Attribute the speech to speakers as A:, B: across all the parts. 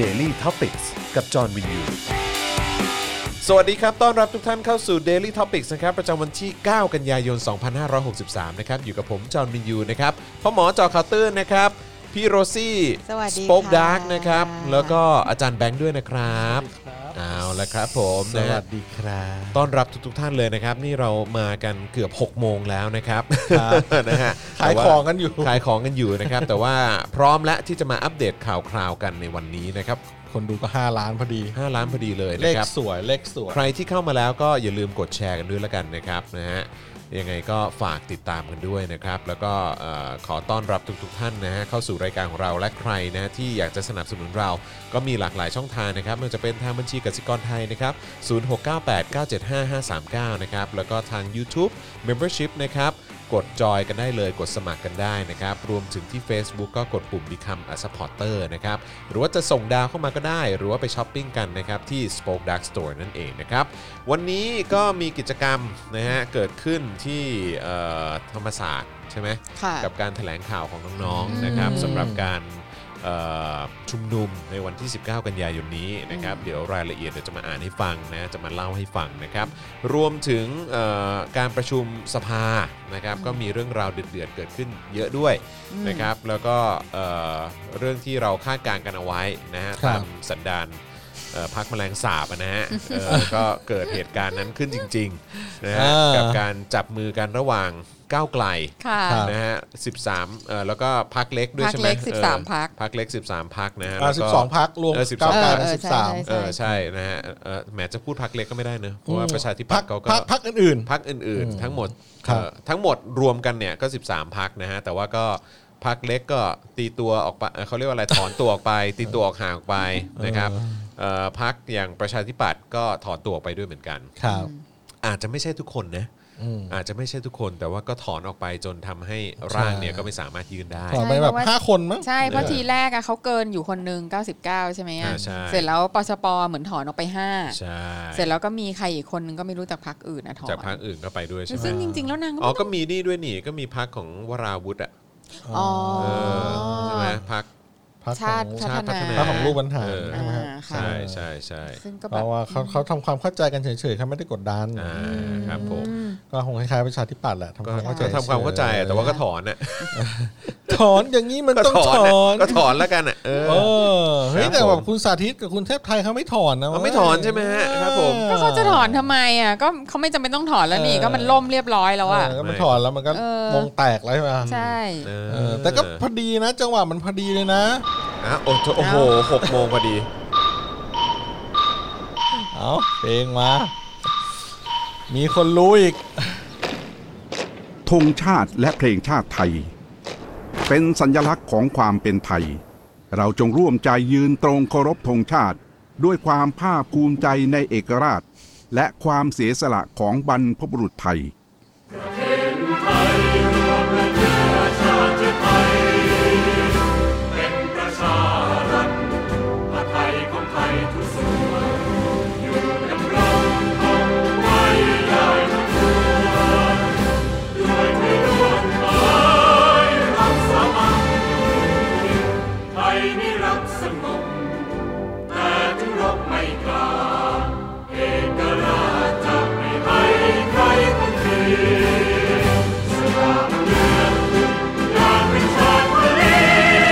A: Daily t o p i c กกับจอห์นวินยู สวัสดีครับ ต้อนรับทุกท่านเข้าสู่ Daily Topics นะครับ ประจำวันที่ 9 กันยายน 2563 นะครับ อยู่กับผม จอห์นวินยู นะครับพ่อหมอจอคาวเตอร์นะครับ พี่โรซี่
B: สวัสดี
A: สป็อก
B: ค่ะ
A: ดาร์กนะครับ แล้วก็อาจารย์แบงค์ด้วยนะครับเอาละครับผม
C: ส
A: นะฮะ
C: วัสดีครับ
A: ต้อนรับทุกๆท่านเลยนะครับ นี่เรามากันเกือบ 6 โมงแล้วนะครับ นะฮะ
C: ขาย
A: แต่ว่
C: ของกันอยู่
A: ขายของกันอยู่นะครับ แต่ว่าพร้อมและที่จะมาอัปเดตข่าวคราวกันในวันนี้นะครับ
C: คนดูก็ 5 ล้านพอดี
A: 5ล้านพอดีเลย
C: เล
A: นะ
C: ข
A: ครับ
C: สวย เลขสวย
A: ใครที่เข้ามาแล้วก็อย่าลืมกดแชร์กันด้วยละกันนะครับนะฮะยังไงก็ฝากติดตามกันด้วยนะครับ แล้วก็เอ่อขอต้อนรับทุกๆท่านนะฮะเข้าสู่รายการของเราและใครนะที่อยากจะสนับสนุนเราก็มีหลากหลายช่องทางนะครับไมันจะเป็นทางบัญชีกสิกรไทยนะครับ 0698975539 นะครับ แล้วก็ทาง YouTube Membership นะครับ กดจอยกันได้เลยกดสมัครกันได้นะครับ รวมถึงที่ Facebook ก็กดปุ่ม Become a supporter นะครับ หรือว่าจะส่งดาวเข้ามาก็ได้ หรือว่าไปช้อปปิ้งกันนะครับ ที่ Spoke Dark Store นั่นเองนะครับ วันนี้ก็มีกิจกรรมนะฮะ เกิดขึ้นที่เอ่อธรรมศาสตร์ใช่ไหม
B: ค่ะ
A: กับการแถลงข่าวของน้องๆนะครับ
B: อืม
A: สำหรับการเอ่อชุมนุมในวันที่ 19 กันยายนนี้นะครับ เดี๋ยวรายละเอียดเดี๋ยวจะมาอ่านให้ฟังนะจะมาเล่าให้ฟังนะครับ รวมถึงเอ่อการประชุมสภานะครับ ก็มีเรื่องราวเดือดๆเกิดขึ้นเยอะด้วย
B: อืม
A: นะครับ แล้วก็เอ่อเรื่องที่เราคาดการณ์กันเอาไว้นะฮะ
C: ครั
A: ตา
C: บ
A: มสันดานเอ่อพักแมลงสาบอะนะฮะเออก็เกิดเหตุการณ์นั้นขึ้นจริงๆนะฮะกับการจับมือกันระหว่างก้าวไกล
B: ค่ะ
C: ครับ
A: นะฮะ13เอ่อแล้วก็พักเล็กด้วย
B: พรรค
A: ใช่ไหม
B: เล็ก
A: ออ
B: 13พรรค
A: พักเล็ก 13พักนะฮะ
C: อ่า
A: แล้ว
C: สิ
A: ก็
C: บสองพักรวม
A: เออ12
C: เก้าไกล
B: เออ
C: สิบสาม
B: ใช่
A: เออใช่นะฮะเอ่อแหมจะพูดพักเล็กก็ไม่ได้เนอะเพราะว่าประชาธิปั
C: พั
A: ต
C: ก
A: ย์เขาก็
C: พักพักอื่น
A: พักอื่นๆ ทั้งหมด
C: ครับ
A: เอ่อทั้งหมดรวมกันเนี่ยก็ 13พักนะฮะแต่ว่าก็พักเล็กก็ตีตัวออกไปเอ่อเขาเรียกว่าอะไรถอนตัวอ อกไป ตีตัวออกห่างออกไปนะครับเอ่อพักอย่างประชาธิปัตย์ก็ถอนตัวออกไปด้วยเหมือนกัน
C: ๆ ครับ
A: อาจจะไม่ใช่ทุกคนนะ
C: อืม
A: อาจจะไม่ใช่ทุกคนแต่ว่าก็ถอนออกไปจนทำให้ร่างเนี่ยก็ไม่สามารถยืนได้
C: ต่อไปแบบ
B: ใช่เพราะว่า
C: ห้าคนมั้ง
B: ใช่ เพราะ
A: เออ
B: ทีแรกอะเขาเกินอยู่คนหนึ่ง99 ใช่ไหมอะ
A: อ่าใช่
B: เสร็จแล้วปชปเหมือนถอนออกไป
A: ใช่
B: 5 เสร็จแล้วก็มีใครอีกคนนึงก็ไม่รู้จากพักอื่นนะถอน
A: จากพักอื่นก็ไปด้วยใช่ไหม
B: ซึ่งจริง ๆ แล้วนาง
A: อ๋
B: ก็
A: อ
B: ไม่
A: ก็มีนี่ด้วยนี่ ก็มีพักของวราวุธอ่ะ
B: อ๋อ
A: เออใช่ไหมพัก
C: พักข
B: ชา
C: อ
B: ติ
C: ง
A: ชา
B: พัฒนา
A: ติพัฒนา
C: พรรคของลูกบรรหาร
A: เออ
C: ใช่ไหมครับ
B: อ่าค่ะ
A: ใช่ใช่ใช่
B: ซึ่งก็แบบ
C: เพราะว่าเขาเขาทำความเข้าใจกันเฉยๆเขาไม่ได้กดดัน
A: อ่าครับผม
B: อืม
C: ก็คงคล้ายๆประชาธิปัตย์แหละทำค
A: ก็
C: วามเข้าใจ
A: ก็ทำความเข้าใจอะแต่ว่าก็ถอนน่ะ
C: ถอนอย่างนี้มัน
A: ก็
C: ต้อง
A: ถอน
C: ถ
A: น่ะ
C: อน
A: ก็ถอนแล้วกันอ่ะเอ
C: เอ
A: อ
C: อเฮ้ย
A: ครับ
C: แต่แบบ
A: ผม
C: คุณสาธิตกับคุณเทพไทยเขาไม่ถอนนะ
A: เขาไม่ถอนใช่ไหมฮะครับผม
C: ออ
B: ก็เขาจะถอนทำไมอ่ะก็เขาไม่จำเป็นต้องถอนแล้วนี่
C: เออ
B: ก็มันล่มเรียบร้อยแล้วอ่ะ
C: เออก็มันถอนแล้วมันก็
B: เออ
C: วงแตกแล้วใช่ไหม
B: ใช่
A: เอ
C: เออแต่ก็พ
A: อ
C: อดีนะ จังหวะมันพอดีเลยนะ
A: อ่ะโอ้โหโอ้โหหกโมงพอดี
C: เอาเพลงมา มีคนรู้อีก
D: ธงชาติและเพลงชาติไทย เป็นสัญลักษณ์ของความเป็นไทย เราจงร่วมใจยืนตรงเคารพธงชาติ ด้วยความภาคภูมิใจในเอกราช และความเสียสละของบรรพบุรุษไทย
E: ประชารัฐปไทยของไทยทุกส่วนอยู่ดำรงคงไว้ใหญ่ทุกตัวด้วยเธอร่วมไม้รักสามัคคีไทยนิรักสงบแต่ถึงรบไม่กล้าเอกราชจะไม่ให้ใครคนทีสลามันเลือนอยากเป็นชาติ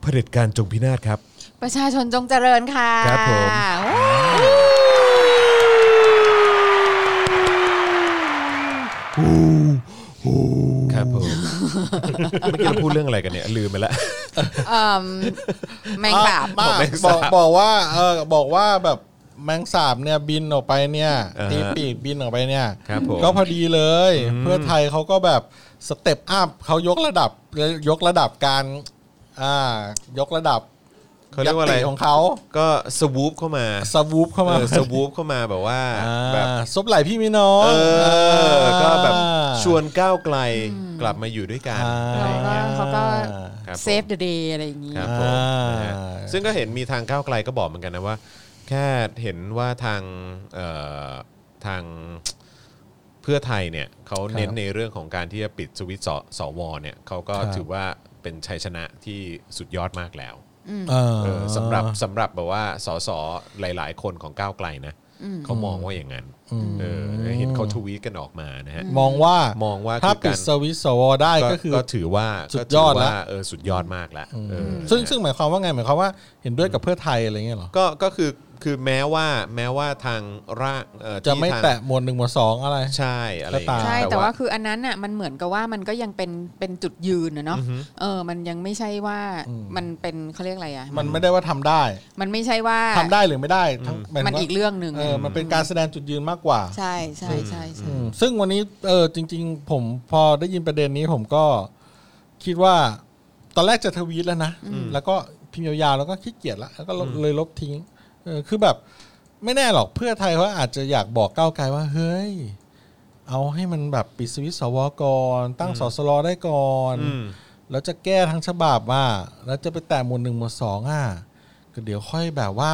A: เผด็จการจงพินาศครับ
B: ประชาชนจงเจริญค่ะ
A: ครับผม
B: โอ้ย
A: ครับผมเมื่อกี้เราพูดเรื่องอะไรกันเนี่ย ลืมไปแล้ว
B: เอิ่มแมงสาบ
A: ข
C: อ่ะ
A: องแมงสาบ
C: บอกบอกว่าเออบอกว่าแบบแมงสาบเนี่ยบินออกไปเนี่ย
A: อ่าฮะ
C: ตีปีกบินออกไปเนี่ย
A: ครับผม
C: ก็พอดีเลย เพื่อไทยเขาก็แบบสเต็ปอัพเขายกระดับยกระดับการอ่ายกระดับ
A: เขาเรียกว่าอะไร
C: ติของเขา
A: ก็สวูปเข้ามา
C: สวูปเข้ามา
A: เออสวูปเข้ามาแบบว่า
C: อ่า
A: แบบ
C: ซบไหล่พี่มีน้อง
A: เออ
C: า
A: ก็แบบชวนก้าวไกลกลับมาอยู่ด้วยกัน
C: อ่า
A: อะไรอย่างเงี้ย
B: เขาก็
A: ครับผม
B: เซฟเดอะเดย์อะไรอย่างนี้
A: ครับผม
C: อ่าน
A: นะฮะซึ่งก็เห็นมีทางก้าวไกลก็บอกเหมือนกันนะว่า แค่เห็นว่าทางเอ่อทาง เพื่อไทยเนี่ยเขาเน้นในเรื่องของการที่จะปิดสวิตช์สสวเนี่ยเขาก็
C: ครับ
A: ถือว่าเป็นชัยชนะที่สุดยอดมากแล้ว
C: เออ
A: เออสำหรับสำหรับแบบว่าสสหลาย ๆ คนของก้าวไกลนะเขามองว่าอย่างนั้นเออเห็นเขาทวีตกันออกมานะฮะ
C: มองว่าม
A: องว่า
C: ถ้า
A: คือการ
C: ปิดสวิตช์สวได้
A: ก็
C: ก็คือ
A: ก็ถือว่า
C: สุดยอด
A: ก็ถื
C: ละ
A: ว่าเออสุดยอดมากละเออ
C: ซึ่งซึ่งหมายความว่าไงหมายความว่าเห็นด้วยกับเพื่อไทยอะไรเงี้ยเหรอ
A: ก็ก็คือคือแม้ว่าแม้ว่าทางร่างเอ่อ
C: จะ
A: ที่
C: ไม่
A: ทาง
C: แตะหมวดหนึ่งหมวดสองอะไร
A: ใช่อะไรอย่งเงี้ย
B: ใช่ แต่ว่าคืออันนั้นอ่ะมันเหมือนกับว่ามันก็ยังเป็นเป็นจุดยืนนะเนาะเออ มันยังไม่ใช่ว่า
C: อืม
B: มันเป็นเขาเรียกอะไรอ่ะ
C: มันไม่ได้ว่าทำได้
B: มันไม่ใช่ว่า
C: ทำได้หรือไม่ได้ทั้งหายถึ
B: มัน
C: ว่า
B: อีกเรื่องหนึ่ง
C: เออมันเป็นการแสดงจุดยืนมากกว่า
B: ใช่ใช่ใช่ใช่
C: อืมซึ่งวันนี้เออจริง ๆ ผมพอได้ยินประเด็นนี้ผมก็คิดว่า ตอนแรกจะทวีตแล้วนะ แล้วก็พิมพ์ยาวๆแล้วก็ขี้เกียจละแล้วก็ลบเลยลบทิ้งเออคือแบบไม่แน่หรอกเพื่อไทยเขาอาจจะอยากบอกก้าวไกลว่า เฮ้ย เอาให้มันแบบปิดสวิตช์สวก่อน ตั้งสสรได้ก่อน
A: อืม
C: แล้วจะแก้ทั้งฉบับอ่ะแล้วจะไปแตะหมวดหนึ่งหมวดสองอ่ะก็เดี๋ยวค่อยแบบว่า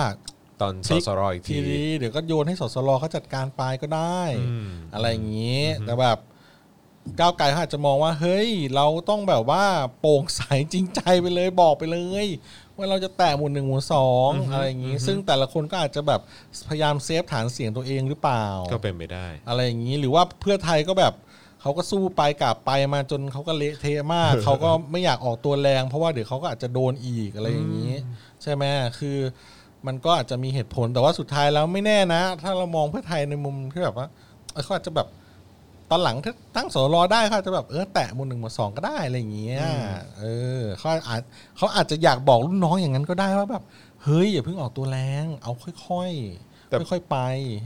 A: ตอนสสรอีก
C: ที
A: ที
C: นี้เดี๋ยวก็โยนให้สสรเขาจัดการไปก็ได้
A: อืม
C: อะไรอย่างนี้ แต่แบบก้าวไกลเขาอาจจะมองว่า เฮ้ย เราต้องแบบว่าโปร่งใสจริงใจไปเลยบอกไปเลย ว่าเราจะแตะหมวดหนึ่งหมวดสองอะไรอย่างนี้ ซึ่งแต่ละคนก็อาจจะแบบพยายามเซฟฐานเสียงตัวเองหรือเปล่า
A: ก็เป็นไปได้
C: อะไรอย่างนี้หรือว่าเพื่อไทยก็แบบเขาก็สู้ไปกลับไปมาจนเขาก็เละเทะมาก เขาก็ไม่อยากออกตัวแรง เพราะว่าเดี๋ยวเขาก็อาจจะโดนอีกอะไรอย่างนี้ ใช่ไหมคือมันก็อาจจะมีเหตุผลแต่ว่าสุดท้ายแล้วไม่แน่นะ ถ้าเรามองเพื่อไทยในมุมที่แบบว่าเออเขาอาจจะแบบตอนหลังถ้าตั้งสอรอได้เขาอาจจะแบบเออแตะหมูลหนึ่งหมูลสองก็ได้อะไรอย่างเงี้ยเออเขาอาจเขาอาจจะอยากบอกรุ่นน้องอย่างนั้นก็ได้ว่าแบบเฮ้ยอย่าเพิ่งออกตัวแรง เอาค่อย
A: แต่
C: ๆค่อยๆไป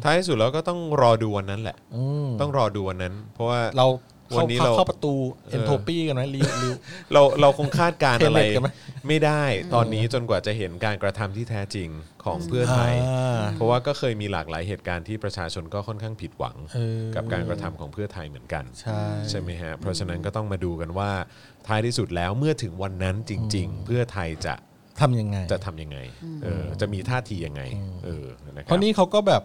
A: ท้ายสุดแล้วก็ต้องรอดูวันนั้นแหละ
C: อืม
A: ต้องรอดูวันนั้น เพราะว่า
C: เรา
A: วั
C: เข้าน
A: นี้
C: เข้า
A: เรา
C: เข้าประตู
A: เออ
C: เอนโทรปีกันไหมรีริว
A: เราเราคงคาดการณ์อะไร
C: เทเลทกันไหม
A: ไม่ได้ตอนนี้จนกว่าจะเห็นการกระทำที่แท้จริงของเพื่อไทย
C: อ่า
A: เพราะว่าก็เคยมีหลากหลายเหตุการณ์ที่ประชาชนก็ค่อนข้างผิดหวัง
C: เออ
A: กับการกระทำของเพื่อไทยเหมือนกัน
C: ใช่
A: ไหมฮะเพราะฉะนั้นก็ต้องมาดูกันว่าท้ายที่สุดแล้วเมื่อถึงวันนั้นจริง ๆ เพื่อไทยจะ
C: ทำยังไง
A: จะทำยังไงเออจะมีท่าทียังไงเออนะค
C: เพ
A: รั
C: ราะนี่เขาก็แบบ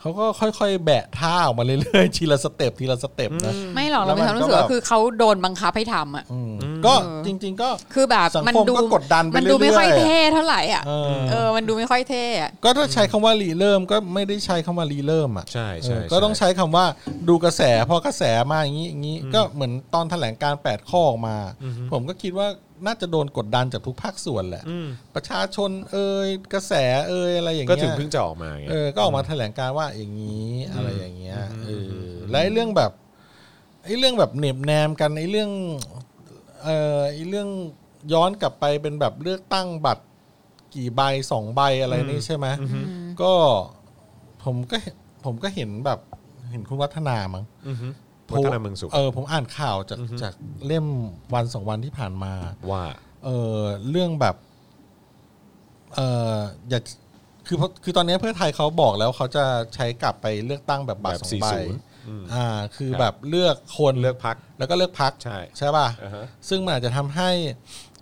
C: เขาก็ค่อยๆ แบะท่าออกมาเรื่อยๆ ทีละสเต็ปทีละสเต็ปนะ
B: ไม่หรอกเรา
C: แล้ว
B: มีค
C: มัน
B: วามรู้สึกว่า
C: ก็แบบ
B: คือเขาโดนบังคับให้ทำอ่ะ
C: อืมก็จริง ๆ ก็
B: คือแบบ
C: สังคม
B: มันดู
C: ก็กดดันไป
B: มัดูไม่ค่อย
C: เรื่อยๆอะ
B: เท่เท่าไหร่อ่ะ
C: เออ
B: เออ มันดูไม่ค่อยเท่อะ
C: ก็ถ้าใช้คำว่ารีเริ่มก็ไม่ได้ใช้คำว่ารีเริ่มอ่ะ
A: ใช่
C: เอ
A: ใช่
C: อ
A: ช่
C: ก็ต้องใช้คำว่าดูกระแสพอกระแสมาอย่างนี้อย่างนี้ก็เหมือนตอนแถลงการ 8 ข้อออกมา ผมก็คิดว่าน่าจะโดนกดดันจากทุกภาคส่วนแหละ
A: อืม
C: ประชาชนเอ่ยกระแสเอ่ยอะไรอย่าง
A: ก็
C: เงี้ย
A: ถึงเพิ่งจะออกมาไง
C: เออ ก็ออกมาแถลงการณ์ว่าอย่างนี้อะไรอย่างเงี้ย เออ และไอ้เรื่องแบบไอ้เรื่องแบบเหน็บแนมกันไอ้เรื่อง เออไอ้เรื่องย้อนกลับไปเป็นแบบเลือกตั้งบัตรกี่ใบสองใบอะไรนี่ใช่ไหมก็ผมก็เห็นผมก็เห็นแบบเห็นคุณวัฒนามั้ง
A: อือฮึวัฒนาเมืองสุข
C: เออ ผมอ่านข่าวจากจากเล่มวันสองวันที่ผ่านมา
A: ว่า
C: เออเรื่องแบบเอออยากคือเพราะคือตอนนี้เพื่อไทยเขาบอกแล้วเขาจะใช้กลับไปเลือกตั้งแบบบัตร
A: แบ
C: ส
A: บ
C: องใบ
A: 40อืม
C: อ่า คือ
A: ครับ
C: แบบเลือกคน
A: เลือกพัก
C: แล้วก็เลือกพัก
A: ใช่
C: ใช่ป่ะ
A: อ่าฮะ
C: ซึ่งมันอาจจะทำให้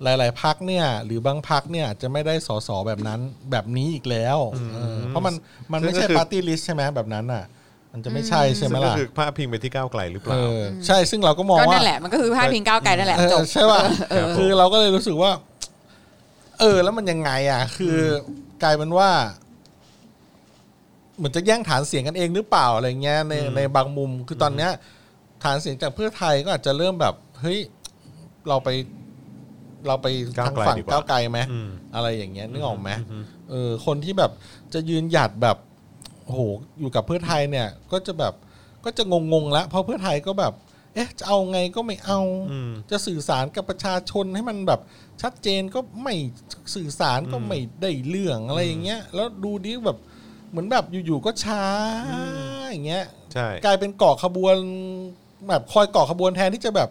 C: หลาย ๆ พักเนี่ย หรือบางพักเนี่ยอาจจะไม่ได้สสแบบนั้นแบบนี้อีกแล้วเออเพราะมันมันไม่ใช่ปาร์ตี้ลิสใช่ไหมแบบนั้นอ่ะ มันจะไม่ใช่ใช่ไหม
A: ซึ่งก็
C: ล่ะ
A: คือพาดพิงไปที่ก้าวไกลหรือเป
C: เอ
A: ล่า
C: อใช่ซึ่งเราก็มอง
B: ก็
C: ว่า
B: นั่นแหละมันก็คือพาดพิงก้าวไกลนั่นแหละ
C: เออ
B: จบ
C: ใช่ป่ะ
A: ครับผม
C: คือเราก็เลยรู้สึกว่า เออ แล้วมันยังไง อ่ะ คือ กลายเป็นว่า เหมือนจะแย่งฐานเสียงกันเองหรือเปล่าอะไรเงี้ยในในบางมุมคือตอนเนี้ย ฐานเสียงจากเพื่อไทยก็อาจจะเริ่มแบบเฮ้ยเราไป เราไป
A: ก้าว
C: ทาง
A: ไกล
C: ฝั่ง
A: ดีกว่า
C: ก้าวไกลไหม
A: อืม
C: อะไรอย่างเงี้ยนึกออกไหมเออ คนที่แบบจะยืนหยัดแบบโอ้โหอยู่กับเพื่อไทยเนี่ย ก็จะแบบก็จะงงงๆละเพราะเพื่อไทยก็แบบ เอ๊ะจะเอาไงก็ไม่เอา
A: อืม
C: จะสื่อสารกับประชาชนให้มันแบบชัดเจนก็ไม่สื่อสารก็ไม่ได้เรื่องอะไรอย่างเงี้ย แล้วดูดิแบบเหมือนแบบอยู่ๆก็ช้าอย่างเงี้ย
A: ใช่
C: กลายเป็นก่อขบวนแบบคอยก่อขบวนแทนที่จะแบบ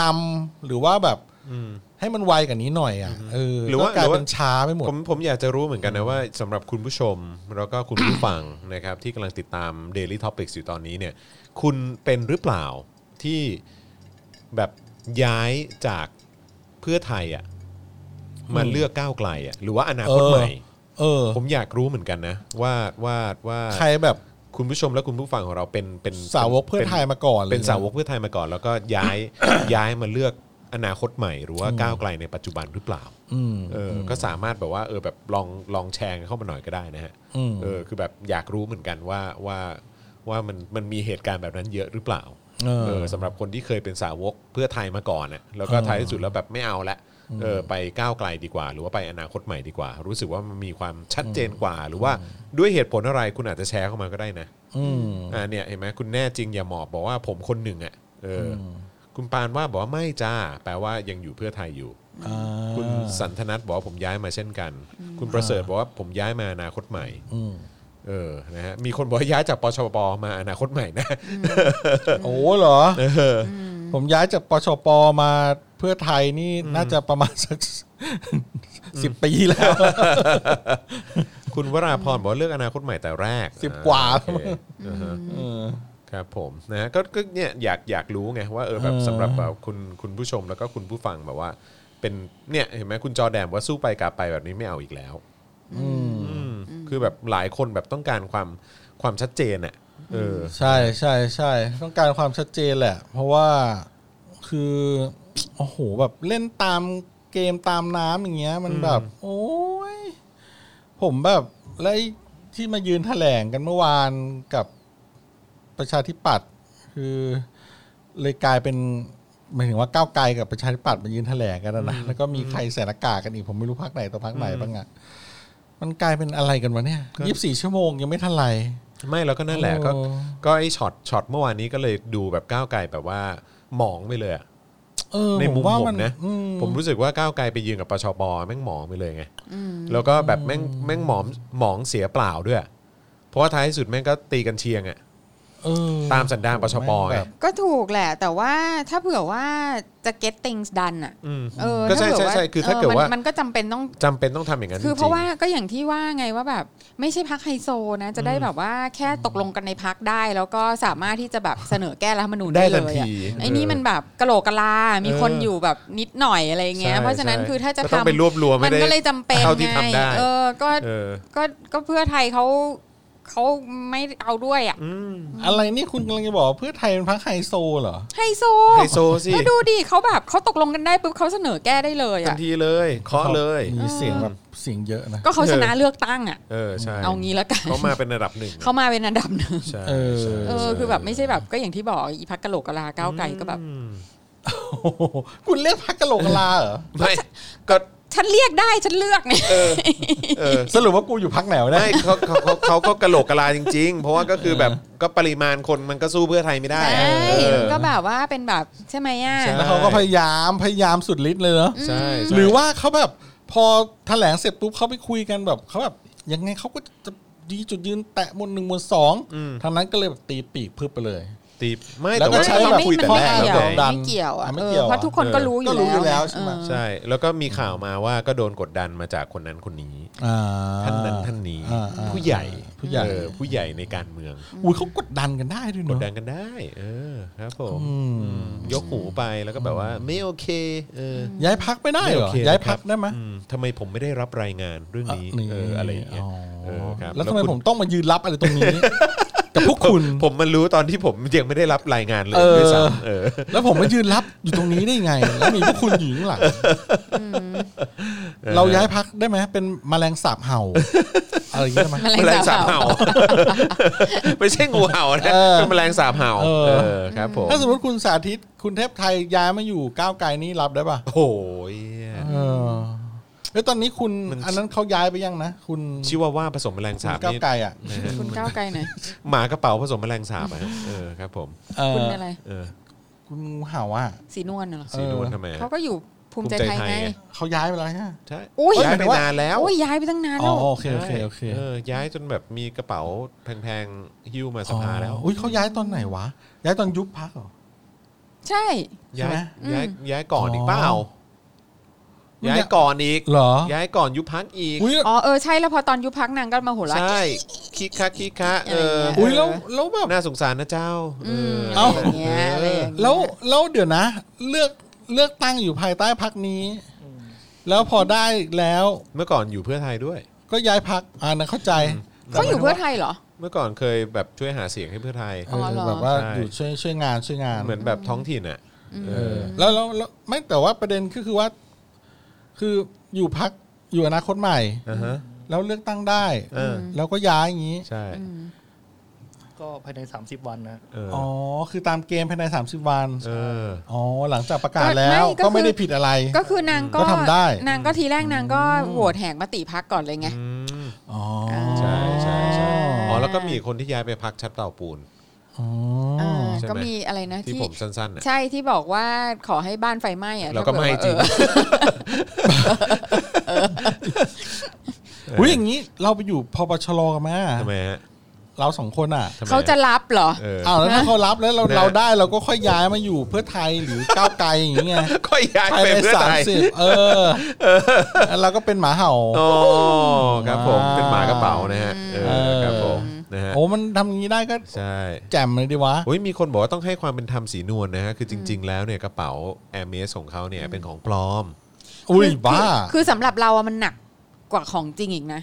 C: นำหรือว่าแบบ
A: อืม
C: ให้มันไวกว่านี้หน่อยอ่ะเออ
A: หรือว่า
C: ก็กลายเป็นช้าไปหมด
A: ผมผมอยากจะรู้เหมือนกันนะว่าสำหรับคุณผู้ชมแล้วก็คุณผู้ฟัง นะครับที่กำลังติดตาม Daily Topics อยู่ตอนนี้เนี่ย คุณเป็นหรือเปล่าที่แบบย้ายจากเพื่อไทยอ่ะมาเลือกก้าวไกลอ่ะหรือว่าอนาคต
C: เออ
A: ใหม่
C: เออ
A: ผมอยากรู้เหมือนกันนะ ว่าว่าว่า
C: ใครแบบ
A: คุณผู้ชมและคุณผู้ฟังของเราเป็นเป็น
C: สาวกเพื่อไทย
A: ป็น
C: มาก่อน
A: เป็น
C: ลยะ
A: สาวกเพื่อไทยมาก่อน แล้วก็ย้ าย ย้ายมาเลือกอนาคตใหม่ หรือว่าก้าวไกลในปัจจุบันหรือเปล่า
C: อืม
A: เอออก็สามารถแบบว่าเออแบบลองลองแชร์เข้ามาหน่อยก็ได้นะฮะ
C: อืม
A: เออคือแบบอยากรู้เหมือนกันว่าว่าว่ามันมันมีเหตุการณ์แบบนั้นเยอะหรือเปล่า
C: เออ
A: เออสำหรับคนที่เคยเป็นสาวกเพื่อไทยมาก่อนน่ะแล้วก็
C: เออ
A: ท้ายที่สุดแล้วแบบไม่เอาละเออไปก้าวไกลดีกว่า หรือว่าไปอนาคตใหม่ดีกว่า รู้สึกว่ามันมีความชัดเจนกว่า หรือว่าด้วยเหตุผลอะไรคุณอาจจะแชร์เข้ามาก็ได้นะ
C: อืม
A: อ่าเนี่ยเห็นไหมคุณแน่จริงอย่าหมอบบอกว่าผมคนหนึ่งอ่ะเอออคุณปานว่าบอกว่าไม่จ้า แปลว่ายังอยู่เพื่อไทยอยู่
C: อ่า
A: คุณสันทนัทบอกว่าผมย้ายมาเช่นกัน คุณประเสริฐบอกว่าผมย้ายมาอนาคตใหม่
C: อืม
A: เออนะฮะมีคนบอกว่าย้ายจากปชปมาอนาคตใหม่นะ
C: โอ้เหรอ
A: เออ
C: ผมย้ายจากปชปมาเพื่อไทยนี่น่าจะประมาณสักสิบปีแล้ว
A: คุณวราพรบอกว่าเลือกอนาคตใหม่แต่แรก
C: สิบกว่า
A: อ่โอเคอ่าฮะ
C: เออ
A: ครับผมนะฮะก็ก็เนี่ยอยากอยากรู้ไงว่าเออแบบ
C: เออ
A: สำหรับแบบคุณคุณผู้ชมแล้วก็คุณผู้ฟังแบบว่า เป็นเนี่ยเห็นไหมคุณจอแดนบอกว่าสู้ไปกลับไปแบบนี้ไม่เอาอีกแล้วอืมคือแบบหลายคนแบบต้องการความความชัดเจนอ่ะเออ
C: ใช่ใช่ใช่ต้องการความชัดเจนแหละ เพราะว่าคือโอ้โหแบบเล่นตามเกมตามน้ำอย่างเงี้ย มันแบบ โอ้ยผมแบบแล้วไอ้ที่มายืนแถลงกันเมื่อวานกับประชาธิปัตย์คือ เลยกลายเป็นหมายถึงว่าก้าวไกลกับประชาธิปัตย์มายืนแถลงกันนะนะแล้วก็มีใครใส่หน้ากากกันอีกผมไม่รู้พักไหนต่อพักไหนบ้างอะมันกลายเป็นอะไรกันวะเนี่ยยี่สิบสี่ชั่วโมงยังไม่ทันไร
A: ไม่แล้วก็นั่นแหละ
C: โอ้
A: ก็ก็ไอ้ช็อตช็อตเมื่อวานนี้ก็เลยดูแบบก้าวไกลแบบว่าหมองไปเลยอะ
C: เออ
A: ในมุม
C: ว่า
A: ผมนะ
C: อื
A: ผมรู้สึกว่าก้าวไกลไปยืนกับปชปแม่งหมองไปเลยไง แล้วก็แบบแม่งแม่งหมอมหมองเสียเปล่าด้วย เพราะว่าท้ายที่สุดแม่งก็ตีกันเชียงอ่ะ
C: เออ
A: ตามสันดานปชปไง
C: แบบ
B: ก็ถูกแหละ แต่ว่าถ้าเผื่อว่าจะ get things done อ่ะ
A: อืม
B: เออ
A: ก็ใช่
B: ถ้เผื่
A: ใช่ใช่คือถ้าเกิด
B: น
A: ว่ามั
B: นก็จำเป็นต้อง
A: จำเป็นต้องทำอย่างนั้น
B: คือเพ
A: จ
B: ราะ
A: งๆ
B: ว่าก็อย่างที่ว่าไงว่าแบบไม่ใช่พักไฮโซนะ จะได้แบบว่าแค่ตกลงกันในพักได้ แล้วก็สามารถที่จะแบบเสนอแก้รัฐธรรมนูญ
A: ได้
B: ได้
A: ทั
B: เล
A: น
B: ยอะ
A: ที
B: ไอ้
A: เออ
B: นี่มันแบบกะโหลกกะลา มี
A: เออ
B: คนอยู่แบบนิดหน่อยอะไรเงี้ย
A: ใช่
B: เพราะฉะนั้น
A: ใช่
B: คือถ้าจะ
A: ก็
B: ทำ
A: ต้องไปรวบรวมให้
B: มัน
A: ได้
B: ก็เลยจำเป็น
A: เท่าที่
B: ไง
A: ทำได้
B: เออก็
A: เออ
B: ก็ก็เพื่อไทยเขาเขาไม่เอาด้วยอ่ะ
A: อืม
C: อะไรนี่คุณกำลังจะบอกว่าเพื่อไทยเป็นพรรคไฮโซเหรอ
B: ไฮโซ
A: ไฮโซสิ
B: แล้วดูดิเขาแบบเขาตกลงกันได้ปุ๊บเขาเสนอแก้ได้เลย
A: ทั
B: อ่ะ
A: นทีเลยเคาะเลย
C: มีเสียงแบบเสียงเยอะนะ
B: ก็เขาชนะเลือกตั้งอ่ะ
A: เออใช่
B: เอางี้แล้วกัน
A: เขามาเป็นระดับหนึ่ง
B: เขามาเป็นอันดับหนึ่ง
A: ใช่
C: เออ
A: ใช่
B: เออคือแบบไม่ใช่แบบก็อย่างที่บอกอีพักกะโหลกกะลาก้าวไกลก็แบบ
A: อืม
C: โอ้โหคุณเรียกพรรคกะโหลกกะลาเหรอ
A: ไม่ก็
B: ฉันเรียกได้ฉันเลือกเนี่ย
A: เออเออ
C: สรุปว่ากูอยู่พรรคไหนวะเนี่ย
A: ไม่เขาเขาเขาเขาก็กระโหลกกะลาจริง ๆ เพราะว่าก็คือแบบก็ปริมาณคนมันก็สู้เพื่อไทยไม่ได้
B: ใช่
A: อะเออ
B: มันก็แบบว่าเป็นแบบใช่ไหมอ่ะ
A: ใช่
C: แล้วเขาก็พยายามพยายามสุดฤทธิ์เลยเนาะ
A: ใช่ใช่
C: หรือว่าเขาแบบพอแถลงเสร็จปุ๊บเขาไปคุยกันแบบเขาแบบยังไงเขาก็จะดีจุดยืนแตะหมวดหนึ่งหมวดสองทางนั้นก็เลยแบบตีปีกพึบไปเลย
A: ตีไม่
C: แล้
A: แต่
C: วก็
A: ว่า
C: ใช้
A: ใช้
C: แบบ
A: คุยแต่
B: ไม่
A: แรก
B: ไม่
A: แล้ว
B: เกี่ยว
A: ไง
C: ดัน
B: ไม่เกี่ยวอ่ะ
C: ไม่
B: เอ
C: เกี่
B: อ
C: ยว
B: เพราะทุกคน
A: เออ
B: ก็รู้อยู่
C: ก็รู้อยู่แล้ว
B: นะ
C: ใช่ไหม
B: เออ
A: ใช่ แล้วก็มีข่าวมาว่าก็โดนกดดันมาจากคนนั้นคนนี้
C: อ่า
A: ท่านนั้นท่านนี้
C: อ่าอ่า
A: ผู้ใหญ่
C: ผู้ใหญ่
A: เออผู้ใหญ่ในการเมือง
C: อุ้ยเขากดดันกันได้ด้ว
A: ก
C: ย
A: ด
C: เนาะ
A: ดันกันได้ เออครับผม
C: อืม
A: ยกหูไปแล้วก็แบบว่าไม่โอเคเออ
C: ย้ายพักไม่ได้
A: ไม่
C: เหร
A: โอ
C: อ
A: เค
C: ย้าย
A: นะค
C: พั
A: รั
C: ก
A: บ
C: ได้ไหม
A: อืทำไมผมไม่ได้รับรายงานเรื่องนี้เอออะไรอย่างเงี้ยเออครับ
C: แล้วทำไม
A: คุณ
C: ผมต้องมายืนรับอะไรตรง นี้ กับพวกคุณ
A: ผมมันรู้ตอนที่ผมยังไม่ได้รับรายงานเลย
C: เออ
A: ด้วยซ้ำเออ
C: แล้วผมมายืนรับอยู่ตรงนี้ได้ไง แล้วมีพวกคุณอยู่ข้างหลังเราย้ายพักได้ไหมเป็นแมลงสาบ เห่า อะไรอย่างเงี้ยได้ไหม
B: แมล
A: แมลง
B: ง
A: สา
B: สา
A: บบเห่า
B: เห่า
A: ไม่ใช่งูเห่านะ
C: เออ
A: เป็นแมลงสาบเห่า
C: เออ
A: เออครับผม
C: ถ้าสมมติคุณสาธิตคุณเทพไทยย้ายมาอยู่ก้าวไกลนี่รับได้ป่ะ
A: โอ้ย
C: เออแล้วตอนนี้คุณอันนั้นเขาย้ายไปยังนะคุณ
A: ชิวาว่าผสมแมลง
C: คุ
A: สา
C: ณ
A: บ
C: ก้าว
A: นี่
C: ไกลอ่ะ
A: นะฮะ
B: คุณก้าวไกลหน่อย
A: หมากระเป๋าผสมแมลงสาบอะฮะเออครับผม
C: เออ
B: คุณอะไร
A: เออ
C: คุณงูเห่าอ่ะ
B: สีนวลน่ะเหรอ
A: สีนวลทำไมฮะ
B: เขาก็อยู่ภูมิใจไทย
A: ภูมิ
B: ไง
A: ใจไทยไง
C: เขาย้ายไปแล้วฮะ
A: ใช่
B: อุ๊ย
A: ย้ายไปนานแล้ว
B: โอ้ยย้ายไปตั้งนาน
C: อ๋
B: แล้ว
C: อโอเคโอเคโอเค
A: เออย้ายจนแบบมีกระเป๋าแพงๆหิ้วมาสภาแล้ว
C: อ๋ออุ้ยเขาย้ายตอนไหนวะ ย้ายตอนยุบพักเหรอ
B: ใช่
A: ย้าย
C: ใช่ไหม
A: ย้ายย้ายก่อนอีก
C: อ๋อ
A: เปล่าย้ายก่อนอีก
C: เหรอ
A: ย้ายก่อนยุบพักอีก
C: อุ้ย
B: อ๋อเออใช่แล้วพอตอนยุบพักนางก็มาหัวเราะ
A: ใช่ คิกคะคิกคะเอออุ้
B: อุ๊
C: อุ้ยแล้วแล้วแบบ
A: น่าสงสารนะเจ้าเออ
C: เอ้า
A: ะไรย่งงี้ย
B: อะไรอย่างเงี้ย
C: แล้วแล้วเดี๋ยวนะ เลือกเลือกตั้งอยู่ภายใต้พักนี้ แล้วพอได้แล้ว
A: เมื่อก่อนอยู่เพื่อไทยด้วย
C: ก็ย้ายพักอ่านะเข้าใจ
B: เขาอยู่เพื่อไทยเหรอ
A: เมื่อก่อนเคยแบบช่วยหาเสียงให้เพื่อไทย
C: เอ
B: อ๋อ
C: อ
B: เหรอ
C: แบบว่า
A: ใช่
C: อยู่ช่วยช่วยงานช่วยงาน
A: เหมือนแบบท้องถิ่นอ่ะเอ
C: เอ
A: อ
C: อแล้วแล้วแล้วไม่แต่ว่าประเด็นก็คือว่า คืออยู่พักอยู่อนาคตใหม่
A: อ่าฮะ
C: แล้วเลือกตั้งได้
A: เออ
C: แล้วก็ย้ายอย่างนี้
A: ใช่
F: ก็ภายใน 30 วันนะ
A: เออ
C: อ๋อ คือตามเกมภายใน 30 วัน
A: เออ
C: อ๋อ หลังจากประกาศแล้ว
B: ไม่ก็คือ
C: ก็ไม่ได้ผิดอะไร
B: ก็คือนางก็
C: ก็ทำได้
B: นางก็ทีแรกนางก็โหวตแหกมติพักก่อนเลยไง
A: อืม
C: อ๋อ
A: ใช่ใช่ใช่
B: อ๋ออ๋
A: อ๋อแล้วก็มีคนที่ย้ายไปพักชัดเต่าปูน
C: อ๋อ
B: อ่า
A: ใช่ไหม
B: ก็มีอะไรนะ
A: ที่
B: ที่
A: ผมสั้นๆน่ะ
B: ใช่ที่บอกว่าขอให้บ้านไฟไหม้อะ
A: เราก็ไม่จริง
B: ถ้าเกิดว่าเออ
C: อุ้ยอย่างนี้เราไปอยู่พปชรกันไหมอะ
A: ทำไมฮะ
C: เราสองคนอ่ะ
A: ทำไมฮ
B: เขาจะรับเหรอ
A: เออ
C: อ้าวแล้วถ้าเขารับแล้วเรา
A: เนี่ย
C: เราได้เราก็ค่อยย้ายมาอยู่เพื่อไทยหรือ ก้าวไกลอย่างเงี้ย
A: ก็ย้าย
C: ภาย
A: ไป
C: ใน
A: เพื่อ
C: สา
A: ไท
C: ม
A: ย
C: สิบเออแล้วเราก็เป็นหมาเห่า
A: อ๋อครับผมเป็นหมากระเป๋านะฮะเอ
C: เอ
A: อ
C: อ
A: ครับผมนะฮะ
C: โอ้มันทำอย่างนี้ได้ก็
A: ใช่
C: แจ่มเลยดีวะ
A: โอ้ยมีคนบอกว่าต้องให้ความเป็นธรรมสีนวลนะฮะคือจริง ๆ แล้วเนี่ยกระเป๋าแอร์เมสของเขาเนี่ยเป็นของปลอม
C: อุ้ย
B: คื
C: บ้า
B: คือคือสำหรับเราอะมันหนักกว่าของจริงอีกนะ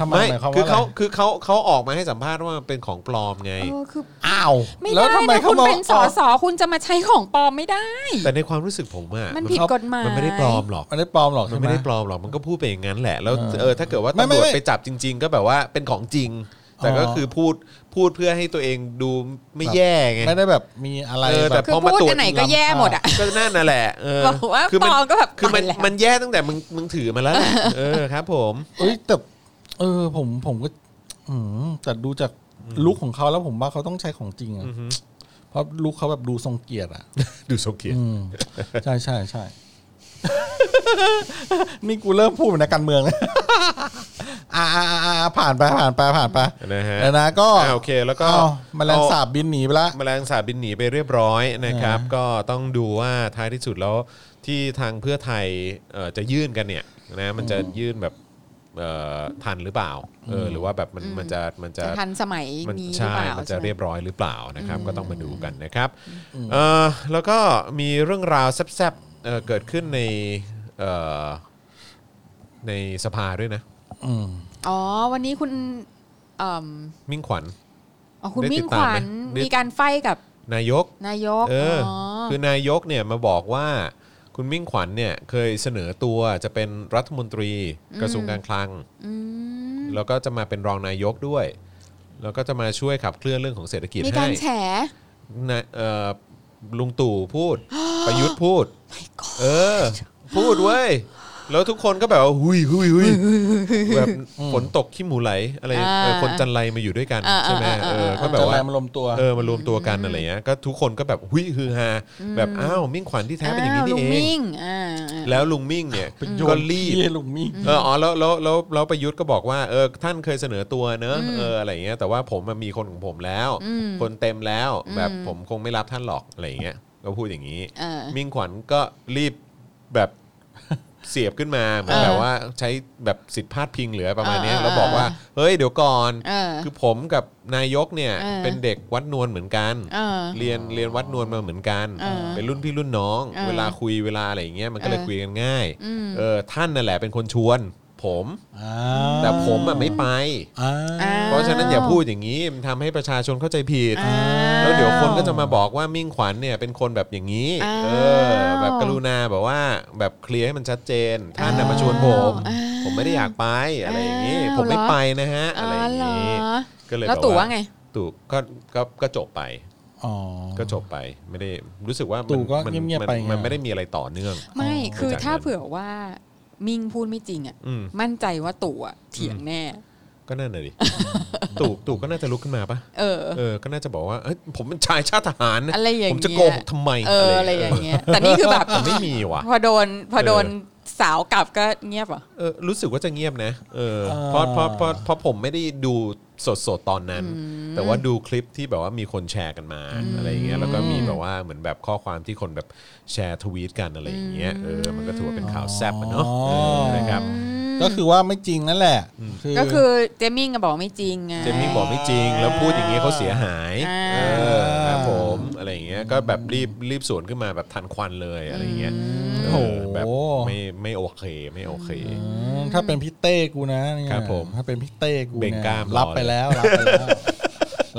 C: ทำไม
A: ไม่
C: หมายความ
A: คือ
C: ว่าะไร
A: เขาคือเขาเขาออกมาให้สัมภาษณ์ว่ามันเป็นของปลอมไง
B: เออคือ
C: อ้าว
B: ไม่
C: แล้ว
B: ได้
C: ทำไม
B: นะ
C: เขา
B: คุณ
C: มา
B: เป็นสอสอคุณจะมาใช้ของปลอมไม่ได้
A: แต่ในความรู้สึกผมอะ
B: มันผิดกฎหมาย
A: มันไม่ได้ปลอมหรอก
C: มันได้ปลอมหรอก
A: มัน
C: ใช่ไหม
A: ไม่ได้ปลอมหรอก มันก็พูดไปอย่างนั้นแหละ แล้ว
C: เออ
A: เออถ้าเกิดว่า
C: ไม่
A: ตำ
C: ไม่
A: รวจ
C: ไม่
A: ไปจับจริง ๆ ก็แบบว่าเป็นของจริง แต่ก็
C: อ๋อ
A: คือพูดพูดเพื่อให้ตัวเองดูไม่แย่ไง
C: ไม่ได้แบบมีอะไร
A: เออแต่
C: แบบ
B: คือ
A: พอมา
B: พูด
A: ตรวจ
B: อันไหนก็แย่หมดอะ
A: ก็นั่นน่ะแหละเออ
B: บอกว่า
A: คืมั
B: ปลอมก็แบบ
A: คือมัน
B: ตายแล้ว
A: มันแย่ตั้งแต่มึงมึงถือมาแล้ว แหละเออครับ ผม
C: เอ้ยแต่เออผมผมก็ อืมแต่ดูจากลุคของเขาแล้วผมว่าเขาต้องใช้ของจริงอะ
A: อือฮึ
C: เพราะลุคเขาแบบดูทรงเกียรติอ่ะ
A: ดูโซเกีย
C: อืมใช่ใช่ใช่ นี่กูเริ่มพูดเหมือนนักการเมือง เลย อ่าอ่าอ่าอ่าผ่านไปผ่านไปผ่านไป
A: นะฮะ
C: แล้วนะก็
A: อ่าโอเคแล้วก็
C: อ้าวแมลงสาบบินหนีไปละ
A: แมลงสาบบินหนีไปเรียบร้อยนะครับ
C: อ่า
A: ก็ต้องดูว่าท้ายที่สุดแล้วที่ทางเพื่อไทยเอ่อจะยื่นกันเนี่ยนะมันจะยื่นแบบเอ่อทันหรือเปล่าเออหรือว่าแบบมันมันจะมันจะ
B: จะทันสมัย
A: มัน
B: นี้หรือ
A: ใช่
B: เปล่า
A: มันจะ
B: ใช่ไหม
A: เรียบร้อยหรือเปล่านะครับ ก็ต้องมาดูกันนะครับเอ่อแล้วก็มีเรื่องราวแซ่บๆเอ่อเกิดขึ้นในเอ่อในสภาด้วยนะ
C: อืม
B: อ๋อ วันนี้คุณเอิ่ม
A: มิ่งขวัญ
B: อ๋อคุณ
A: ได้ติ
B: มิ่
A: ด
B: ง
A: ตาม
B: ขวัญ
A: ไหมได้
B: มีการไฟกับ
A: นายก
B: นายก
A: เออ
B: อ
A: คือนายกเนี่ยมาบอกว่าคุณมิ่งขวัญเนี่ยเคยเสนอตัวจะเป็นรัฐมนตรีกระทรวงการคลัง
B: ม
A: แล้วก็จะมาเป็นรองนายกด้วย แล้วก็จะมาช่วยขับเคลื่อนเรื่องของเศรษฐกิจ
B: มีกา
A: ให้
B: รแฉ
A: นะเอ่อลุงตู่พู ด ประยุทธ์พูด เออ พูดเว้ย แล้วทุกคนก็แบบว่าหุยหุยหุ ยแบบฝนตกขี้หมูไหลอะไร
B: อ่า
A: เออคนจันไรมาอยู่ด้วยกัน
B: อ่า
A: ใช่ไหม
B: อ่าอ่า
A: เออก็
C: แบ
A: แบบ บ
C: ว่า
A: ว่า
C: มันลมตัว
A: เออมารวมตัวกันอะไรเงี้ยก็ทุกคนก็แบบหุยฮือฮาแบบอ้าวมิ่งขวัญที่แท้เป็นอย่างนี้
B: วลุ
A: นี่
B: ง
A: เอง
B: มิ่งอ่าอ่า
A: แล้วลุงมิ่งเนี่ย
C: โย
A: ก็
C: น
A: รีบ
C: เหี้ยลุงมี
A: เอออ๋อแล้วแล้วแล้วแล้วประยุทธ์ก็บอกว่าเออท่านเคยเสนอตัวเนอะเอออะไรอย่างเงี้ยแต่ว่าผมมันมีคนของผมแล้ว
B: อืม
A: คนเต็มแล้วแบบ
B: อืม
A: ผมคงไม่รับท่านหรอกอะไรอย่างเงี้ยก็พูดอย่างนี้
B: เออ
A: มิ่งขวัญก็รีบแบบ เสียบขึ้นมาเหมือน
B: เออ
A: แบบว่าใช้แบบสิทธิพาดพิงเหลือประมาณเนี้ย
B: เออ
A: แล้วบอกว่า
B: เออ
A: เฮ้ยเดี๋ยวก่อน
B: เออ
A: คือผมกับนายกเนี่ย
B: เออ
A: เป็นเด็กวัดนวลเหมือนกัน
B: เออ
A: เรียนเรียนวัดนวลมาเหมือนกัน
B: เออ
A: เป็นรุ่นพี่รุ่นน้อง
B: เออ
A: เวลาคุยเวลาอะไรอย่างเงี้ยมันก็เลย
B: เออ
A: คุยกันง่าย
B: อืม
A: เออท่านนั่นแหละเป็นคนชวน ผม แต่ผมอ่ะไม่ไป
C: อ่า
B: อ่
A: เพราะฉะนั้นอย่าพูดอย่างนี้มันทำให้ประชาชนเข้าใจผิด
B: อ้า
A: แล้วเดี๋ยวคนก็จะมาบอกว่ามิ่งขวัญเนี่ยเป็นคนแบบอย่างนี้
B: อ้าว
A: เออ แบบกรุณาแบบว่าแบบเคลียร์ให้มันชัดเจน ท่านน่ะ
B: อ้าว
A: มาชวนผม
B: อ้าว
A: ผมไม่ได้อยากไปอะไรอย่างนี้
B: อ้าว
A: ผมไม่
B: เหรอ
A: ไปนะฮะ
B: อ๋
A: อะ
B: อ
A: ไรอย่าง
B: เหรอ
A: นี้ก็เลย
B: แล้วตู่ว่าไง
A: ตู่ก็ก็ก็จบไป
C: อ๋อ
A: ก็จบไปไม่ได้รู้สึกว่ามัน
C: ตู่ก็
A: มัน
C: เงียบๆ
A: มัน
C: ไปไง
A: มันไม่ได้มีอะไรต่อเนื่อง
B: ไม่
C: อ๋อ
B: คือ
A: จาก
B: ถ้า
A: นั้น
B: เผื่อว่ามิ่งพูดไม่จริงอ่ะ
A: อืม
B: มั่นใจว่าตู่อะเถียงแน่
A: ก็นั่น น่ะดิ ตู่ตู่ก็น่าจะลุกขึ้นมาปะ
B: เออ
A: เออก็น่าจะบอกว่าเอ้ยผมเป็นชายชาติทหารน
B: อะไรอย่าง
A: ผมจะ
B: เงี้ย
A: โกหกทำไม
B: เอออะไรอย่างเงี้ย แต่นี่คือแบบ
A: แต่ไม่มีว่ะ
B: พอโดนพอโดน
A: เอ
B: สาวกลับก็เงียบเหรอ่ะ
A: เออรู้สึกว่าจะเงียบนะเออเพราะเพราะเพราะเพราะผมไม่ได้ดูสดสดๆตอนนั้น แต่ว่าดูคลิปที่แบบว่ามีคนแชร์กันมาอะไรอย่างเงี้ยแล้วก็มีแบบว่าเหมือนแบบข้อความที่คนแบบแชร์ทวีตกันอะไรอย่างเงี้ยเออมันก็ถือว่าเป็นข่าวแซ่บอะเนาะเออนะครับ
C: ก็คือว่าไม่จริงนั่นแหละ
B: ก็คือเจมิ่งก็บอกไม่จริงไง
A: เจมมี่บอกไม่จริงแล้วพูดอย่างนี้เขาเสียหาย
B: อ่า
A: เออครับผมอะไรอย่างเงี้ย งี้ยก็แบบรีบรีบสวนขึ้นมาแบบทันควันเลยอะไรเงี้ยเ
C: โอ้โห
A: แบบไม่ไม่โอเคไม่โอเค
C: อืมถ้าเป็นพี่เต้กูนะเนี่ย
A: ครับผม
C: ถ้าเป็นพี่เต้กู
A: เบ่ง
C: เนี่ย
A: กล้ามรอ
C: รับไปแล้วรับไปแล้ว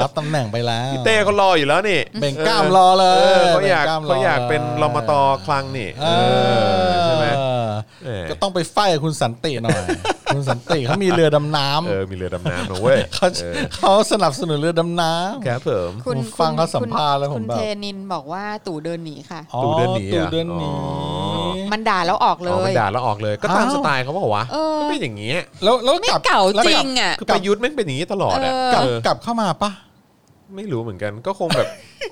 C: รับตำแหน่งไปแล้ว
A: พี่เต้เขารออยู่แล้วนี่
C: เบ่งกล้ามรอเล
A: เอย อเขาอยาก
C: บ่งมร
A: เขาอยากเป็นรมตคลังนี่
C: เอ
A: เออใช่ไหม
C: อ
A: เออ
C: ก็ต้องไปไฟกับคุณสันติหน่อย คุณสันติเขามีเรือดำน้
A: เออมีเรือดำน้ำนะเว้ย
C: ำเขา
A: เออ
C: เขาสนับสนุนเรือดำน้ำ
A: ครับผม
C: ผมฟังเขาสัมภาษณ์แล้วผม
B: คุณ
C: แบบ
B: เทนินบอกว่าตู่เดินหนีค่ะ
C: อ๋อ
A: ตู่เดินหนี
C: ตู่
A: อ่ะ
C: เดินหนี
A: อ๋
B: มันด่าแล้วออกเล
A: อ๋อมั
B: ย
A: นด่าแล้วออกเลย ก็ตาม
C: อ้าว
A: สไตล์เขาเปล่าวะ
B: เออ
A: ก็เป็นอย่างเงี้ย
C: แล้วแล้ว
B: ไม่
C: กลับ
B: เก่า
C: แล้ว
B: จ
C: ก
B: ริ
C: ลับ
B: งอ่ะ
A: คือประยุทธ์แม่งเป็นอย่างงี้ตลอดอะ
B: เออ
C: กลับ
A: เออก
C: ลับเข้ามาปะ
A: ไม่รู้เหมือนกันก็คงแบบ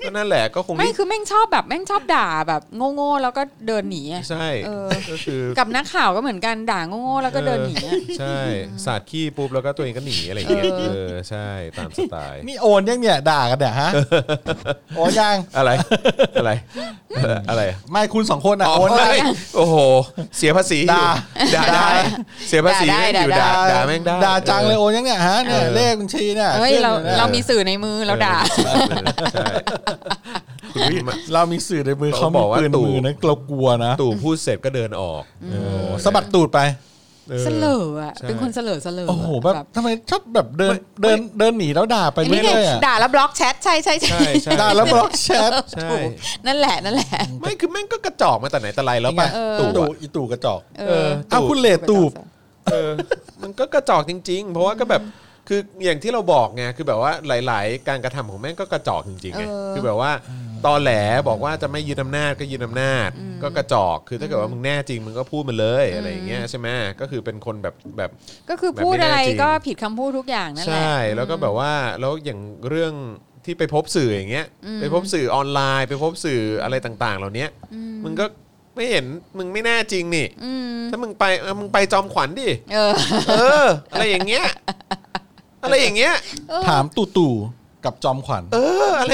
A: ก็นั่นแหละก็คง
B: ไม่คือแม่งชอบแบบแม่งชอบด่าแบบโง่ๆแล้วก็เดินหนีอะ
A: ใช่
B: เออ
A: ก็คือ
B: กับนักข่าวก็เหมือนกันด่าโง่ๆแล้วก็เดินหนีอะ
A: ใช่สาดขี้ปุ๊บแล้วก็ตัวเองก็หนีอะไรอย่างเงี้ย
B: เออ
A: เออใช่ตามสไตล์
C: นี่โอนยังเนี่ยด่ากันเนี่ยฮะ โอนยัง
A: อะไรอะไรอะไร
C: ไม่คุณสองคนอ่ะ
A: อ๋อ
C: โอนได้
A: ไม่โอ้โห เสียภาษีอยู่
C: ด่า
A: ด่าได้เสียภาษีแม่งอยู่ด่าด่าแม่งได้
C: ด่าจังเลย
A: อ
C: โอ
A: อน
C: ยังเนี่ยฮะเนี่ยเลขบัญชีเนี่ย
B: เฮ้ย
C: ขึ้น
B: เรา
C: อยู่เนี่ย
B: เรามีสื่อในมือเราด่า
A: เออใช่ คุณวิม
C: เรามีสื่อในมือเขา
A: บ
C: มี
A: อกว่า
C: ปืน
A: ตู่
C: มือนะเรากลัวนะ
A: ตู่พูดเสร็จก็เดินออกเออ
C: สะบัดตูดไป
B: เสลออ่ะ
A: ใช่
B: เป็นคนเสลอเสลอ
C: โอ้โหแบบทำไมชอบแบบเดินเดินเดินหนีแล้วด่าไป
B: ไอ้นี่
C: เรื่
B: ไง
C: อยๆอะ
B: ด่าแล้วบล็อกแชทใช่ใช่
A: ใช่
B: ใช่
A: ใช่
C: ด่าแล้วบล็อกแชท
A: ใช่
B: โอ้โหนั่นแหละนั่นแหละ
A: ไม่คือแม่งก็กระจอกมาแต่ไหนแต่ไรแล้วป่ะ
B: เออ
A: ตู่
C: ตู่
A: อะ
C: อีตู่กระจอก
B: เออ
C: เอาคุณเลตู่
A: เออมันก็กระจอกจริง ๆ เพราะว่าก็แบบคืออย่างที่เราบอกไงคือแบบว่าหลาย ๆ การกระทำของแม่งก็กระจอกจริงๆไง
B: เออ
A: คือแบบว่าตอแหลบอกว่าจะไม่ยึดอำนาจก็ยึดอำนาจ ก็กระจอกคือถ้าเกิดว่ามึงแน่จริงมึงก็พูดมาเลยอะไรอย่างเงี้ยใช่ไหมก็คือเป็นคนแบบแบบ
B: ก็คือ
A: แบบ
B: พูด
A: ไม่แน่
B: อะไร
A: จริง
B: ก็ผิดคำพูดทุกอย่างนั่นแหละ
A: ใช่แล้วก็แบบว่าแล้วอย่างเรื่องที่ไปพบสื่ออย่างเงี้ยไปพบสื่อออนไลน์ ไปพบสื่ออะไรต่างๆ เหล่านี้มึงก็ไม่เห็นมึงไม่แน่จริงนี่
B: อืม
A: ถ้ามึงไปเออมึงไปจอมขวัญดิ
B: เออ
A: เออ อะไรอย่างเงี้ย อะไรอย่างเงี้ย
C: ถามตู่ตู่กับจอมขวัญ
A: เออ อะไร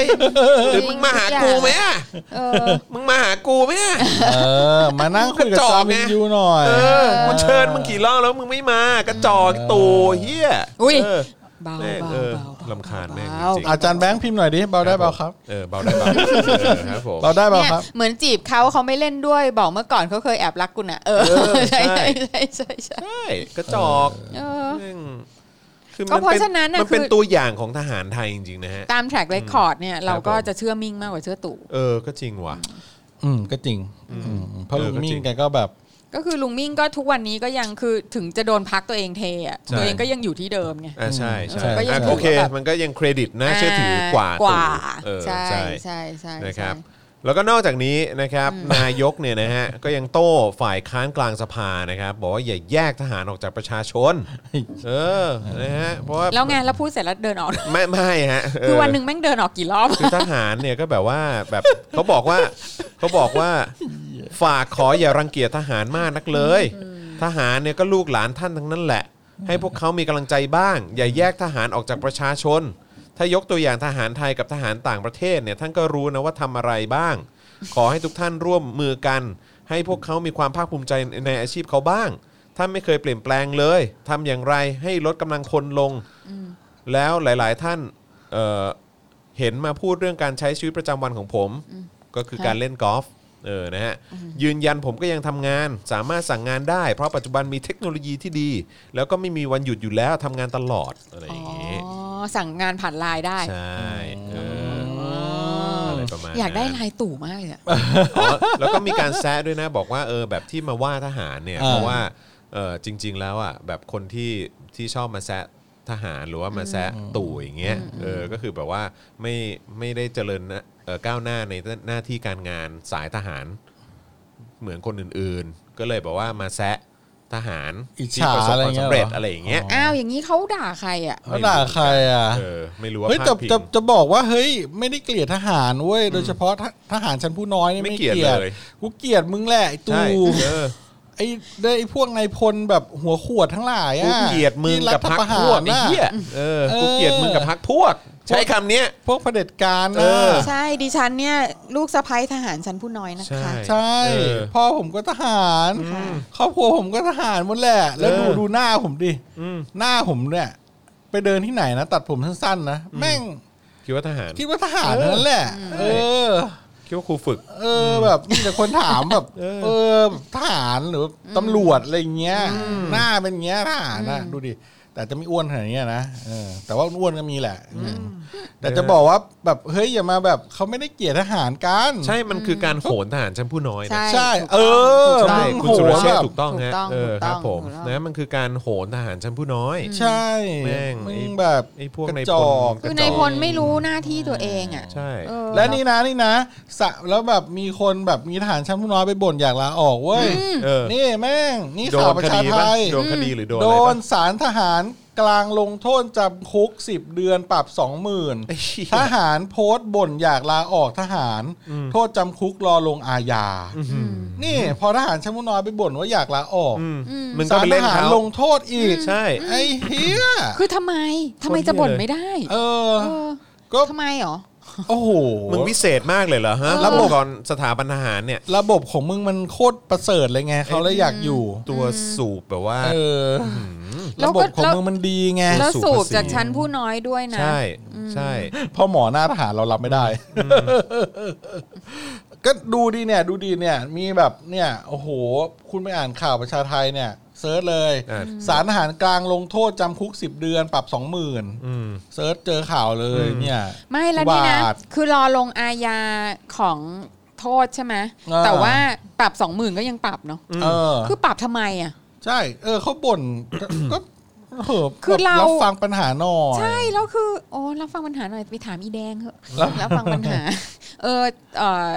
A: หรือมึงมาหากูไหมอะ
B: เออ
A: มึงมาหากูไหมอะ
C: เออ มานั่งคุย
A: ก
C: กับ
A: ระจ
C: จ
A: อ
C: อก ม
A: ไง
C: ยูหน่อย
A: เออกูเชิญมึงกี่รอบแล้วมึงไม่มากระจอกตูเฮีย
B: อุ้ย
A: เ
B: เบา
A: แม่ง
B: เบา
A: เออ
B: เบาเบ
A: รำคาญแม่ง
B: เบ
A: จริง
C: อาจารย์แบงค์พิมพ์หน่อยดิเบาได้เบาครับ
A: เออเบาได้เบาเออครับผม
C: เบาได้เบา
B: เนี่ย
C: ครับ
B: เหมือนจีบเขาเขาไม่เล่นด้วยบอกเมื่อก่อนเขาเคยแอบรักกูน่ะเออใช่ใช่ใช่ใช่ใช่
A: ใช่กระจอก
B: เออ
A: แม่งคือ
B: ก็เพราะฉะนั้นน่ะ
A: มันเป็น
B: คือ
A: ตัวอย่างของทหารไทยจริงๆนะฮะ
B: ตามแทร็กเรคคอร์ดเนี่ยเรา
A: ครับผม
B: ก็จะเชื่อมิ่งมากกว่าเชื่อตู่
A: เออก็จริงว่ะ
C: อืมก็จริงอืมเพราะ
A: เออ
C: ลุง
A: ก็จริง
C: มิ่งแกก็แบบ
B: ก็คือลุงมิ่งก็ทุกวันนี้ก็ยังคือถึงจะโดนพักตัวเองเทอะ
A: ใช่
B: ตัวเองก็ยังอยู่ที่เดิมไง
A: อ่าใช่ใช่
C: เออก็ยัง
A: อ่ะ
C: ถือว่า
A: โอเค
B: แบบ
A: มันก็ยังเครดิตน่าเชื่อถือกว่า
B: อ่ก
A: ตู่
B: ว่า
A: เออ
B: ใช่ใช่ใช่
A: นะครับ
B: ใช่
A: แล้วก็นอกจากนี้นะครับนายกเนี่ยนะฮะ ก็ยังโต้ฝ่ายค้านกลางสภานะครับบอกว่าอย่าแยกทหารออกจากประชาชน เออนะฮะเพราะว่า
B: แล้วไงแล้วพูดเสร็จแล้วเดินออก
A: ไม่ไม่ฮะเ
B: คือวันหนึ่งแม่งเดินออกกี่รอบ
A: คือทหารเนี่ยก็แบบว่าแบบเขาบอกว่า เขาบอกว่าฝากขออย่ารังเกียจทหารมากนักเลย ทหารเนี่ยก็ลูกหลานท่านทั้งนั้นแหละ ให้พวกเขามีกำลังใจบ้าง อย่าแยกทหารออกจากประชาชน ถ้ายกตัวอย่างทหารไทยกับทหารต่างประเทศเนี่ยท่านก็รู้นะว่าทำอะไรบ้าง ขอให้ทุกท่านร่วมมือกัน ให้พวกเขามีความภาคภูมิใจในอาชีพเขาบ้างท่านไม่เคยเปลี่ยนแปลงเลยทำอย่างไรให้ลดกำลังคนลง แล้วหลาย ๆ ท่านเอ่อ เห็นมาพูดเรื่องการใช้ชีวิตประจำวันของผม ก็คือการเล่นกอล์ฟเออนะฮะยืนยันผมก็ยังทำงาน สามารถสั่งงานได้ เพราะปัจจุบันมีเทคโนโลยีที่ดี แล้วก็ไม่มีวันหยุดอยู่แล้วทำงานตลอดอะไรอ
B: อ๋อ
A: ย่างงี้
B: สั่งงานผ่านไลน์ได้
A: ใช่เอออะไรประมาณนั้น
B: อยากได้ไลน์ตู่มากเลยอะ
A: อ๋อแล้วก็มีการแซะด้วยนะ บอกว่าเออแบบที่มาว่าทหารเนี่ย
C: อ่า
A: เพราะว่าเออจริง ๆ แล้วอ่ะแบบคนที่ที่ชอบมาแซะทหารหรือว่ามาแซะตู่อย่างเงี้ยเออก็คือแบบว่าไม่ไม่ได้เจริญนะเอ่อก้าวหน้าในหน้าที่การงานสายทหาร เหมือนคนอื่นๆ ก็เลยแบบว่ามาแซะทหาร
C: อิจ
A: ที่
C: ฉา
A: ประสบความสำเร็จ
C: อะ
A: อะไรไรอย่
C: อา
A: ย่าง ง
C: เงี้
A: เงี้ย
C: ยเหร
B: อ้าวอย่างนี้เขาด่าใครอ่ะ
C: แล้วด่าใครอ่ะ
A: เออไม่รู้ว่า
C: เฮ้ย
A: พา
C: จะ
A: ดพิง
C: จะจะบอกว่าเฮ้ยไม่ได้เกลียดทหารเว้ยโดยเฉพาะททหารชั้นผู้น้อยเนี่ย
A: ไม่
C: ไม่
A: เก
C: เก
A: ลี
C: ลี
A: ยด
C: ยด
A: เลย
C: กูเกลียดมึงแหละไอ้
A: ใช่
C: ตู่
A: เออ
C: ไอ้ได้ไอ้พวกนายพลแบบหัวขวดทั้งหลาย
A: กู
C: อ่ะ
A: เกลียดมึงกับพักพวกไอ้
C: ที่รัฐประหารน่ะ
A: เหี้ยเออ
C: เออ
A: กูเกลียดมึงกับพักพวก ใช้คำเนี้ย
C: พวกเผด็จการ
A: เอ
C: นะ
A: อ
B: ใช่ดิฉันเนี่ยลูกสะใภ้ทหารชั้นผู้น้อยนะคะ
A: ใช่
C: ใช่
A: เออ
C: พ่อผมก็ทหารครอบครัวผมก็ทหารหมดแหละแล้วดู
A: เออ
C: ดูหน้าผมดิ
A: อืม
C: หน้าผมเนี่ย ไปเดินที่ไหนนะ ตัดผมสั้นๆนะ แม่ง
A: คิดว่าทหาร
C: คิดว่าทหารทั้งนั้นแหละ เออ
A: คิดว่าครูฝึก
C: เออแบบมีแต่คนถามแบบ เออทหารหรือตำรวจอะไรอย่างเงี้ย หน้าเป็นอย่างเงี้ยทหารนะดูดิแต่จะไม่อ้วนขนาดเนี้ยนะเออแต่ว่าอ้วนก็มีแหละแต่จะบอกว่าแบบเฮ้ยอย่ามาแบบเขาไม่ได้เกลียดทหารกัน
A: ใช่ มันคือการโหนทหารชั้นผู้น้อยนะ
B: ใช่
C: ใช่
B: ถูกต้อง
C: เออ
A: ใช่
C: มึง
A: คุณ
C: โห
A: สุรเชษ
C: แบ
A: ฐ์
C: บ
A: ถูกต้องฮะ
B: ถูกต้อง
A: เออ
B: ถูก
A: ค
B: ต้
A: รั
B: อบ ง
A: ผม
B: ถูกต้อง
A: นะมันคือการโหนทหารชั้นผู้น้อย
C: ใช่
A: แม่ง
C: มึ
A: ไอ้
C: งแบบ
A: ไอ้พวก
C: กระ
A: ใน
C: จ
A: พล
C: อก
B: คือในพลไม่รู้หน้าที่ตัวเองอ่ะ
A: ใช่
B: เออ
C: และนี่นะนี่นะสะแล้วแบบมีคนแบบมีทหารชั้นผู้น้อยไปบ่นอยากลาออกเว้ย
A: เออ
C: นี่แม่งนี่
A: โด
C: ข่าวน ประ
A: ค
C: ชา
A: ดี
C: ไท
A: ป่ะ
C: ย
A: โดนคดีหรือโดน
C: โด
A: อะไร
C: น
A: ป่ะ
C: สารทหารกลางลงโทษจำคุก 10 เดือนปรับ
A: ไอ้เหี้ย
C: 20,000 ทหารโพสต์บ่นอยากลาออกทหาร
A: อืม
C: โทษจำคุกรอลงอาญา นี่ พอทหารชั้นผู้น้อยไปบ่นว่าอยากลาออก
A: อืม
B: อืม
A: มึงก็
C: สาร
A: ไป
C: ท
A: เล่น
C: หาร
A: เขา
C: ลงโทษอีก
A: ใช่
C: ไอ้เฮีย
B: คือทำไมทำไมจะบ่นไม่ได้
C: เออ
B: เออ
C: ก็
B: ทำไมเหรอ
C: โอ้โห
A: มึงวิเศษมากเลยเหรอฮะ
B: เออ
A: ระบบกรสถาบันทหารเนี่ย
C: ระบบของมึงมันโคตรประเสริฐเลยไง เขาเลยอยากอยู่
A: ตัวสูบแบบว่า
C: เออ
B: แล้ว
C: ระ
B: ก็
C: บบของมึงมันดีไง
B: แล้ว
A: สู
B: สู
A: บบ
B: จาก
A: ภาษี
B: ชั้นผู้น้อยด้วยนะ
A: ใช่ใช่
C: พ่อหมอหน้าทหารเรารับไม่ได้ ก็ดูดีเนี่ย ดูดีเนี่ย มีแบบเนี่ย โอ้โห คุณไปอ่านข่าวประชาไทยเนี่ยเซิร์ชเลย
A: อ่ะ
C: สารทหารกลางลงโทษจำคุก 10 เดือนปรับ20,000
A: อืม
C: เซิร์ชเจอข่าวเลยเนี่ย
B: ไม่แล้วนี่นะ
C: บาท
B: คือรอลงอาญาของโทษใช่ไหม
C: อ่า
B: แต่ว่าปรับสองหมื่นก็ยังปรับเนาะ
C: เออ
B: คือปรับทำไมอ่ะ
C: ใช่ เออเขาบ่น ก็เออ
B: คือเรา
C: บฟังปัญหาหน่อย
B: ใช่แล้วคือโอ้รับฟังปัญหาหน่อยไปถามอีแดงเถอะ
C: รับ
B: รับฟังปัญหา เออเออ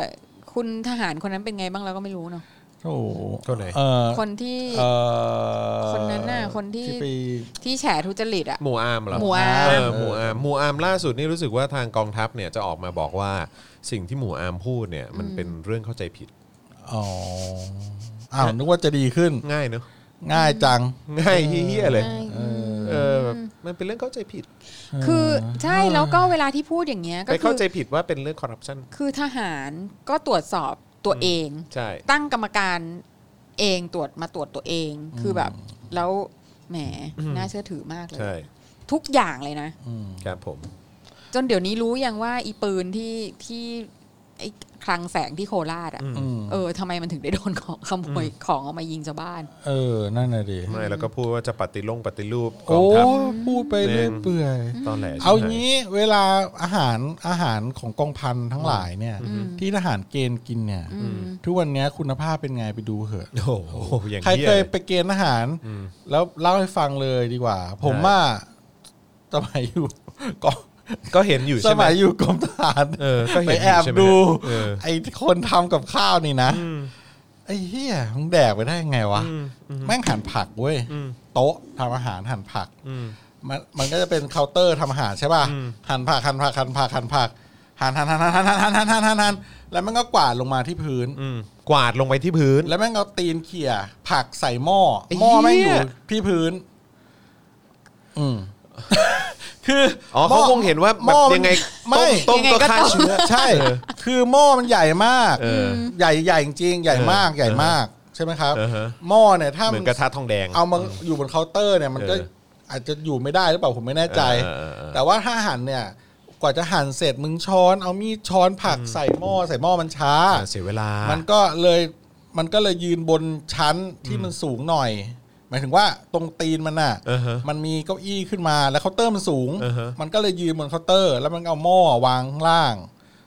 B: คุณทหารคนนั้นเป็นไงบ้างเราก็ไม่รู้เนาะ
C: โอ้โห
A: คนไหน
C: เออ
B: คนที่
C: เออ
B: คนนั้นน่ะคนที่
C: ไป
B: ที่แฉทุจริตอ่ะ
A: หมูอาร์มเหรอ
B: หมู่อาร์ม
A: เหมูอาร์มหมูอาร์มล่าสุดนี่รู้สึกว่าทางกองทัพเนี่ยจะออกมาบอกว่าสิ่งที่หมูอาร์มพูดเนี่ยมันเป็นเรื่องเข้าใจผิด
C: อ๋อ อ้าว นึกว่าจะดีขึ้น
A: ง่ายเนอะ
C: ง่ายจัง
A: ง่ายเฮี้ยๆเลย
B: ใช่
C: เออ
A: เออแบบมันเป็นเรื่องเข้าใจผิด
B: คือใช่แล้วก็เวลาที่พูดอย่างเงี้ยก็
A: ไป
B: คื
A: เข้า
B: อ
A: ใจผิดว่าเป็นเรื่องคอร์รัปชัน
B: คือทหารก็ตรวจสอบตัวเอง
A: ใช่
B: ตั้งกรรมการเองตรวจมาตรวจตัวเอง คือแบบแล้วแหมน่าเชื่อถือมากเลย
A: ใช่
B: ทุกอย่างเลยนะ
C: อืม
A: ครับผม
B: จนเดี๋ยวนี้รู้ยังว่าอีปืนที่ที่ไอ้คลังแสงที่โคราชอ่ะ
A: อืม
C: อืม
B: เออทำไมมันถึงได้โดนของ ขโมยของเอามายิงชาวบ้าน
C: เออ นั่นน่ะดิ
A: ไม่แล้วก็พูดว่าจะปฏิลงปฏิรูปกอ
C: โอ้
A: งทัพ
C: พูดไปเรื่อย
A: แม่ง
C: เปื่อย
A: ตอนแหล
C: เอา
A: ใช่ไหม
C: งี้เวลาอาหารอาหารของกองพันทั้งหลายเนี่ย ที่ทหารเกณฑ์กินเนี่ย
B: อืม
C: ทุกวันเนี้ยคุณภาพเป็นไงไปดูเถอะ
A: โอ้โหอย่าง
C: ใคร
A: เงี้ย
C: เคย
A: เลย
C: ไปเกณฑ์อาหาร
A: อืม
C: แล้วเล่าให้ฟังเลยดีกว่า ผม
A: ได้
C: ว่าสมัยอยู่ กอง
A: ก็เห็นอยู่
C: ส
A: ใช่ไหม
C: มัยอยู่กรมทหาร
A: เออก็
C: ไป
A: เห็น
C: แอบ
A: ยู่ใช่หม
C: ดู
A: เออ
C: ไอ้คนทำกับข้าวนี่นะ
A: อืม
C: ไอ้เหี้ยมึงแดกไปได้ยังไงวะ
A: อืมอืม
C: แม่งหั่นผักเว้ย
A: อืม
C: โต๊ะทำอาหารหั่นผัก
A: อืม
C: มันมันก็จะเป็นเคาน์เตอร์ทำอาหารใช่ป่ะ
A: อืม
C: หั่นผักหั่นผักหั่นผักหั่นผักหั่นหั่นหั่นหั่นหั่นหั่นหั่นหั่นหั่นแล้วมันก็กวาดลงมาที่พื้น
A: อืมกวาดลงไปที่พื้น
C: แล้วแม่งเอาตีนเขี่ยผักใส่หม้อ
A: ไอ้เหี้ย
C: หม้อแม่งอยู่ที่พื้น อืม คือ
A: อ๋อเขาคงเห็นว่าแบบยังไงต้มต้ม
B: ยังไง
A: ก็
B: ก็
A: ฆ่าเชื้อ
C: ใช่ คือหม้อมันใหญ่มาก
A: เออ
C: ใหญ่ใหญ่จริงๆใหญ่มากใหญ่มากใช่ไหมครับ
A: เออฮะ
C: หม้อเนี่ยถ้า
A: เหมื
C: มั
A: อน
C: น
A: กระทะทองแดง
C: เอามาอยู่บนเคาน์เตอร์เนี่ยมันก็
A: เออ
C: อาจจะอยู่ไม่ได้หรือเปล่าผมไม่แน่ใจ
A: เออเออเออ
C: แต่ว่าถ้าหั่นเนี่ยกว่าจะหั่นเสร็จมึงช้อนเอามีดช้อนผักใส่หม้อใส่หม้อมันช้า
A: อ่ะเสียเวลา
C: มั
A: มั
C: นก็เลยมันก็เลยยืนบนชั้นที่มันสูงหน่อย หมายถึงว่าตรงตีนมันน่ะ
A: เออฮะ
C: มันมีเก้าอี้ขึ้นมาแล้วเคาน์เตอร์มันสูง
A: เออฮะ
C: มันก็เลยยืนบนเคาน์เตอร์ แล้วมันก็เอาหม้อวางข้างล่าง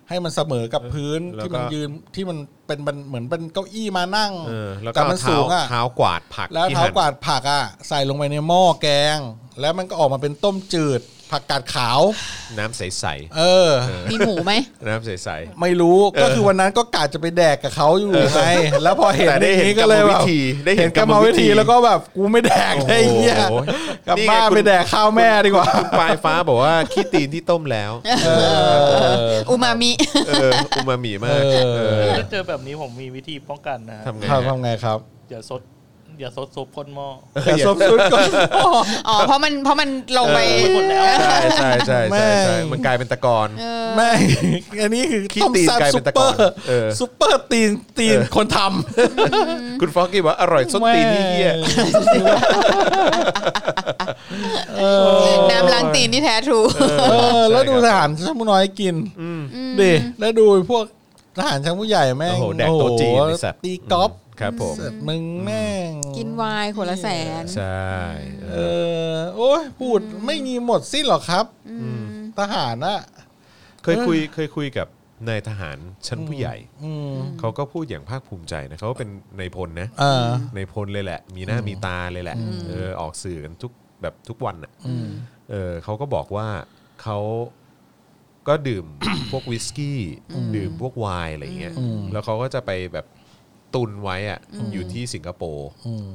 C: ให้มันเสมอกับพื้น
A: แล้วก็
C: ที่มันยืนที่มันเป็นบันเหมือนเป็นเก้าอี้มานั่ง
A: เออแล้วก็
C: แต่
A: เอา
C: มัน
A: เท้า
C: สูงอ่ะ
A: เท้ากวาดผัก
C: แล้ว
A: ที่
C: เท้า
A: หั่น
C: กวาดผักอ่ะใส่ลงไปในหม้อแกง แล้วมันก็ออกมาเป็นต้มจืด ผักกาดขาว
A: น้ำใส
C: เออ
B: มีหมูไหม
A: ๆน้ำใส
C: ไม่รู้
A: เออ
C: ก็คือวันนั้นก็กะจะไปแดกกับเขาอยู่ไงแล้วพอเห็น
A: แต่ได้
C: อย่าง
A: เห็น
C: นี้ก็เลย
A: กรรม
C: แบ
A: วิ
C: บ
A: ธีได้เห็น
C: เห็นกรรม
A: กรรม
C: วิธี
A: วิธี
C: แล้วก็แบบกูไม่แดก
A: โอ้โห
C: ได้เงี้ยกลับ
A: นี่ไง
C: บ้าน
A: คุณ
C: ไปแดกข้าวแม่ดีกว่า
A: ๆคุณปลายฟ้าบอกว่าขี้ตีนที่ต้มแล้ว
C: เออ
B: อูมามิ
A: เอออูมามิมาก
C: เออ
A: เออ
F: ถ้าเจอแบบนี้ผมมีวิธีป้องกันนะฮะ
A: ทำไง
C: ทำทำไงครับ
F: อย่าซดอย่าซดซุปพ่นหม้อ
C: แต่สมซุนก็
B: อ๋อเพราะมันเพราะมันลงไป
F: หมดแล้ว
A: ใช่ใช่ใช่
C: แม่
A: ใช่
C: ง
A: ใช่มันกลายเป็นตะกอน
B: เออ
C: ไม่ อันนี้คือ
A: ขี้
C: ต้ม
A: ตีน
C: แซ่บ
A: กลายเป็
C: ซุ
A: น
C: ป
A: ตะก
C: เป
A: อ
C: อน ร์
A: เออ
C: ซุปเปอร์ตีนตีนคนท
A: คุณฟอกกี้บอกอร่อย
C: ำ
A: ส้นตีนที่เฮีย
C: เออ
B: น้ำล้างตีนที่แท้ทรู
C: เออ แล้วดูทหารชั้นผู้น้อยกินดิแล้วดูพวก ทหารชั้นผู้ใหญ่แม่ง
A: โอ้โหแดกโต๊ะจีนไอ้สัตว์
C: ตีกอล์ฟ
A: ครับผม
C: เสร็จมึงแม่ง
B: กินไวน์ขวดละแสน
A: ใช่เอ
C: เอ
A: อ
C: อโอ้ยพูดไม่มีหมดสิ้นหรอกครับทหารอะ
A: เคยคุยเคยคุยกับนายทหารชั้นผู้ใหญ่
C: อืม
A: เขาก็พูดอย่างภาคภูมิใจนะเขาเป็นนายพลนะ
C: เออ
A: นายพลเลยแหละ มีหน้ามีตาเลยแหละเออออกสื่อกันทุกแบบทุกวันอ่ะเออเขาก็บอกว่าเขาก็ ดื่ม พวกวิสกี้ ดื่มพวกไวน์อะไรอย่างเงี้ย
C: อืม
A: แล้วเขาก็จะไปแบบตุนไว้อ่ะอยู่ที่สิงคโปร์
C: อืม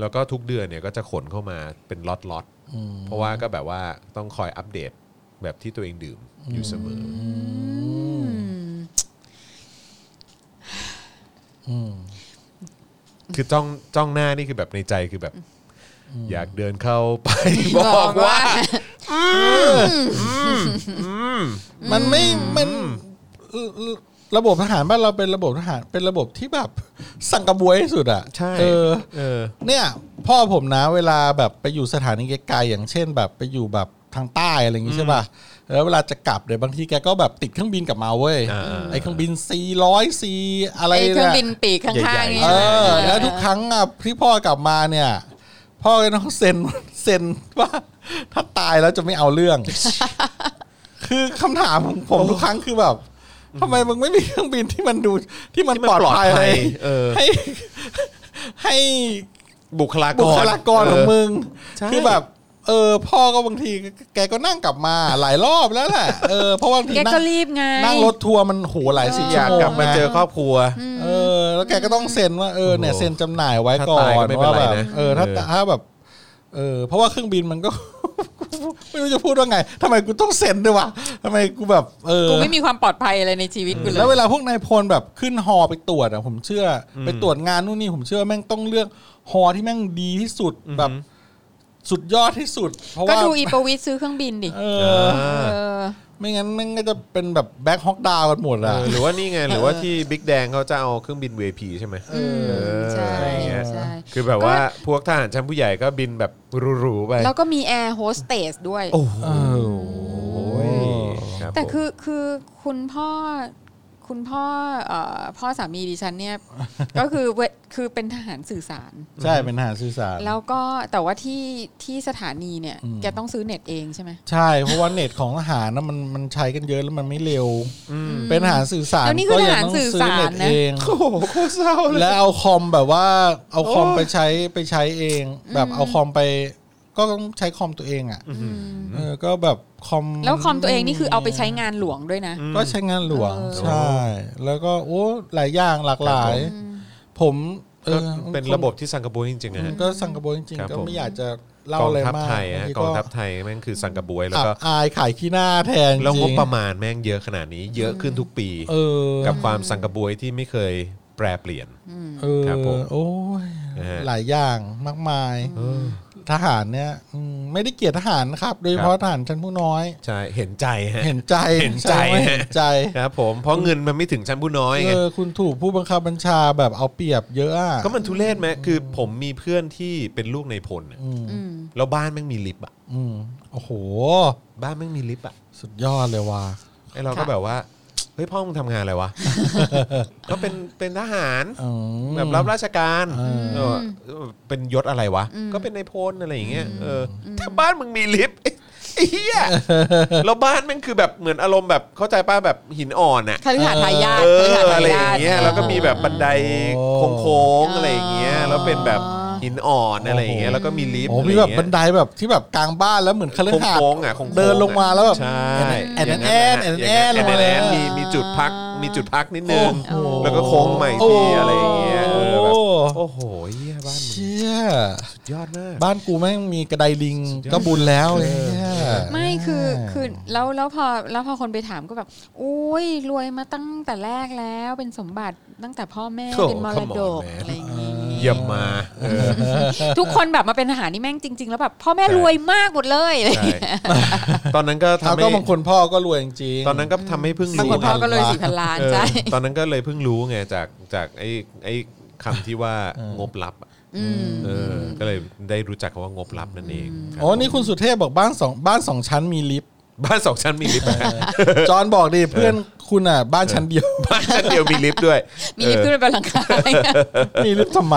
A: แล้วก็ทุกเดือนเนี่ยก็จะขนเข้ามาเป็นล็อตล็อตๆ
C: อืม
A: เพราะว่าก็แบบว่าต้องคอยอัปเดตแบบที่ตัวเองดื่มอยู่เสมออ
C: อืม
A: คือจ้องจ้องหน้านี่คือแบบในใจคือแบบ อยากเดินเข้าไป บบ อ
B: อก ก
A: ว่า
B: ว่า
C: มันไม่มันเออเออระบบทหารบ้านเราเป็นระบบทหารเป็นระบบที่แบบสั่งกระบวยที่สุดอะ
A: ใช่
C: เออ
A: เออ
C: เนี่ย พ่อผมนะเวลาแบบไปอยู่สถานีไกลๆอย่างเช่น แบบไปอยู่แบบทางใต้อะไรอย่างงี้ใช่ป่ะแล้วเวลาจะกลับเนี่ยบางทีแกก็แบบติดเครื่องบินกลับมาเว้ย
A: อ่าๆ
C: ไอเครื่องบิน 400 C อะไร
B: ไอ้เครื่อง
C: ย
B: บินปีกข้าง
A: ใหญ่ๆ
B: ๆนี่
C: เอ
B: ใช่ไหม
C: อแล้วทุกครั้งอ่ะที่พ่อกลับมาเนี่ย พ่อก็ต้องเซ็น เซ็นว่า ถ้าตายแล้วจะไม่เอาเรื่อง คือคำถามของผมทุกครั้งคือแบบทำไมมึงไม่มีเครื่องบินที่มันดูที่มันปลอดภัยให้
A: เออ
C: ให้ให้
A: บุคลากร
C: บุคลากรของ
A: เ
C: มึง
A: ใช่
C: คือแบบ เออ พ่อก็บางทีแกก็นั่งกลับมาหลายรอบแล้วแหละเออเพราะว่าบางที
B: แก
C: นั่
B: ก็
C: ง
B: รีบไง
C: นั่งรถทัวร์มันโหหลายสิบชั่วย
A: อาก
C: โมง
A: กลับมา
C: นะ
A: เจอครอบครัว
C: เออแล้วแกก็ต้องเซ็นว่าเออเนี่ย
A: โอ้โห
C: เซ็นจำหน่ายไว้ก่อ
A: ถ้าตายก็
C: น
A: ไม่เป็น
C: ว่า
A: ไร
C: แบบ
A: นะ
C: เออถ้า
A: เออ
C: ถ้าแบบเออเพราะว่าเครื่องบินมันก็ ไม่รู้จะพูดว่าไงทำไมกูต้องเซ็นด้วยวะทำไมกูแบบเออ
B: กูไม่มีความปลอดภัยอะไรในชีวิตกูเล
C: แล้วเวย ลาพวกนายพลแบบขึ้นฮอไปตรวจอ่ะผมเชื่ออไปตรวจงานนู่นนี่ผมเชื่อแม่งต้องเลือกฮอที่แม่งดีที่สุดแบบสุดยอดที่สุด เพราะ
B: ก็
C: ว่า
B: ดูอีปวิทย์ซื้อเครื่องบินดิ
C: เออ
A: เออ
B: เออ
C: ไม่งั้นแม่งก็จะเป็นแบบแบ็คฮอกดาวกันหมด
A: เอ
C: อ่ะ
A: อหรือว่านี่ไงหรือว่าที่บิ๊กแดงเขาจะเอาเครื่องบิน VIP ใช่ไหม
B: อืมใช่
A: อะไรอย่างเงี้ย
B: ใช่
A: คือแบบว่าพวกทหารชั้นผู้ใหญ่ก็บินแบบหรูๆไป
B: แล้วก็มีแอร์โฮสเตสด้วย
A: โอ้โห
C: เออ
A: รับ
B: แต่
A: ผม
B: คือคือคุณพ่อคุณพ่อเอ่อพ่อสามีดิฉันเนี่ย ก็คือเวคือเป็นทหารสื่อสาร
C: ใช่เป็นทหารสื่อสาร
B: แล้วก็แต่ว่าที่ที่สถานีเนี่ย
C: อืม
B: แกต้องซื้อเน็ตเองใช่ไหม
C: ใช่เพราะว่าเน็ตของทหารนะมันมันใช้กันเยอะแล้วมันไม่เร็ว เป็นทหารสื่อสาร
B: แล้วนี่คือทหาร
C: ก็ยั
B: สื่อ
C: ต้ง
B: สาร
C: เน็ต
B: นะ
C: เอง
A: โอ้โหโคตรเศร้าเลย
C: แล้วเอาคอมแบบว่าเอาคอม
A: โอ้ย
C: ไปใช้ไปใช้เอง แบบเอาคอมไป ก็ต้องใช้คอมตัวเองอ่ะ
B: อืม
C: เออก็แบบคอม
B: แล้วคอมตัวเองนี่คือเอาไปใช้งานหลวงด้วยนะ
C: ก็ใช้งานหลวง
B: เออ
C: ใช่ แล้วก็โอ้หลายอย่างหลากหลาย
B: อืม
C: ผมอ
A: ก็
C: อ
A: เป็นระบบที่สังกะบวยจริงๆนะฮะ
C: ก็สั่งกระบวนจริง
A: ครับ
C: ๆก็
A: ผม
C: ไม่อยากจะ
A: ก
C: เล่า
A: อง
C: อะไร
A: ทัพ
C: มาก
A: ไทยฮะ
C: บางที
A: กองทัพไทยแม่งคือสังกะบวยแล้ว
C: อั
A: ก็
C: บอายขายขี้หน้าแทน
A: แล้วงบ
C: จง
A: ประมาณแม่งเยอะขนาดนี้ เยอะขึ้นทุกปี
C: เออ
A: กับความสังกะบวยที่ไม่เคยแปรเปลี่ยน
C: เออ
A: ครับผม
C: โอ้ย
A: นะฮะ
C: หลายอย่างมากมายทหารเนี่ยอืมไม่ได้เกลียดทหารนะครับ โดยเฉ
A: ครับ
C: พาะทหารชั้นผู้น้อย
A: ใช่เห็นใจฮะ
C: เห็นใจ
A: เห็นใจ
C: ช่ไหมเห็นใจ
A: ครับผมเพราะเงินมันไม่ถึงชั้นผู้น้อยไง
C: เออคุณถูกผู้บังคับบัญชาแบบเอาเปรียบเยอะอะ
A: ก็มันทุเรศไหมคือผมมีเพื่อนที่เป็นลูกในพลน่ะ
B: อืม
A: แล้วบ้านแม่งมีลิฟต์อ่ะ
C: อืมโอ้โห
A: บ้านแม่งมีลิฟต์อ่ะ
C: สุดยอดเลยว่ะ
A: ไอเราก็แบบว่าเฮ้ยพ่อมึงทำงานอะไรวะ ก็เป็นเป็นทหาร
C: อืม
A: แบบรับราชการ
C: อืม
A: เออเป็นยศอะไรวะ ก็เป็นในายพลอะไรอย่างเงี้ยเอออถ้าบ้านมึงมีลิฟต์ไอ้ ไอ้เหี้ยแล้วบ้านแมันคือแบบเหมือนอารมณ์แบบเข้าใจป้าแบบหินอ่อนอ่ะ
B: คฤหาสน์ทายาท
A: เอ
B: คฤหา
A: อ
B: สน์
A: อะ
B: ทา
A: ไรอย
B: า
A: ย่าง
B: ท
A: เงี้ยแล้วก็มีแบบบันไดโค้งๆอะไรอย่างเงี้ยแล้วเป็นแบบหินอ่อนอะไรอย่างเงี้ยแล้วก็มีลิฟต์
C: โอ้มีแบบบันไดแบบที่แบบกลางบ้านแล้วเหมือนคฤหาสน์
A: โค้งๆอ่ะโค้งๆ
C: เดินลงมาแล้วแบบ
A: ใช่
C: แอนแอนแอ
A: ย่า
C: น
A: ง
C: แอนแอน
A: ย่าง
C: แอนแอน
A: ย่าง
C: ลงมามี
A: มีมีจุดพักมีจุดพักนิดนึง
C: โอ้โห
A: แล้วก็โค้งใหม่
C: โ
A: ทีอะไรอย่างเงี้ยเออแบบ
C: โอ้
A: โอ้โหเหี้ยบ้านมึง
C: เชี่ย
A: สุดยอดมาก
C: บ้านกูแม่งมีกระไดลิงก็บุญแล้วเลย
B: ไม่คือคือแล้วแล้วพอแล้วพอคนไปถามก็แบบอุ้ยรวยมาตั้งแต่แรกแล้วเป็นสมบัติตั้งแต่พ่อแม่
A: โอ้
B: เป็นมร
A: come on
B: ดก
A: man
B: อะไรอย่างงี้
A: เยี่ยมมาเออ
B: ทุกคนแบบมาเป็นทหารนี่แม่งจริง ๆ แล้วแบบพ่อแม่
A: ใช่
B: รวยมากหมดเลย
A: ใช่ ตอนนั้นก็
C: แล้ว
A: ทำ
C: ก็
A: ให้
C: บางคนพ่อก็รวยจริงๆ
A: ตอนนั้นก็ทำให้เพิ่ง
B: บาง
A: รู้
B: คน
A: นะ
B: พ่อก็เลย
C: ล้าน
B: สี่พันล้าน
A: เออ
B: ใช่
A: ตอนนั้นก็เลยเพิ่งรู้ไงจากจากไอ้ไอ้คำที่ว่างบลับอะ
B: อืม
A: เอออก็เลยได้รู้จักคำว่างบลับนั่นเอง
C: อ๋อนี่คุณสุเทพบอกบ้านสองบ้านสองชั้นมีลิฟต์
A: บ้านสองชั้นมีลิฟต์ไหม
C: จอนบอกดิเพื่อนคุณอ่ะบ้านชั้นเดียว
A: บ้านชั้นเดียวมีลิฟต์ด้วย
B: มีลิฟต์ขึ้นไปบนหลังคา
C: มีลิฟต์ทำไม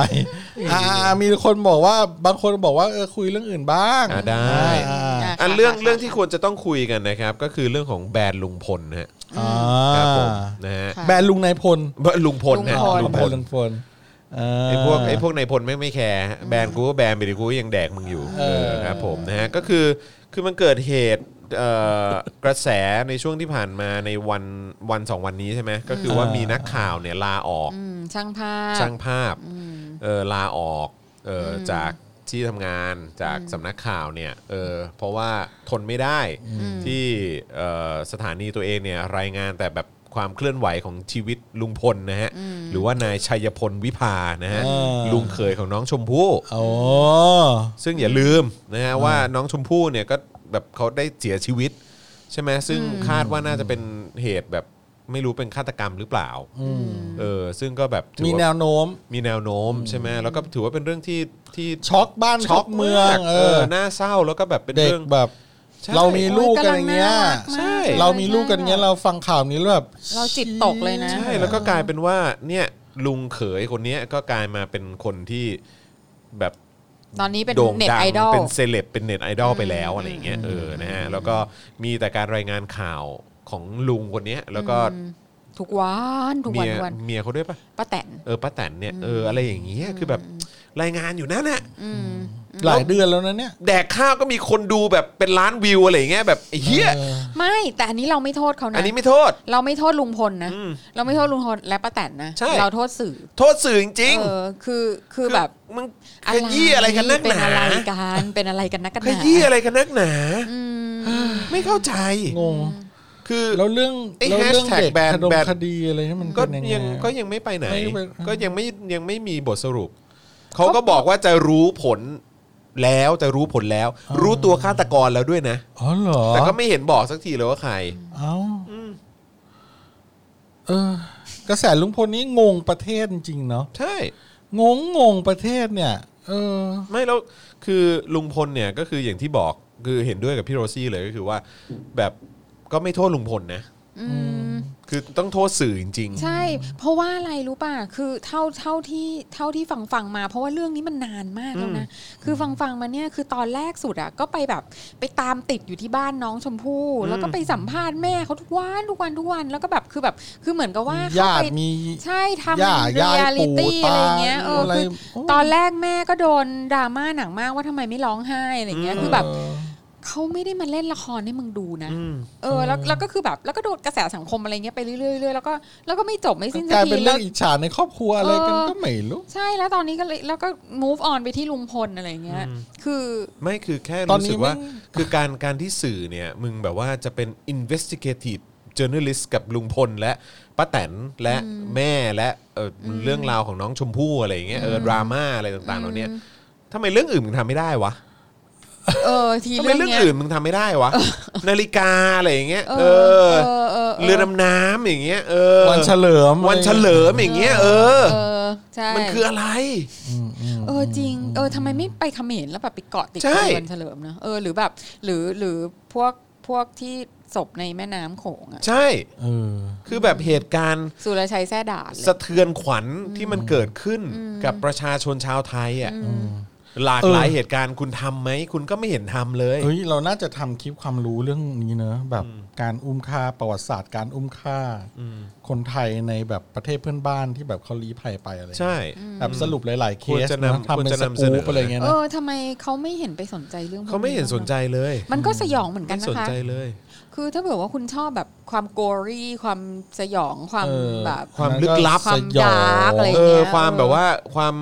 C: อ่ามีคนบอกว่าบางคนบอกว่าเออคุยเรื่องอื่นบ้าง
A: เอออ่ะได้
C: อ่า
A: อันเรื่องเรื่องที่ควรจะต้องคุยกันนะครับ ก็คือเรื่องของแบรนด์ลุงพลนะฮะ
C: อ่า
A: ครับผมนะฮะ
B: ค่ะ
C: แบรนด์ลุงนายพล
A: แบรนด์ลุงพลนะฮะ
B: ลุงพล
A: ลุงพล
C: ลุงพล
A: ไอพวกไอพวกนายพลไม่งไม่แคร์ฮะแบรนด์กูก็แบรนด์ไปดิกูก็ยังแดกมึงอยู่เออครับผมนะฮะก็คือคือมันเกิดเหตุเอ่อกระแสในช่วงที่ผ่านมาในวันวันสองวันนี้ใช่ไหมก็คือว่ามีนักข่าวเนี่ยลาออก
B: อืมช่างภาพ
A: ช่างภาพเออลาออกเอออจากที่ทำงานจากสำนักข่าวเนี่ยเออเพราะว่าทนไม่ได้ที่เอ่อสถานีตัวเองเนี่ยรายงานแต่แบบความเคลื่อนไหวของชีวิตลุงพลนะฮะหรือว่านายชัยพลวิภานะฮะลุงเขยของน้องชมพู่
C: โอ้
A: ซึ่งอย่าลืมนะฮะว่าน้องชมพู่เนี่ยก็แบบเขาได้เสียชีวิตใช่ไหมซึ่งคาดว่าน่าจะเป็นเหตุแบบไม่รู้เป็นฆาตกรรมหรือเปล่าเออซึ่งก็แบบถือ
C: มี
A: ว่า
C: แนวโน้ม
A: มีแนวโน้มใช่ไหมแล้วก็ถือว่าเป็นเรื่องที่ที่
C: ช็อกบ้านช็อกเมือง
A: าก
C: เอ
A: เอ
C: อ
A: อน่าเศร้าแล้วก็แบบเป็น
C: เด็ก
A: เรื่อง
C: แบบ
A: ใช่
C: เรามีลูกกันอย่างเงี้ย
B: ใช่
C: เรามีลูกกันอย่างเงี้ยเราฟังข่าวนี้แล้วแบบ
B: เราจิตตกเลยนะ
A: ใช่แล้วก็กลายเป็นว่าเนี่ยลุงเขยคนเนี้ยก็กลายมาเป็นคนที่แบบ
B: ตอนนี้เป็น
A: โด่ง
B: เน็ต
A: ดัง
B: ไอดอล
A: เป็นเซเลบเป็นเน็ตไอดอลไปแล้วอะไรอย่างเงี้ยเออนะฮะแล้วก็มีแต่การรายงานข่าวของลุงคนเนี้ยแล้วก็
B: ทุกวันทุก
A: เมี
B: วัน
A: ย
B: ทุกวัน
A: เมียเขาด้วยปะ
B: ป้าแตน
A: เออป้าแตนเนี่ยเอออะไรอย่างเงี้ยคือแบบรายงานอยู่นั่นน่ะ
B: อืม
C: หลายเดือนแล้วนะเนี่ย
A: แดกข้าวก็มีคนดูแบบเป็นล้านวิวอะไรอย่างเงี้ยแบบไอ้เฮีย
B: ไม่แต่อันนี้เราไม่โทษเขานะ
A: อันนี้ไม่โทษ
B: เราไม่โทษลุงพลนะ
A: อืม
B: เราไม่โทษลุงพลและป้าแตนนะ
A: ใช่
B: เราโทษสื่อ
A: โทษสื่อจริง
B: เอ
A: ๆ
B: อคือคือแบบ
A: มึงขยี้อะไรกันนักห
B: เป็น
A: นา
B: อะไรกันเป็นอะไรกันนักกัน
A: ข
B: หนา
A: ยี้อะไรกันนักหนา
B: อืม
A: ไม่เข้าใจ
C: งง
A: คือ
C: แล้วเรื่อง
A: ไอ้
C: แล้วเรื่อง
A: hashtag
C: เด็ก
A: แบน
C: คดง
A: แบน
C: คดีอะไรนี่มัน
A: ก็
C: เป็น
A: ยั
C: ยัง งไง
A: ก็ยังไม่ไปไหน
C: ไม่ไป
A: ก็ยังไม่ยังไม่มีบทสรุป เขาก็บอกว่าจะรู้ผลแล้วจะรู้ผลแล้ว รู้ตัวฆาตกรแล้วด้วยนะ
C: อ๋อเหรอ
A: แต่ก็ไม่เห็นบอกสักทีเลยว่าใคร
C: เอ้า
A: อืม
C: เออกระแสลุงพลนี้งงประเทศจริงๆเนาะ
A: ใช่
C: งงงงประเทศเนี่ย เออ
A: ไม่แล้วคือลุงพลเนี่ยก็คืออย่างที่บอกคือเห็นด้วยกับพี่โรซี่เลยก็คือว่า แบบก็ไม่โทษลุงพลนะ
B: อืม
A: คือต้องโทษสื่อจริง
B: ใช่ เพราะว่าอะไรรู้ป่ะ คือเท่าเท่าที่เท่าที่ฟังฟังมา เพราะว่าเรื่องนี้มันนานมากแล้วนะ คือฟังฟังมาเนี่ยคือตอนแรกสุดอ่ะก็ไปแบบไปตามติดอยู่ที่บ้านน้องชมพู่ แล้วก็ไปสัมภาษณ์แม่เขาทุกวันทุกวันทุกวัน แล้วก็แบบคือแบบคือเหมือนกับว่า
C: ญา
B: เขา
C: ติ
B: ไป
C: มี
B: ใช่ทำ
C: ย่า
B: เรี
C: ย่าย
B: ลิตี้
C: ปู่
B: อะไร
C: ตา
B: อย่างเงี้ยเออ
C: อะไร
B: คือ
C: โอ้
B: ตอนแรกแม่ก็โดนดราม่าหนักมากว่าทำไมไม่ร้องไห้อะไรอย่างเงี้ยคือแบบ
C: เออ
B: เขาไม่ได้มาเล่นละครให้มึงดูนะ
A: อืม
B: เออแล้วแล้วก็คือแบบแล้วก็โดนกระแสสังคมอะไรเงี้ยไปเรื่อยๆแล้วก็แล้วก็ไม่จบไม่สิ้นสั
C: ก
B: ก
C: ลาย
B: ที
C: เป็น
B: แล้
C: เรื่อ
B: ว
C: งอิจฉาในครอบครัวอะไรกัน
B: เออ
C: ก็ไม่รู้
B: ใช่แล้วตอนนี้ก็เลยแล้วก็ move on ไปที่ลุงพลอะไรอย่างเงี้ยคือ
A: ไม่คือแค่
C: ตอน
A: รู้
C: นี้
A: สึกว่า
C: แม่ง
A: คือการการที่สื่อเนี่ย มึงแบบว่าจะเป็น investigative journalist กับลุงพลและป้าแตนและแม่และเอ่ออเรื่องราวของน้องชมพู่อะไรอย่างเงี้ยเอออดราม่าอะไรต่างๆเหล่าเนี้ยทำไมเรื่องอื่นมึงทำไม่ได้วะ
B: เออที
A: ทำไม
B: เรื่อ
A: เรื่อง
B: งเนี้ย
A: อื่นมึงทำไม่ได้วะ นาฬิกาอะไรอย่างเงี้ยเออ
B: เออเออ
A: เรือดำน้ำอย่างเงี้ยเออ
C: วันเฉลิม
A: วันเฉลิมอย่างเงี้ยเออ
B: เออใช่
A: มันคืออะไร
B: เออจริงเออทำไมไม่ไปเขมรแล้วแบบไปเกาะติด
A: ใช่
B: วันเฉลิมนะเออหรือแบบหรือหรือพวกพวกที่ศพในแม่น้ำโขงอะ
A: ใช่
C: เออ
A: คือแบบเหตุการณ์
B: สุรชัยแซ่ด่านเลย
A: สะเทือนขวัญที่มันเกิดขึ้นกับประชาชนชาวไทยอ่ะหลาก
C: เออ
A: หลายเหตุการณ์คุณทำไหม คุณก็ไม่เห็นทำเลย
C: เฮ้ยเราน่าจะทำคลิปความรู้เรื่องนี้เนอะแบบการอุ้มฆ่าประวัติศาสตร์การอุ้มฆ่าคนไทยในแบบประเทศเพื่อนบ้านที่แบบเขาลี้ภัยไปอะไร
A: ใช่
C: แบบสรุปหลาย ๆ เค
A: ควร
C: ส
A: จะนำ
C: นะ
A: ควร
C: ทำเป็น
A: จะ
C: ส
A: นำเสนอ
C: กู๊ปอะไรเงี้ย
B: เอ
C: นะ
B: อทำไมเขาไม่เห็นไปสนใจเรื่องพวก
A: เขาไม่เห็นสนใจเลย
B: มันก็สยองเหมือนกั
A: ไม่
B: นนะ
A: สน
B: คะ
A: ใจเลย
B: คือถ้าเผื่อว่าคุณชอบแบบความโกรี่ ความสยองความ
C: เออ
B: แบบ
A: ความลึกลับ
B: ความ
C: สยอ
B: ดางร์กอะไร
A: เออ
B: เงี้
A: ย ความแบบว่าความ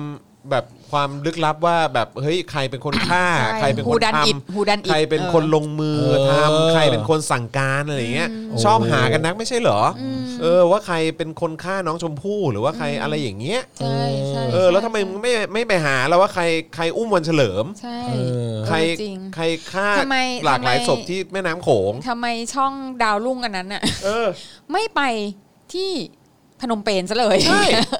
A: แบบความลึกลับว่าแบบเฮ้ยใครเป็นคนฆ่า
B: ใช่
A: ใครเป็นค
B: ฮู
A: น
B: ดัน
A: ท
B: อิดฮูดัน
A: ำ
B: อิด
A: ใครเป็นคนลงมือ
C: เออ
A: ทำใครเป็นคนสั่งการอะไรอย่างเงี้ย
C: โอ้
A: ชอบหากันนักไม่ใช่เหรออเออว่าใครเป็นคนฆ่าน้องชมพู่หรือว่าใครอะไรอย่างเงี้ย
B: ใช่ใช่
A: เออแล้วทำไมมึงไม่ไม่ไปหาแล้วว่าใครใครอุ้มวันเฉลิม
B: ใช่
C: เออ
A: ใคร
B: เออจริง
A: ใครฆ่า
B: ทำไม
A: หลากหลาย
B: ทำไม
A: ศพที่แม่น้ำโขง
B: ทำไมช่องดาวรุ่งอันนั้นอะ
A: เออ
B: ไม่ไปที่ พนมเปญซะเลย
A: ใช่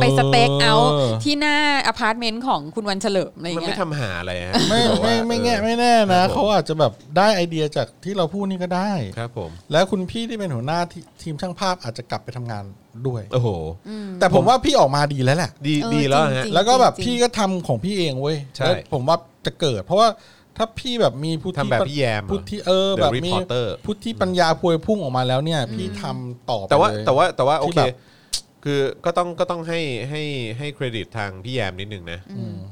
B: ไปสเต็กเอาท์
C: เออ
B: ที่หน้าอพาร์ตเมนต์ของคุณวันเฉลิมอะไรอย่า
A: มัน
B: งเงี้
A: ไม่
B: ย
A: ทำหาอะไรฮะ
C: ไม่
A: คือแบบ
C: ไม่
A: ว่า
C: ไม่
A: เออ
C: แง่ไม่แน่
A: ค
C: นะ
A: รับผม
C: เขาอาจจะแบบได้ไอเดียจากที่เราพูดนี่ก็ได้
A: ครับผม
C: และคุณพี่ที่เป็นหัวหน้าที่ทีมช่างภาพอาจจะกลับไปทำงานด้วย
A: โอ้โห
C: แต่ผมว่าพี่ออกมาดีแล้วแหละ
A: ดี
B: เออ
A: ดีแล้วฮะ
B: จริง
C: แล้วก็แบบพี่ก็ทำของพี่เองเว้ย
A: ใช่
C: แล้วผมว่าจะเกิด เพราะว่าถ้าพี่แบบมีพุทธิ
A: ทำแบบพี่แยม
C: พุทธิเออ
A: The
C: แบบมี
A: Reporter
C: พุทธิปัญญาพวยพุ่งออกมาแล้วเนี่ย พี่ทำต่อไป
A: แต่ว่า
C: เลย
A: แต่ว่าแต่ว่าโอ
C: ที่
A: เค
C: แบบ
A: คือก็ต้องก็ต้องให้ให้ให้เครดิตทางพี่แยมนิดนึงนะ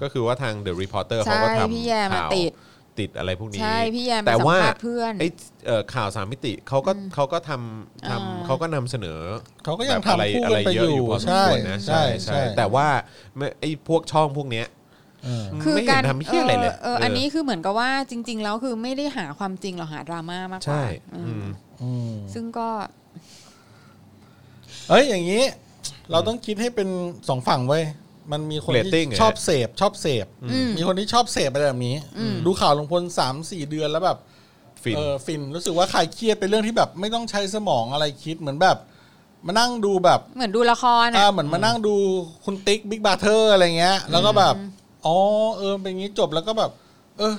A: ก็คือว่าทาง The Reporter เขาก็
B: ใช่พี่
A: ทำ
B: แยมอะ
A: ข่าว
B: ติด
A: ติดอะไรพวกนี้
B: ใช่พี่แยมไป
A: แต่ว่า
B: สัมภาษณ์เพื่อน
A: ไอ้เอ่อข่าวสามมิติเขาก็เขาก็ทำ
B: อ่า
A: ทำเขาก็นำเสนอ
C: เขาก็ยัง
A: แบบอะไรอะไร
C: ทำคู่กันไป
A: เย
C: อ
A: อะ
C: ยู่
A: อยู่พอสม
C: ใช่
A: ควรนะ
C: ใช่
A: ใช่
C: ใช่
A: แต่ว่าไม่ไอ้พวกช่องพวกเนี้ย
C: เออ
B: คือ
A: ไม่
B: กา
A: เห็
B: ร
A: นทำเพี้ยอะไรเลย
B: เอออันนี้คือเหมือนกับว่าจริง ๆ แล้วคือไม่ได้หาความจริงหรอกหาดราม่ามากกว่า
A: ใช่
B: อื
A: อื
B: ม
A: ม
C: อืม
B: ซึ่งก็
C: เอ้ยอย่างนี้ เราต้องคิดให้เป็นสองฝั่งเว้ยมันมีคน
A: Rating
C: ที่
A: ไง
C: ชอบเสพชอบเสพ
B: อืม
C: มีคนที่ชอบเสพอะไรแบบนี้
B: อืม
C: ดูข่าวลุงพลสามสี่เดือนแล้วแบบ
A: ฟิน
C: เออฟินรู้สึกว่าคลายเครียดเป็นเรื่องที่แบบไม่ต้องใช้สมองอะไรคิดเหมือนแบบ มานั่งดูแบบ
B: เหมือนดูละคร
C: อ่า
B: อ่ะ
C: เหมือนมานั่งดูคุณติ๊กบิ๊กบาเทอร์อะไรเงี้ย แล้วก็แบบอ๋อเออเป็นอย่างนี้จบแล้วก็แบบ เออ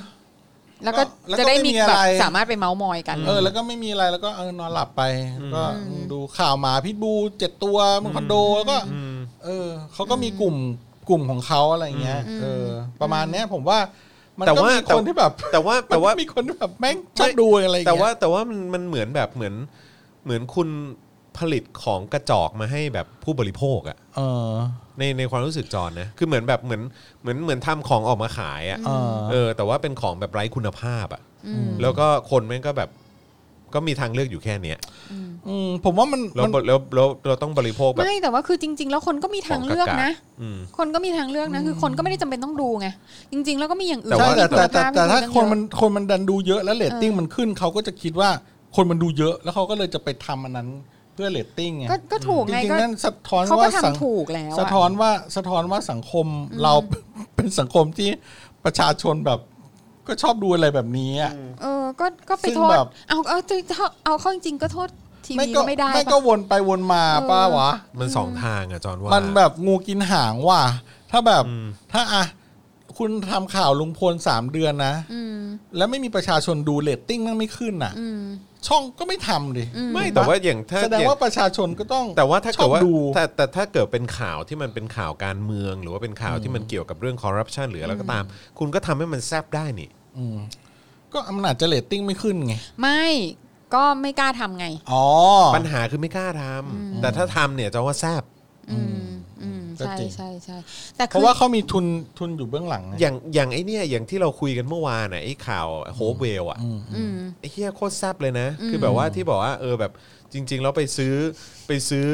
B: แล้วก็
C: แล้วก็
B: จะได้มี
C: ไม่มีอะ
B: แบ
C: ไร
B: บสามารถไปเมาส์มอยกัน
C: เออแล้วก็ไม่มีอะไรแล้วก็เออนอนหลับไปก็ดูข่าวหมาพิษบูเจ็ดตัวมันคอนโดแล้วก็ เออเขาก็มีกลุ่มกลุ่มของเขาอะไรเงี้ยเออ ประมาณเนี้ยผมว่า มัน
A: แต่
C: ก็
A: ว่า
C: มีคนที่แบบ
A: แต่ว่าแต่ว่ามั
C: นก็มีคนที่แบบแม่งชอบดูอะไรเงี้ย
A: แต่ว่าแต่ว่ามันมันเหมือนแบบเหมือนเหมือนคุณผลิตของกระจอกมาให้แบบผู้บริโภคอะ
C: เออ
A: ในในความรู้สึกจอนนะคือเหมือนแบบเหมือนเหมือนเหมือนทำของออกมาขายอะ
C: เออ
A: เออ แต่ว่าเป็นของแบบไร้คุณภาพอะ
B: อืม
A: แล้วก็คนแม่งก็แบบก็มีทางเลือกอยู่แค่เนี้ย
C: อืมผมว่ามัน
A: แล้ว
C: มัน
A: แล้วแล้วเราต้องบริโภคแบบ
B: ไม่แต่ว่าคือจริง ๆ แล้วคนก็มีทางเลือกนะ
A: ขงกากๆอืม
B: คนก็มีทางเลือกนะ คือคนก็ไม่ได้จำเป็นต้องดูไง จริง ๆ แล้วก็มีอย่างอื่น
A: แต่
C: ใช่
A: ว่า
C: แต่
B: ที่
C: แต่
B: ณภพ
C: แต่แต่ถ้า
B: ที่
C: ค
B: เย
C: น
B: อะ
C: มันคนมันดันดูเยอะแล้วเรตติ้ง
B: เออ
C: มันขึ้นเขาก็จะคิดว่าคนมันดูเยอะแล้วเขาก็เลยจะไปทำอันนั้นเพื่อเรตติ้งไง
B: ก็ก็ถูก
C: จ
B: ไง
C: ริง
B: ก็
C: ๆนั่นสะท้อน
B: เขาก็
C: ว่าสัง
B: ทำถูกแล้ว
C: สะ
B: อะ
C: ท้อนว่าสะท้อนว่าสังคมเรา เป็นสังคมที่ประชาชนแบบ ก็ชอบดูอะไรแบบนี้อะ
B: เออ ก็ ก็ไป
C: ซึ่ง
B: โทษ
C: แบบ
B: เอา เอาจริงๆเอาเข้าจริงๆก็โทษทีวีก็ไม่ได้
C: ไม่
B: ปะ
C: ก็วนไปวนมา
B: เออ
C: ป้าวะ
A: มันสองทางอะจอนว่า
C: มันแบบงูกินหางว่ะถ้าแบบ
A: อืม
C: ถ้าอะคุณทำข่าวลุงพลสามเดือนนะ
B: อืม
C: แล้วไม่มีประชาชนดูเรตติ้งมันไม่ขึ้นน่ะ
B: อืม
C: ช่องก็ไม่ทำดิ
B: อืม
A: ไม่แต่ว่าอย่างถ้า
C: แสดง
A: อย่
C: ว่าประชาชนก็ต้อง
A: แต่ว่าถ้า
C: ชอ
A: เกิด
C: บ
A: ว่า
C: ดู
A: แต่แต่ถ้าเกิดเป็นข่าวที่มันเป็นข่าวการเมือง หรือว่าเป็นข่าวที่มันเกี่ยวกับเรื่องคอร์รัปชันหรืออะไรก็ตาม คุณก็ทำให้มันแซบได้นี่
C: อืมก็มันอาจจะเรตติ้งไม่ขึ้นไง
B: ไม่ ก็ไม่กล้าทำไง
C: อ๋อ
A: ปัญหาคือไม่กล้าทำแต่ถ้าทำเนี่ยจะว่าแซบ
B: อืม อืม
C: ก็
B: ใช่
C: จริง
B: ใช่ใช่แต่
C: เพ
B: คื
C: ราะ
B: อ
C: ว่าเขามีทุนทุนอยู่เบื้องหลังไง
A: อย่างอย่างไอเนี่ยอย่างที่เราคุยกันเมื่อวานน่ะไอข่าวโฮปเวลอ่ะ
C: อืม
B: อืม
A: ไอเฮียโคตรแซบเลยนะ
B: อืม
A: คือแบบว่าที่บอกว่าเออแบบจริง ๆ แล้วไปซื้อไปซื้อ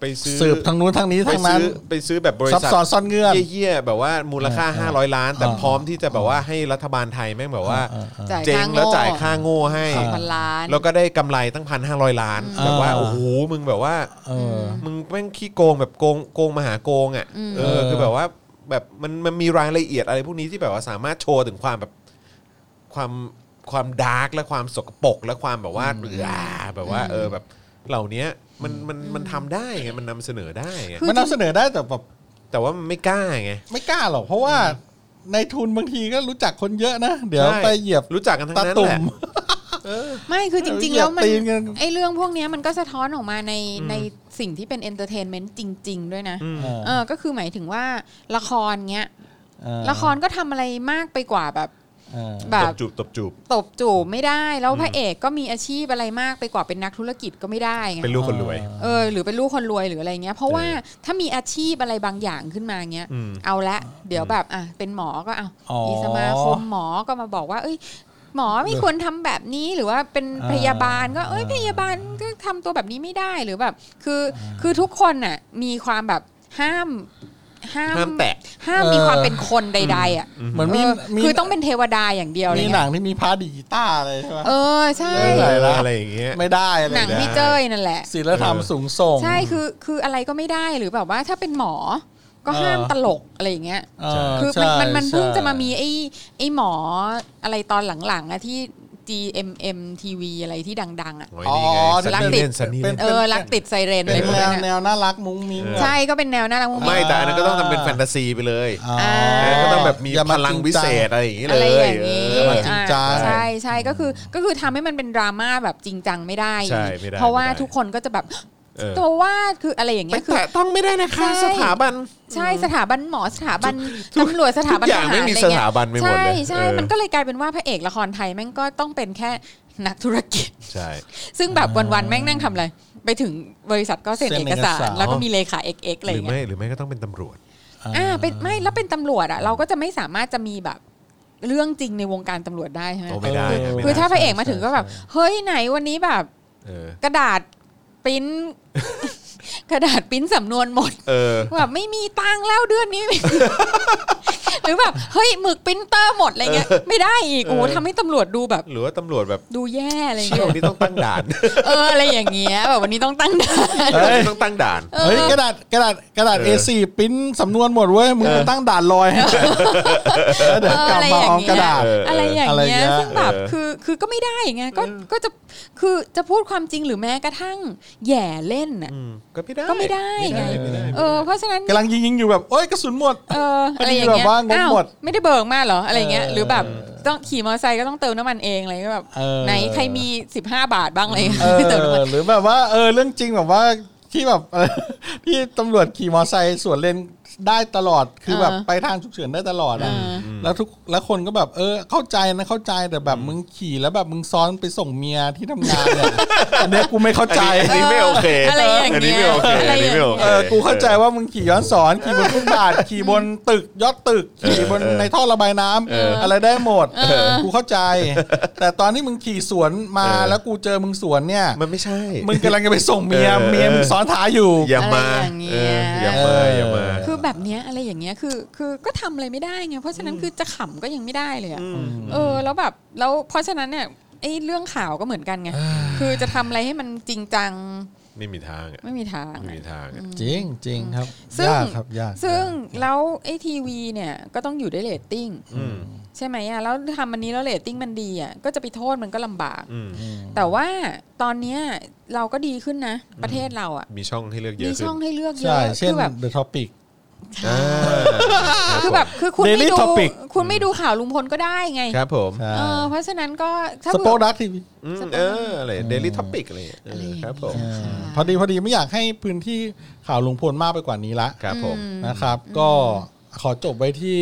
A: ไปซื้อ
C: สืบทางนู้นทางนี้
A: ไป
C: ทางนั้
A: ซื้
C: น
A: อไปซื้อแบบบริ
C: ซับ
A: ษัท
C: ซ้อนซ่อนเงื่อน
A: เยี่ยๆแบบว่ามูลค่า
C: เออเออ
A: 500 ล้าน แต่
C: เออ
A: พร้อมที่จะแบบว่าให้รัฐบาลไทยแม่งแบบว่า
C: เออเออ
B: จ่าย
A: เจ๊ง
B: ค่า
A: แล้ว
B: โง่
A: จ่ายค่าโง่ให้
B: สองพันล้าน
A: แล้วก็ได้กำไรตั้งพันห้าร้อยล้าน
C: อืม
A: แบบว่า
C: อ่า
A: โอ้โหมึงแบบว่า
C: เออ
A: มึงแม่งขี้โกงแบบโกงโกงมหาโกงอ่ะ
B: อืม
A: เออคือแบบว่าแบบมันมันมีรายละเอียดอะไรพวกนี้ที่แบบว่าสามารถโชว์ถึงความแบบความความดาร์กและความสกปรกและความแบบว่าเออแบบว่า เออแบบเหล่านี้มันมันมันทำได้ไงมันนำเสนอได้ไง
C: มันนำเสนอได้แต่แบบ
A: แต่ว่ามันไม่กล้าไง
C: ไม่กล้าหรอกเพราะว่าในทุนบางทีก็รู้จักคนเยอะนะ เดี๋ยว
A: ใช่
C: ไปเหยียบ
A: รู้จักกันทั้ง
C: ตา
A: นั้น
C: ตุ่
A: แห
C: ม
A: ละ
B: ไม่ คือจริง ๆ แล้วมัน
C: เหยียบตีนกัน
B: ไอเรื่องพวกเนี้ยมันก็สะท้อนออกมาใน
A: อืม
B: ในสิ่งที่เป็นเอนเตอร์เทนเมนต์จริง ๆ ด้วยนะ
A: อืม
C: เออ
B: เออ ก็คือหมายถึงว่าละครเงี้ย
C: เออ
B: ละครก็ทำอะไรมากไปกว่าแบบ
C: เออ
B: แบ
A: ต
B: บ
A: บจูบตบจูบ
B: ตบจูบไม่ได้แล้ว
A: อืม
B: พระเอกก็มีอาชีพอะไรมากไปกว่าเป็นนักธุรกิจก็ไม่ได้ไง
A: เป็นลูกคนรวย
B: เออหรือเป็นลูกคนรวยหรืออะไรเงี้ยเพราะว่าถ้ามีอาชีพอะไรบางอย่างขึ้นมาเงี้ย
A: อืม
B: เอาละเดี๋ยวแบบอ่ะเป็นหมอก็เอา
C: อ๋อ
B: มีสมาคมหมอก็มาบอกว่า เอ้ย หมอไม่ควรทำแบบนี้หรือว่าเป็น
C: อ่า
B: พยาบาลก็เอ้ย
C: อ่า
B: พยาบาลก็ทำตัวแบบนี้ไม่ได้หรือแบบ คือคือทุกคนน่ะมีความแบบห้ามห้าม
A: ห้ามแตะ
B: ห้ามมีความเป็นคนใด ๆ อ่ะ
C: เหมือน
B: เอ
C: มี
B: อ
C: มี
B: คือต้องเป็นเทวดาอย่างเดียวอะไร
C: มี
B: เงี้ย
C: หนังที่มีพาร์ทดีกีตาร์อะไรใช่ไหม
B: เออใช่
C: เรื่อง
A: อะ
C: อะไร
A: ไรอย่างเงี้ย
C: ไม่ได้เลย
B: หนัง
A: ไม่ได้
B: พี่เจ้ยนั่นแหละ
C: ศิลธรรมสูงส่ง
B: ใช่คือคืออะไรก็ไม่ได้หรือแบบว่าถ้าเป็นหมอ ก็
C: เออ
B: ห้ามตลกอะไรอย่างเงี้ย
C: เออ
B: คือ
C: ใช่
B: มันมันมัน
C: ใช่
B: เพิ่งจะมามีไอ้ไอ้หมออะไรตอนหลังๆอะที่ GMM TV อะไรที่ดัง ๆ อ่ะ
A: โอ้ยนี่ไง
C: อ๋อ
A: สัน
B: รักติ
A: นี่
B: ด
A: เล่นสันนี่
C: เป็
A: เล่
C: น
A: น
B: เออรักติดไซเรนอะไร
C: เป็น
B: พวก
C: แน
B: นั้
C: วน แน
B: อะ
C: วน่ารักมุ้งมิ้ง
B: ใช่ก็เป็นแนวน่ารักมุ้ง
A: ไม่
B: มิ้ง
A: แต่อันนั้นก็ต้องทำเป็นแฟนตาซีไปเลย
C: อ่า
A: เออก็ต้องแบบมีพ
C: ย่าา
A: ลัง
C: จริ
A: วิ
C: จั
A: เศษอะไรอย่างนี้
B: อะ
A: เล
B: ไร
A: ย
B: อย่างนี้
A: เออมาจริง
B: อ่า
A: จัง
B: ใช่ใช่ก็คือก็คือทำให้มันเป็นดราม่าแบบจริงจังไม่ได้
A: ใช่ไม่ได้
B: เพราะว่า
A: ไม่ได้
B: ทุกคนก็จะแบบ
A: เออ
B: ตัววาดคืออะไรอย่าง
A: ไป
B: เงี้ยคือ
A: แตะต้องไม่ได้นะคะ
B: ใช่
A: สถาบัน
B: ใช่สถาบันหมอสถาบันตำรวจสถาบัน
A: ทุกอ
B: ท
A: ย่าง
B: หาร
A: ไม่มี
B: อะไร
A: ส
B: เงี้ย
A: ถาบันไปหมด
B: ใช่
A: เลย
B: ใช่
A: เออ
B: มันก็เลยกลายเป็นว่าพระเอกละครไทยแม่งก็ต้องเป็นแค่นักธุรกิจ
A: ใช่
B: ซึ่งแบบวันๆแม่งนั่งทำอะไร ไปถึงบริษัทก็เซ็น
C: เซ็น
B: เอ
C: เอก ก
B: สา
C: สาร ร
B: แล้วก็มีเลขาเอกเอก
A: ห
B: อะไร
A: รือ
B: เงี้
A: ไม่
B: ย
A: หรือไม่ก็ต้องเป็นตำรวจ
B: อ่าเป็นไม่แล้วเป็นตำรวจอ่ะเราก็จะไม่สามารถจะมีแบบเรื่องจริงในวงการตำรวจได้ใช่ไหม
A: โอ้ไม่ได้
C: เออ
A: ไม่ได้
B: คือถ้าพระเอกมาถึงก็แบบ
C: ใช่
B: เฮ้ยไหนวันนี้แบบ
A: เออก
B: ระดาษปริ้น กระดาษปริ้นสำนวนหมด
A: เออ
B: แบบไม่มีตังค์แล้วเดือนนี้ หรือแบบเฮ้ยหมึกปริ้นเตอร์หมดอะไรเงี้ยไม่ได้อีกโอ้โห
A: เออ
B: ทำให้ตำรวจดูแบบ
A: หรือว่าตำรวจแบบ
B: ดูแย่อะไร
A: เชี่ย
B: เงี้
A: วย นนี้ต้องตั้งด่าน
B: เอออะไรอย่างเงี้ยแบบวันนี้ต้องตั้งด่าน
A: เออวันนี้ต้องตั้งด่าน
B: เอ
C: เฮ้ย
B: อก
C: ระดาษกระดาษกระดาษ
A: เออ
C: A4 ปริ้นสำนวนหมดเว้ยมึงไปตั้งด่านลอยให้แล้วเดี๋ยวกลับมาเอากระดาษ
A: เออ
B: อะไรอย่างเงี้ย
C: เออ
B: ซึ่งแบบ
A: เออ
B: คือคือก็ไม่ได้ไงก็ก็จะคือจะพูดความจริงหรือแม้กระทั่งแหย่เล่นน่ะ
A: อืมก็ไม่ได้
B: ก็ไม่ได้ไง
A: ม่ด้
B: เออเพราะฉะนั้น
C: กำลังยิงยิงๆอยู่แบบโอ้ยกระสุนหมด
B: เออ
C: พอ
B: อะไร
C: ดี
B: อย่างเงี้ย
C: แบบว่างบ
B: อ้าว
C: หมด
B: ไม่ได้เบิกมาเหรออะไรเงี้ย
C: เออ
B: หรือแบบต้องขี่มอเตอร์ไซค์ก็ต้องเติมน้ำมันเองอะไรก็แบบ
C: เออ
B: ไหนใครมี 15 บาทบ้างอะไรเงี้ย
C: เอ
B: เติมน้ำมั
C: อน หรือแบบว่าเออเรื่องจริงแบบว่าที่แบบ ที่ตำรวจขี่มอไซค์สวนเลนได้ตลอดคือแบบไปทางฉุกเฉินได้ตลอดอ่ะแล้วทุกแล้วคนก็แบบเออเข้าใจนะเข้าใจแต่แบบมึงขี่แล้วแบบมึงซ้อนไปส่งเมียที่ทำงานเนี่ย อันเนี้ยกูไม่เข้าใจ
A: อันนี้ไม่โอเค
B: อะไรอย่าง
A: อันนี้
B: เงี้
A: ไม่
B: ย
A: โอเค
B: อะไร
A: อัน
B: อ
A: นี้
B: ย่าง
A: ไม่
B: เงี้
A: โอย เค
C: เออกูเข้าใจว่ามึงขี่ย้อนสอน ขี่บนฟุตบาท ขี่บนตึกยอดตึก ขี่บนในท่อระบายน้ำอะไรได้หมดกูเข้าใจ แต่ตอนที่มึงขี่สวนมาแล้วกูเจอมึงสวนเนี่ย
A: มันไม่ใช่
C: มึงกำลังจะไปส่งเมีย
A: เออ
C: เมียมึงซ้อนท้ายอยู่
A: อย่ามา
B: อะไรอย่างเงี้ย
A: เอออย่ามาอย่ามา
B: คือแบบเนี้ยอะไรอย่างเงี้ยคือคือก็ทำอะไรไม่ได้ไงเพราะฉะนั้นคือจะขำก็ยังไม่ได้เลยอะเออแล้วแบบแล้วเพราะฉะนั้นเนี่ยไอ้เรื่องข่าวก็เหมือนกันไงคือจะทำอะไรให้มันจริงจัง
A: ไม่มีทางอ่ะ
B: ไม่มีทาง
A: ไม่
B: อะ
A: มีทางอะ
C: จริงจริงครับ
B: ซึ่ง
C: ยากครับยาก
B: ซึ่งแล้วไอ้ทีวีเนี่ยก็ต้องอยู่ด้วยเรตติ้ง
A: อืม
B: ใช่ไหมอ่ะแล้วทำอันนี้แล้วเรตติ้งมันดีอ่ะก็จะไปโทษมันก็ลำบาก
A: อืม
B: แต่ว่าตอนเนี้ยเราก็ดีขึ้นนะ ประเทศเราอ่ะ
A: มีช่องให้เลือกเย
B: มี
A: อะขึ้น
B: ช่องให้เลือกเย
C: ใช่
B: อะ
C: เช่
B: คื
C: น
B: แบบ
C: The Topic
A: อ่า
B: คือแบบคือคุณ
C: Daily
B: ไม่ดู
C: Topic
B: คุณไม่ดูข่าวลุงพลก็ได้ไง
A: ครับผม
C: ใช่
B: เออเพราะฉะนั้นก็ถ้า
C: สปอ
B: เผื่อ
C: ดักทีวี
A: อืม
B: สปอน
A: เอออะไรเดลิทอปิกอะไรเออ
B: อะไรอย่างเงี้ย
A: ครับผม
C: พอดีพอดีไม่อยากให้พื้นที่ข่าวลุงพลมากไปกว่านี้ละ
A: ครับผม
C: นะครับ ก็ขอจบไว้ที่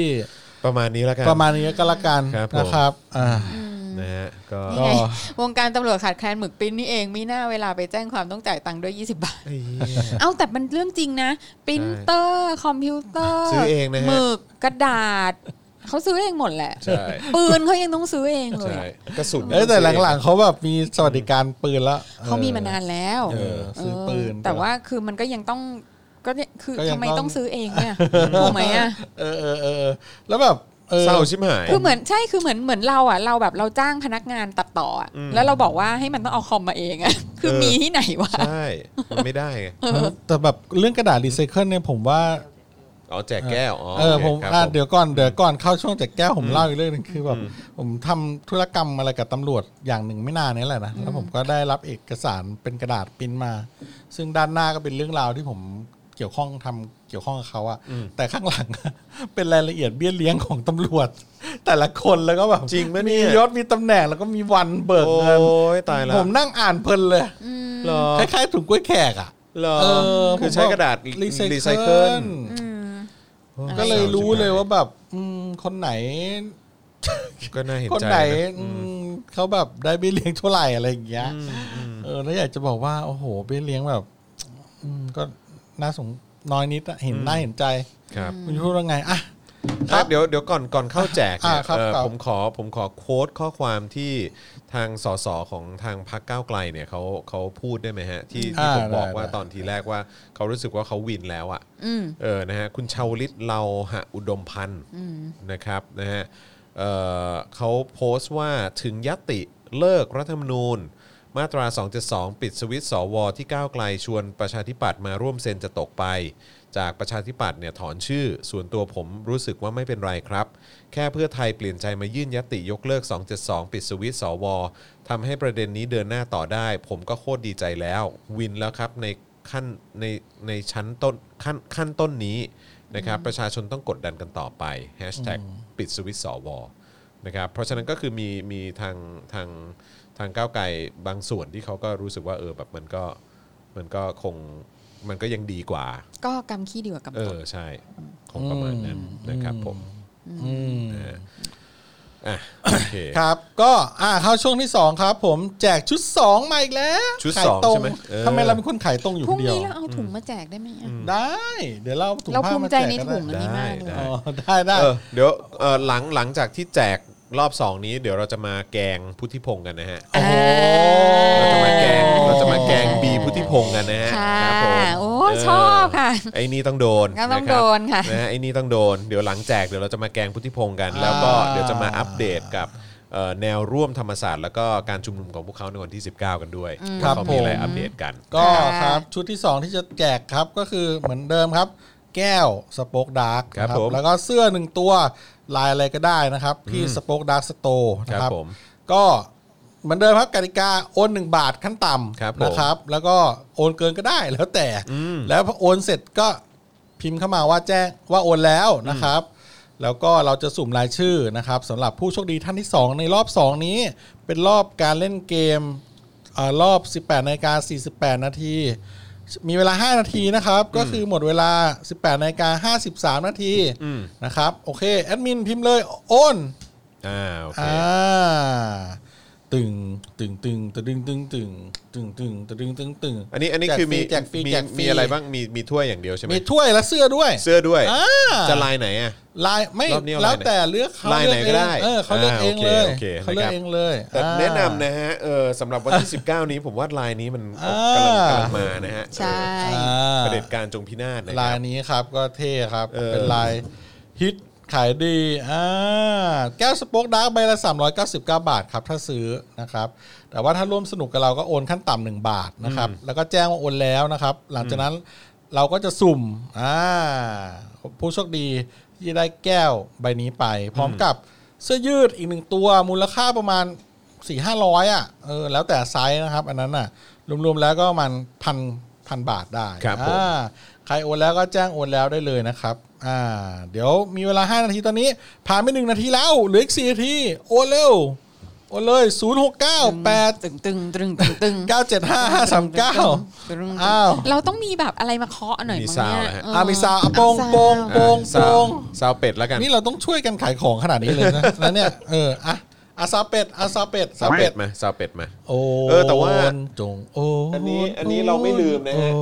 A: ประมาณนี้แล้วกัน
C: ประมาณนี้ก็แล้วกัน
A: ครับผม
C: นะครับอ่า
A: นะฮะก็
B: นี่ไงวงการตำรวจขาดแคลนหมึกปริ้นนี่เองมีหน้าเวลาไปแจ้งความต้องจ่ายตังค์ด้วย 20 บาท เอาแต่มันเรื่องจริงนะปรินเตอร์คอมพิวเตอร์
A: ซื้อเองนะฮะ
B: หมึกกระดาษเขาซื้อเองหมดแหละ
A: ใช่
B: ปืนเขายังต้องซื้อเองเล
A: ใช่
B: ย
A: กระสุน
C: เอ้ยแต่หลังๆเขาแบบมีสวัสดิการปืนละ
B: เขามี
C: ออ
B: มานานแล้ว
C: เออซื้อปืน
B: เออแต่ว่าคือมันก็ยังต้องก็เนี่ยคือ
C: ก็ยั
B: ทำ
C: ง
B: ไม
C: ต้อง
B: ต้องซื้อเองเนี่ยถูกไหมอ่ะ
C: เออเออเออเออแล้วแบบออ
A: เศร้าชิบหาย
B: คือเหมือนใช่คือเหมือนเหมือนเราอ่ะเราแบบเราจ้างพนักงานตัดต่ออ่ะ
A: อืม
B: แล้วเราบอกว่าให้มันต้องเอาคอมมาเองอ่ะ คือ
A: เออ
B: มีที่ไหนวะ
A: ใช่มันไม่ได้ไง
C: แต่แบบเรื่องกระดาษรีไซเคิลเนี่ยผมว่า
A: อ๋อแจกแก้วอ๋อ
C: เออผม
A: โคครับ
C: อ่ะเดี๋ยวก่อนเดี๋ยวก่อนเข้าช่วงจากแก้วผมเล่าอีกเรื่องหนึงคือแบบผมทำธุรกรรมอะไรกับตำรวจอย่างหนึ่งไม่นานนี้แหละนะแล้วผมก็ได้รับเอกสารเป็นกระดาษปริ้นมา ซึ่งด้านหน้าก็เป็นเรื่องราวที่ผมเกี่ยวข้องทำเกี่ยวข้องกับเขาอะแต่ข้างหลัง เป็นรายละเอียดเบี้ยเลี้ยงของตำรวจ แต่ละคนแล้วก็แบบ
A: จริงปะเนี่ย
C: มียศมีตำแหน่งแล้วก็มีวันเบิก
A: โอ้
C: เงิน
A: ยตายแล้ว
C: ผมนั่งอ่านเพลินเลย
A: เหรอ
C: คล้ายๆถุงกล้วยแขกอะ
A: เหรอ
C: เออ
A: คือ
C: ผม
A: ใช้กระดาษ
C: รี
A: รี
C: ไซ
A: ไซ
C: เคิ
A: เคิล
C: ล ก็เลยรู้เลยว่าแบบอืมคนไหน
A: ก็น่าเห็น
C: คน
A: ใจะ
C: ไหนอืมเขาแบบได้เบี้ยเลี้ยงเท่าไหร่อะไรอย่างเงี้ยเออแล้วอยากจะบอกว่า โอ้โหเบี้ยเลี้ยงแบบอืมก็น่าสงน้อยนิดอะเห็น
A: อืม
C: หน้าเห็นใจ
A: ครับ
C: คุณพูดว่าไงอ่ะ
A: อ่ะเดี๋ยวเดี๋ยวก่อนก่อนเข้าแจกเนี่ย
C: อ่าครับ
A: เอ่อ
C: ครับ
A: ผมขอผมขอโค้ดข้อความที่ทางสสของทางพรรคก้าวไกลเนี่ยเขาเขาพูดได้ไหมฮะ ที่ที่ผ
C: อ่า
A: มบอก
C: ได้
A: ว่า
C: ได้
A: ตอนทีแรกว่าเขารู้สึกว่าเขาวินแล้วอ่ะ
B: อืม
A: เออ นะฮะ คุณชาวลิตเราหะอุดมพันธ์นะครับ นะฮะ เอ่อเขาโพสต์ว่าถึงยติเลิกรัฐธรรมนูญ มาตรา 272 ปิดสวิตช์สวที่ก้าวไกลชวนประชาธิปัตย์มาร่วมเซ็นจะตกไป จากประชาธิปัตย์เนี่ยถอนชื่อ ส่วนตัวผมรู้สึกว่าไม่เป็นไรครับ แค่เพื่อไทยเปลี่ยนใจมายื่นยติยกเลิก 272 ปิดสวิตช์สวทำให้ประเด็นนี้เดินหน้าต่อได้ ผมก็โคตรดีใจแล้ว วินแล้วครับในขั้นในในชั้นต้นขั้นขั้นต้นนี้นะครับประชาชนต้องกดดันกันต่อไป Hashtag ปิดสวิตช์สวนะครับเพราะฉะนั้นก็คือมีมีทางทางทางก้าวไกลบางส่วนที่เขาก็รู้สึกว่าเออแบบมันก็มันก็คงมันก็ยังดีกว่า
B: ก็กำขี้ดีกว่ากำ
A: เอ
B: ตด
A: อใช่คงประมาณนั้นนะครับผม
C: อืม
A: อ่ะโอเค
C: ครับ ก็อ่าเข้าช่วงที่สองครับ ผมแจกชุดสองมาอีกแล้ว
A: ชุด
C: ขาย
A: สอง
C: ตร
A: ใช่ไหมเออ
C: ทำไมเราเป็นคนขายตรงอยู่
B: พ
C: ค
B: รุ่ง
C: นเดียว
B: นี้เราเอาถุงมาแจกได้ไหมอะ
C: ได้ เดี๋ยวเราเอาถุง
B: เรา
C: ผ้า
B: ภูมิ
C: มา
B: ใจ
C: แจก
B: ใน
C: กัน
B: ถุงอั
C: นะ
B: นนี้มากเลย
A: ได้
C: อ๋อได้ได้
A: เออเดี๋ยวเออหลังหลังจากที่แจกรอบสองนี้ เดี๋ยวเราจะมาแกงพุทธิพงศ์กันนะฮะ
C: โอ้โห
A: เราจะมาแกง
C: โอ้
A: เราจะมาแกงบีพุทธิพงศ์กันนะฮะ
B: ค่ะ
A: ครับผม
B: โอ้
A: เ
B: ชอบค่ะ
A: ไอ้นี่ต้องโดน
B: ก็ต้อง
A: ะรับ
B: โดนค่ะ
A: นะฮะไอ้นี่ต้องโดนเดี๋ยวหลังแจกเดี๋ยวเราจะมาแกงพุทธิพงศ์กัน แล้วก็เดี๋ยวจะมาอัปเดตกับเอ่อแนวร่วมธรรมศาสตร์แล้วก็การชุมนุมของพวกเขาในวันที่ 19 กันด้วยว่าเขามีอะไรอัปเดตกัน
C: ก็ค
B: ค่ะ
C: รับชุดที่ 2 ที่จะแจกครับก็คือเหมือนเดิมครับ แก้วสป็อกดาร์ก
A: ครับผม
C: แล้วก็เสื้อหนึ่งตัวลายอะไรก็ได้นะครับ ที่สป็อกดาร์กสโตร์นะค
A: ครั
C: รับบ
A: ผม
C: ก็เหมือนเดิมครับกติกาโอน1 บาทขั้นต่
A: ครับผม
C: ำนะครับ แล้วก็โอนเกินก็ได้แล้วแต่
A: อืม
C: แล้วพอโอนเสร็จก็พิมพ์เข้ามาว่าแจ้งว่าโอนแล้วนะครับ แล้วก็เราจะสุ่มรายชื่อนะครับสำหรับผู้โชคดีท่านที่ 2 ในรอบ 2 นี้ เป็นรอบการเล่นเกมเออรอบ 18นาฬิกา48 นาที มีเวลา 5 นาทีนะครับ ก็คือหมดเวลา 18นาฬิกา53 นาที
A: อืม
C: นะครับ โอเค แอดมินพิมพ์เลยโอน
A: อ่าโอเค
C: อ่าตึงตึงตึงตึงตึงตึงตึงตึงตึงตึงตึง
A: อันนี้อันนี้คือมี
C: แจกฟรี
A: มี
C: แจกฟรี
A: มีอะไรบ้างมีมีถ้วยอย่างเดียวใช่ไหม
C: มีถ้วยและเสื้อด้วย
A: เสื้อด้วย
C: อ่า
A: จะลายไหนอ่ะ
C: ลายไม่
A: รอบนี้เอา
C: แล้
A: ลา
C: ว
A: ยไหน
C: แต่เลือกเขา
A: ลายไหน
C: เลือ
A: ก็ได้
C: เองเออเขาเลือก
A: อ่า
C: เองเลย
A: โอเคโอเค
C: เขาเลื
A: นะค
C: อ
A: รับ
C: กเองเลย
A: แต่
C: อ่า
A: แนะนำนะฮะเออสำหรับวันที่ 19 นี้ผมว่าลายนี้มัน
C: อ่า
A: กำลังกำลังมานะฮะ
B: ใช่
C: อ่
A: เออา ประเผด็จการจงพินาศนะค
C: ลา
A: รั
C: ย
A: บ
C: นี้ครับก็เท่ครับ
A: เออ
C: เป็นลายฮิตขายดีอ่าแก้วสป็อกดาร์กใบละ 399 บาทครับถ้าซื้อนะครับ แต่ว่าถ้าร่วมสนุกกับเราก็โอนขั้นต่ำหนึ่งบาทนะครับ แล้วก็แจ้งว่าโอนแล้วนะครับ หลังจากนั้นเราก็จะสุ่มอ่าผู้โชคดีที่จะได้แก้วใบนี้ไป พร้อมกับเสื้อยืดอีกหนึ่งตัวมูลค่าประมาณ สี่ห้าร้อยอ่ะเออแล้วแต่ไซส์นะครับ อันนั้นอ่ะ รวมๆแล้วก็ประมันพันพันบาทได้
A: ครับผม
C: อ่าใครโอนแล้วก็แจ้งโอนแล้วได้เลยนะครับอ่าเดี๋ยวมีเวลา 5 นาทีตอนนี้ ผ่านไปหนึ่งนาทีแล้วเหลืออีกสี่นาที โอนเร็ว โอนเลย 0 6 9 8
B: ตึงตึงตึงตึงตึง
C: 9 7 5 5 3 9
B: ตึงตึง
C: อ้าว
B: เราต้องมีแบบอะไรมาเคาะหน่อย
A: มี
B: มั้
A: ซาว
B: งเนี่
A: ด์
B: ย
A: นะฮะ
B: เ
C: อ่ามีซาวอ่ะโปงโปงโปงโป
A: ซาว
C: ง
A: ซาวเป็ดแล้วกัน
C: นี่เราต้องช่วยกันขายของขนาดนี้เลยนะ แล้วเนี่ยเอออ่ะอาซาเป็ดอาซาเป็ด
A: ซา
C: ซาว
A: เป็
C: เป็
A: ด
C: ด
A: มาซาวเป็ดมา
C: โอ้
A: เออแต่ว่า
C: จงโอน
A: อันนี้อันนี้เราไม่ลืมนะฮะ
C: โอ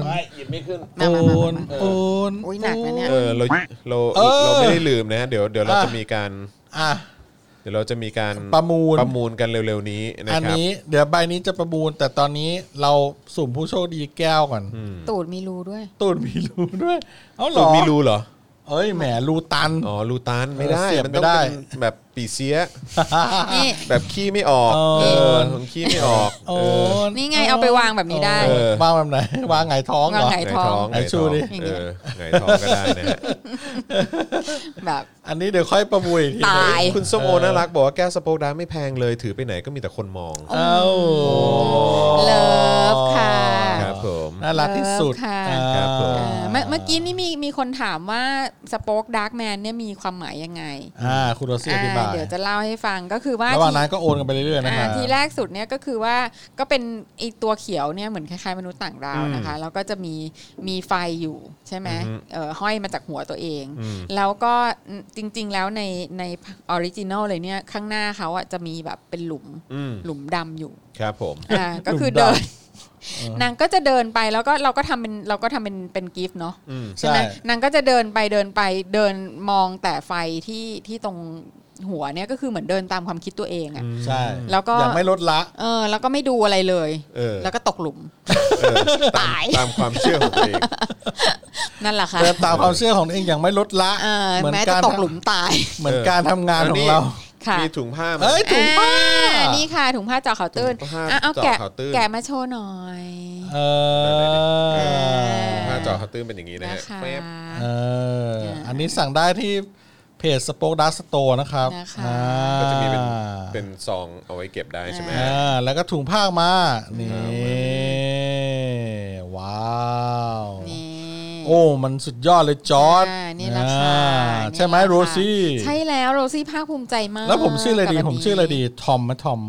C: น
A: หยิบไม่ขึ้น
B: มามามามามา
C: โอน
B: อุ๊ยหนักนะเนี่ย
A: เออเราเรา
C: เออ
A: เราไม่ได้ลืมนะฮะเดี๋ยวเดี๋ยวเรา
C: อ่ะ
A: จะมีการ
C: อ่ะ
A: เดี๋ยวเราจะมีการ
C: ประมูล
A: ประมูลกันเร็วๆนี้นะ
C: อัน
A: ครับ
C: นี้เดี๋ยวใบนี้จะประมูล แต่ตอนนี้เราสุ่มผู้โชคดีแก้วก่อน
B: ตูดมีรูด้วย
C: ตูนมีรูด้วย เอาเหร
A: ตูด
C: อ
A: มีรูเหรอ
C: เอ้ยแหมรูตัน
A: อ๋อรูตันไม่
C: เออ
A: ได้
C: เสียบ
A: มันต้อง
C: ไม่ได้
A: เป็นแบบปีเสีย
B: นี่
A: แบบขี้ไม่ออก
C: เออ
A: เออของขี้ไม่ออก
C: โอ
A: เออ
C: น
B: นี่ไงเอาไปวางแบบนี้ได้
C: เออวางแบบไหน วางไงายท้องเหรอ
B: วางหงาย
A: ไงท้อง
C: ไหนชูดิ
A: ไงท้องเออไงท้องก็ได้นะฮะ
B: แบบ
C: อันนี้เดี๋ยวค่อยประมูลอีกที
B: ตาย
A: คุณส้มโอน่ารักบอกว่าแก้วสโป๊กดาร์กไม่แพงเลยถือไปไหนก็มีแต่คนมอง
C: เอา
B: เลิฟค่ะ
A: ครับผม
C: น่ารักที่สุด
B: เลิฟค่ะ
A: ครับผม
B: เออเมื่อเมื่อกี้นี่มีมีคนถามว่าสป็อกดาร์กแมนเนี่ยมีความหมายยังไง
C: อ่าคุณโรซี่อธิบา
B: อ่ายเดี๋ยวจะเล่าให้ฟังก็คือว่า
C: ระหว่าง
B: ที่
C: นั้นก็โอนกันไปเรื่อยๆนะ
B: อ่า
C: ครับ
B: ทีแรกสุดเนี่ยก็คือว่าก็เป็นไอตัวเขียวเนี่ยเหมือนคล้ายๆ มนุษย์ต่างดาวนะคะแล้วก็จะมีมีไฟอยู่ใช่ไหม
A: อือฮึ
B: เอ่อห้อยมาจากหัวตัวเอง
A: อืม
B: แล้วก็จริง ๆ แล้วในในออริจินอลเลยเนี่ยข้างหน้าเขาอะจะมีแบบเป็นหลุม
A: อืม
B: หลุมดำอยู่
A: ครับผม
B: อ่าก็คือเดิน นางก็จะเดินไปแล้วก็เราก็ทำเป็นเราก็ทำเป็นเป็นกิฟต์เนาะ
A: อืม
B: ใช่ไหม
C: ใช่
B: นางก็จะเดินไปเดินไปเดินมองแต่ไฟที่ที่ตรงหัวเนี่ยก็คือเหมือนเดินตามความคิดตัวเองอะ
C: ใช่
B: แล้วก็
C: ยังไม่ลดละ
B: เออแล้วก็ไม่ดูอะไรเลย
A: เออ
B: แล้วก็ตกหลุม
A: เออตา
B: ตาย
A: มตามความเชื่อของตัวเอง
B: นั่นแหละค่ะ
C: เดินตามความเชื่อของตัวเองอย่างไม่ลดละ
B: เออ
C: เหมือน
B: แม้จะ
C: การ
B: ตกหลุมตาย
C: เหมือนการทำงานของเรา
B: ค่ะ
A: มีถุงผ้าไหม
C: เอ้ย ถุงผ้า
B: อ่นี่ค่ะถุงผ้าเจาะขาวตื้น
A: ถุงผ้า
B: อ่ะเอา
A: เจาะ
B: แกะ
A: ขาวตื้น
B: แกะมาโชว์หน่อย
C: เอ
B: เอ
C: อ
A: ผ้าเจอเขาตื้นเป็นอย่างนี้นะ
B: นะ
A: ฮะ
B: คะ
A: แฟบ
C: เออ
B: เนี่ย
C: อันนี้สั่งได้ที่เพจสป o อ e ดัสโตนะครับ
B: นะคะ
C: อ่า
A: ก็จะมีเป็นเป็นซองเอาไว้เก็บได้ใช่ไหม
C: อ่าแล้วก็ถุงผ้ามา นี่ ว้าว
B: นี่
C: โอ้ มันสุดยอดเลยจอร์ด
B: อ่านี่แหละค่ะ
C: อ่า
B: นี่แหละ
C: ใช่ไหม
B: ค่ะ
C: โรซี่
B: ใช่แล้วโรซี่ภาคภูมิใจมาก
C: แล้วผมชื่ออะไรดี
B: กับนนี้
C: ผมชื่ออะไรดี ทอมไหมทอม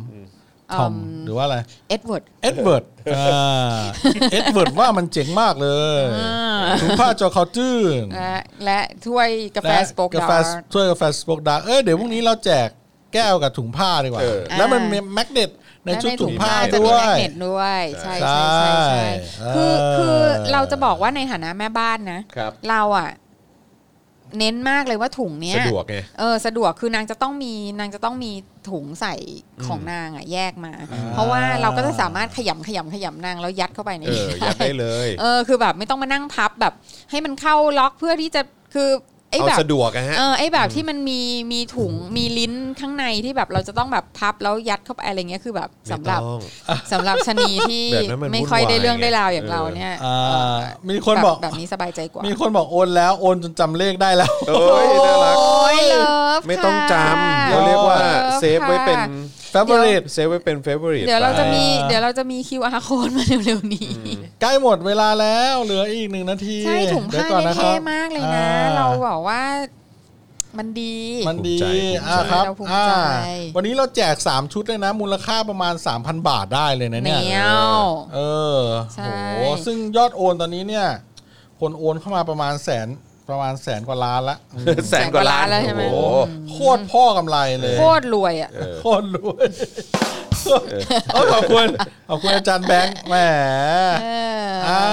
C: ทอม
B: อืม
C: หรือว่าอะไร
B: เอ็ดเวิร์ด
C: เอ็ดเวิร์ดอ่าเอ็ดเวิร์ดว่ามันเจ๋งมากเลย
B: อ่า
C: ถุงผ้าจอคาวตื้น
B: และและถ้วยกาแฟสปอก
C: กา
B: ดา
C: แฟ
B: ร์
C: ช่วยกาแฟสปอกดาร์กเอ้ยเดี๋ยวพรุ่งนี้เราแจกแก้วกับถุงผ้าดีกว่า แล้วมันมีแมกเนตในชุดถุงผ้า
B: จะ
C: ด้
B: มี
C: ว
B: แมก
C: ย
B: เนตด้วย ใช่
C: ใช่
B: ใช่ใช่ใช่
C: ใช่
B: คือ
C: เออ
B: คือเราจะบอกว่าในฐานะแม่บ้านนะ
A: ครับ
B: เราอ่ะ เน้นมากเลยว่าถุงเนี้ย
A: สะดวกไง
B: เออสะดวกคือนางจะต้องมีนางจะต้องมีถุงใส่ของนางอ่ะแยกมา เพราะว่าเราก็จะสามารถขยำขยำขยำนางแล้วยัดเข้าไปใน
A: เออ
B: นี้
A: ยัดได้เลย
B: เออคือแบบไม่ต้องมานั่งพับแบบ ให้มันเข้าล็อกเพื่อที่จะคือไอ้
A: เอา
B: แบบ
A: สะดวกนะฮะ
B: เออไอ้แบบที่มันมีมีถุงมีลิ้นข้างในที่แบบเราจะต้องแบบพับแล้วยัดเข้าไปอะไรเงี้ยคือแบบ
A: ไม่
B: สำหรับ
A: ต้อง
B: สำหรับชะนีที่
A: แบบนั้นมัน
B: ไม่ค่อยได้เรื่อง
A: วุ่นวาย
B: ได้ราวอ
A: ไง
B: ย่างเราเนี่ย
C: เออ
B: เออ
C: มีคนบอก
B: แแบบนี้สบายใจกว่า
C: มีคนบอกโอนแล้วโอนจนจำเลขได้แล้ว
A: เอ้ยน่ารัก
B: โอ้ยเลิฟ
A: ไม่ต้องจำเขาเรียกว่าเซฟไว้เป็น
C: f a v o r i t
A: เซฟไว้เป็นเฟเวอร์ริต
B: เดี๋ยวเราจะมี
C: ไป
B: เดี๋ยวเราจะมี QR code มาเร็วๆนี้
C: ใกล้หมดเวลาแล้วเหลืออีกหนึ่งนาที
B: ใช่ถุง
C: เดี๋ยว
B: ผ้า
C: ก่อน
B: เนี่ย
C: นะค
B: เท่
C: บ
B: มากเลย
C: อ่
B: นะ เราบอกว่ามันดี
C: มันดีอ่าครับ
B: เราภูมิ
C: อ่า
B: ใจ
C: วันนี้เราแจก 3 ชุดเลยนะ มูลค่าประมาณ 3,000 บาทได้เลยนะ
B: เห
C: เนี่ย
B: นียว
C: เออ
B: ใช่
C: โหซึ่งยอดโอนตอนนี้เนี่ย คนโอนเข้ามาประมาณแสนประมาณแสนกว่าล้านละ
A: แสนกว่าล้าน
B: แล้วใช่ไหม
A: โอ้โห
C: โคตรพ่อกำไรเลย
B: โคตรรวยอ่ะ
A: ร
C: โคตรรวย เอ้ยขอบคุณขอบคุณอาจารย์แบงค์แหม
B: เออ
C: อ่า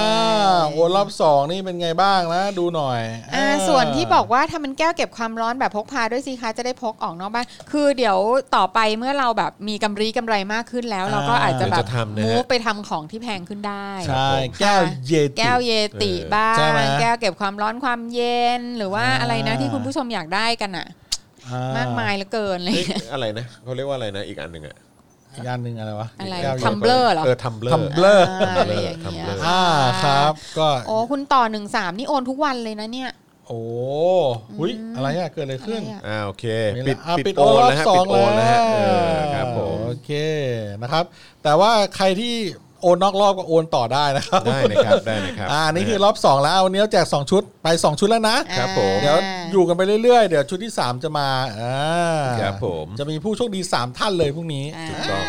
C: โอนรอบสองนี่เป็นไงบ้างนะ ดูหน่อย
B: อ่าส่วนที่บอกว่าทำเป็นแก้วเก็บความร้อนแบบพกพาด้วยสิคะจะได้พกออกนอกบ้าน คือเดี๋ยวต่อไปเมื่อเราแบบมีกำไรกำไรมากขึ้นแล้ว เราก็อาจจะแบบ
A: เดี๋ยวจะทำนะฮะ
B: มูฟไปทำของที่แพงขึ้นได้
C: ใช่
A: ครับผม
C: แก้วเยติ
B: แก้วเยติบ้าง
C: ใช่ไหม
B: แก้วเก็บความร้อนความเย็นหรือว่า
C: อ่า
B: อะไรนะที่คุณผู้ชมอยากได้กันอ่ะ
C: อ่
B: มากมายเหลือเกินเลย
A: เอ้ยอะไรนะเขาเรียกว่าอะไรนะอีกอันหนึ่งอะ
C: อีกอันหนึ่งอะไรวะ
B: อะไร
C: แก้ว
B: ทัมเบลอร์เหรอ
A: เออทัมเบลอ
C: ทัม
A: ร์
C: เบลอร์
B: อ่าอะไรอย่างเงี้ย
A: Tumblr
C: อ่าครับ ก็
B: โอ้คุณต่อหนึ่งสามนี่โอนทุกวันเลยนะเนี่ย
C: โอ้หุยอะไรอะเกิดอะไรขึ้น
B: อะไรอะ
A: อ่าโอเค
C: ไม่
A: ปิ
C: ละ
A: ด
C: อ่ะ
A: ปิดโอนแล้วฮะปิดโอนแล้วฮะเออครับผม
C: โอเคนะครับ แต่ว่าใครที่โอนนอกรอบก็โอนต่อได้นะครับ
A: ได้นะครับได้นะครับ
C: อ่านี่คือรอบ 2 แล้ววันนี้เราแจก 2 ชุดไป 2 ชุดแล้วนะครับ
A: ผม
C: เดี๋ยวอยู่กันไปเรื่อยๆ เดี๋ยวชุดที่ 3 จะมาอ่า
A: ครับผม
C: จะมีผู้โชคดี 3 ท่านเลยพรุ่งนี้
B: อ่า
A: ถูกต้อง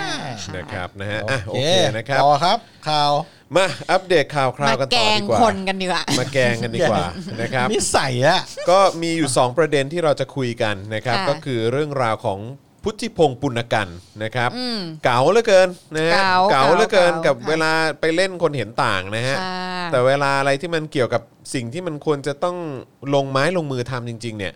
A: นะครับนะฮะอ่ะโอเคนะครับ
C: ต่อครับข่าว
A: มาอัปเดตข่าวคราม
B: าว
A: กัน
B: แก
A: ต่องดีกว่า
B: คนกันดีกว่า
A: มาแกงกันดีกว่านะครับ
C: นิสัยอะ
A: ก็มีอยู่ 2 ประเด็นที่เราจะคุยกันนะครับ
B: ค่ะ
A: ก็คือเรื่องราวของพุทธิพงศ์ปุณกันนะครับ
B: อืม
A: เก๋าเหลือเกินนะฮะ
B: เก๋า
A: เก๋าเหลือเกิน
B: เก๋า
A: กับ
B: ค่ะ
A: เวลาไปเล่นคนเห็นต่างนะฮะ
B: ค่ะ
A: แต่เวลาอะไรที่มันเกี่ยวกับสิ่งที่มันควรจะต้องลงไม้ลงมือทำจริง ๆ เนี่ย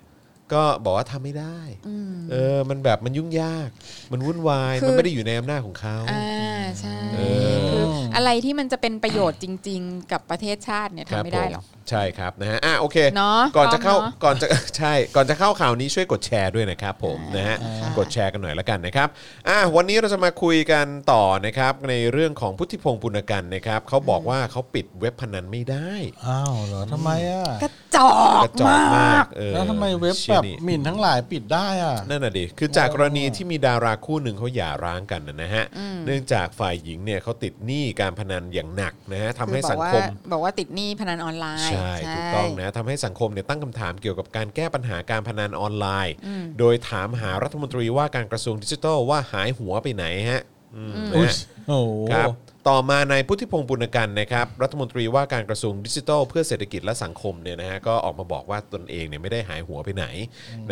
A: ก็บอกว่าทำไม่ได้
B: อืม
A: เออ มันแบบมันยุ่งยาก มันวุ่นวาย
B: คือ
A: มันไม่ได้อยู่ในอำนาจของเขา
B: อ่าใช่
A: เออ
B: คืออะไรที่มันจะเป็นประโยชน์จริง ๆ กับประเทศชาติเนี่ย
A: ครั
B: ทำ
A: บ
B: ไม่
A: ผ
B: ได้
A: ม
B: หรอก
A: ใช่ครับนะฮะอ่ะโอเค
B: เนอะ
A: ก่อนจะเข้า
B: พร้อมเนอะ
A: ก่อนจะ ใช่ก่อนจะเข้าข่าวนี้ช่วยกดแชร์ด้วยนะครับผมนะฮะ
B: ค่ะ
A: กดแชร์กันหน่อยละกันนะครับอ่ะวันนี้เราจะมาคุยกันต่อนะครับในเรื่องของพุทธิพงศ์ปุณกันนะครับเขาบอกว่าเขาปิดเว็บพนันไม่ได้
C: อ้าวเหรอทำไมอะ
B: กระจอก
A: กระจอกมากเออ
C: แล้วทำไมเว็บ
A: ชี่
C: แบ
A: ย
C: บ
A: นี่
C: หมิ่นทั้งหลายปิดได้อะ
A: นั่นน่ะดิ คือจากกรณีที่มีดาราคู่หนึ่งเขาหย่าร้างกันนะนะฮะ เนื่องจากฝ่ายหญิงเนี่ยเขาติดหนี้การพนันอย่างหนักนะฮะทำให้
B: อ
A: สัง
B: บอก
A: คม
B: ว่าบอกว่าติดหนี้พนันออนไลน์
A: ใช่ถูกต้องนะทำให้สังคมเนี่ยตั้งคำถามเกี่ยวกับการแก้ปัญหาการพนันออนไลน์
B: อืม
A: โดยถามหารัฐมนตรีว่าการกระทรวงดิจิทัลว่าหายหัวไปไหนฮะอืมนะฮะ
C: โอ้โห
A: ครับต่อมานายพุทธิพงศ์ปุณกันนะครับ รัฐมนตรีว่าการกระทรวงดิจิทัลเพื่อเศรษฐกิจและสังคมเนี่ยนะฮะก็ออกมาบอกว่าตนเองเนี่ยไม่ได้หายหัวไปไหน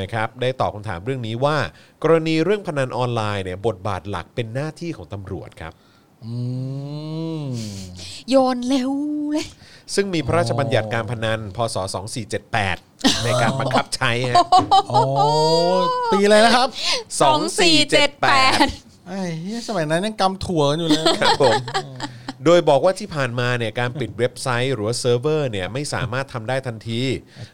A: นะครับได้ตอบคำถามเรื่องนี้ว่า กรณีเรื่องพนันออนไลน์เนี่ยบทบาทหลักเป็นหน้าที่ของตำรวจครับ
C: อืม
B: โยนเร็วเลย
A: ซึ่งมีพระราชบัญญัติการพนันพศ 2478 ในการบังคับใช้ฮะ
C: โอ้ปีอะไรนะครับ
B: 2478
C: ไอ้เหี้ยสมัยนั้นยังกำถั่วกันอยู่เลย
A: ครับผม โดยบอกว่าที่ผ่านมาเนี่ยการปิดเว็บไซต์หรือว่าเซิร์ฟเวอร์เนี่ยไม่สามารถทำได้ทันที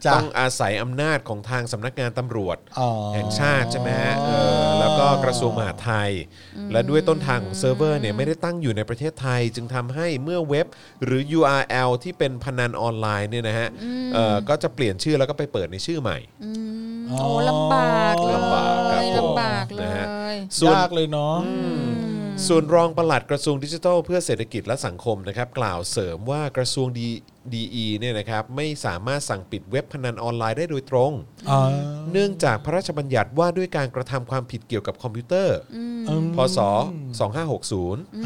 C: จ้ะ
A: ต้องอาศัยอำนาจของทางสำนักงานตำรวจ
C: อ๋อ
A: แห่งชาติใช่ไหมฮะเออแล้วก็กระทรวงมหาดไทย และด้วยต้นทางของเซิร์ฟเวอร์เนี่ยไม่ได้ตั้งอยู่ในประเทศไทย จึงทำให้เมื่อเว็บหรือ URL ที่เป็นพนันออนไลน์เนี่ยนะฮะเอ่อก็จะเปลี่ยนชื่อแล้วก็ไปเปิดในชื่อใหม่
B: อืม
C: อ๋อ
B: โอ้ลำบากเลย
A: ลำบากครับผม
B: ลำบากเล
A: นะฮะ
B: ย
A: ส่วน
C: ยากเลยเนาะ
A: ส่วนรองปลัดกระทรวงดิจิทัลเพื่อเศรษฐกิจและสังคมนะครับกล่าวเสริมว่ากระทรวงดีดีเนี่ยนะครับไม่สามารถสั่งปิดเว็บพนันออนไลน์ได้โดยตรง
C: อ๋อ
A: เนื่องจากพระราชบัญญัติว่าด้วยการกระทำความผิดเกี่ยวกับคอมพิวเตอร์
C: อืม
A: พศ 2560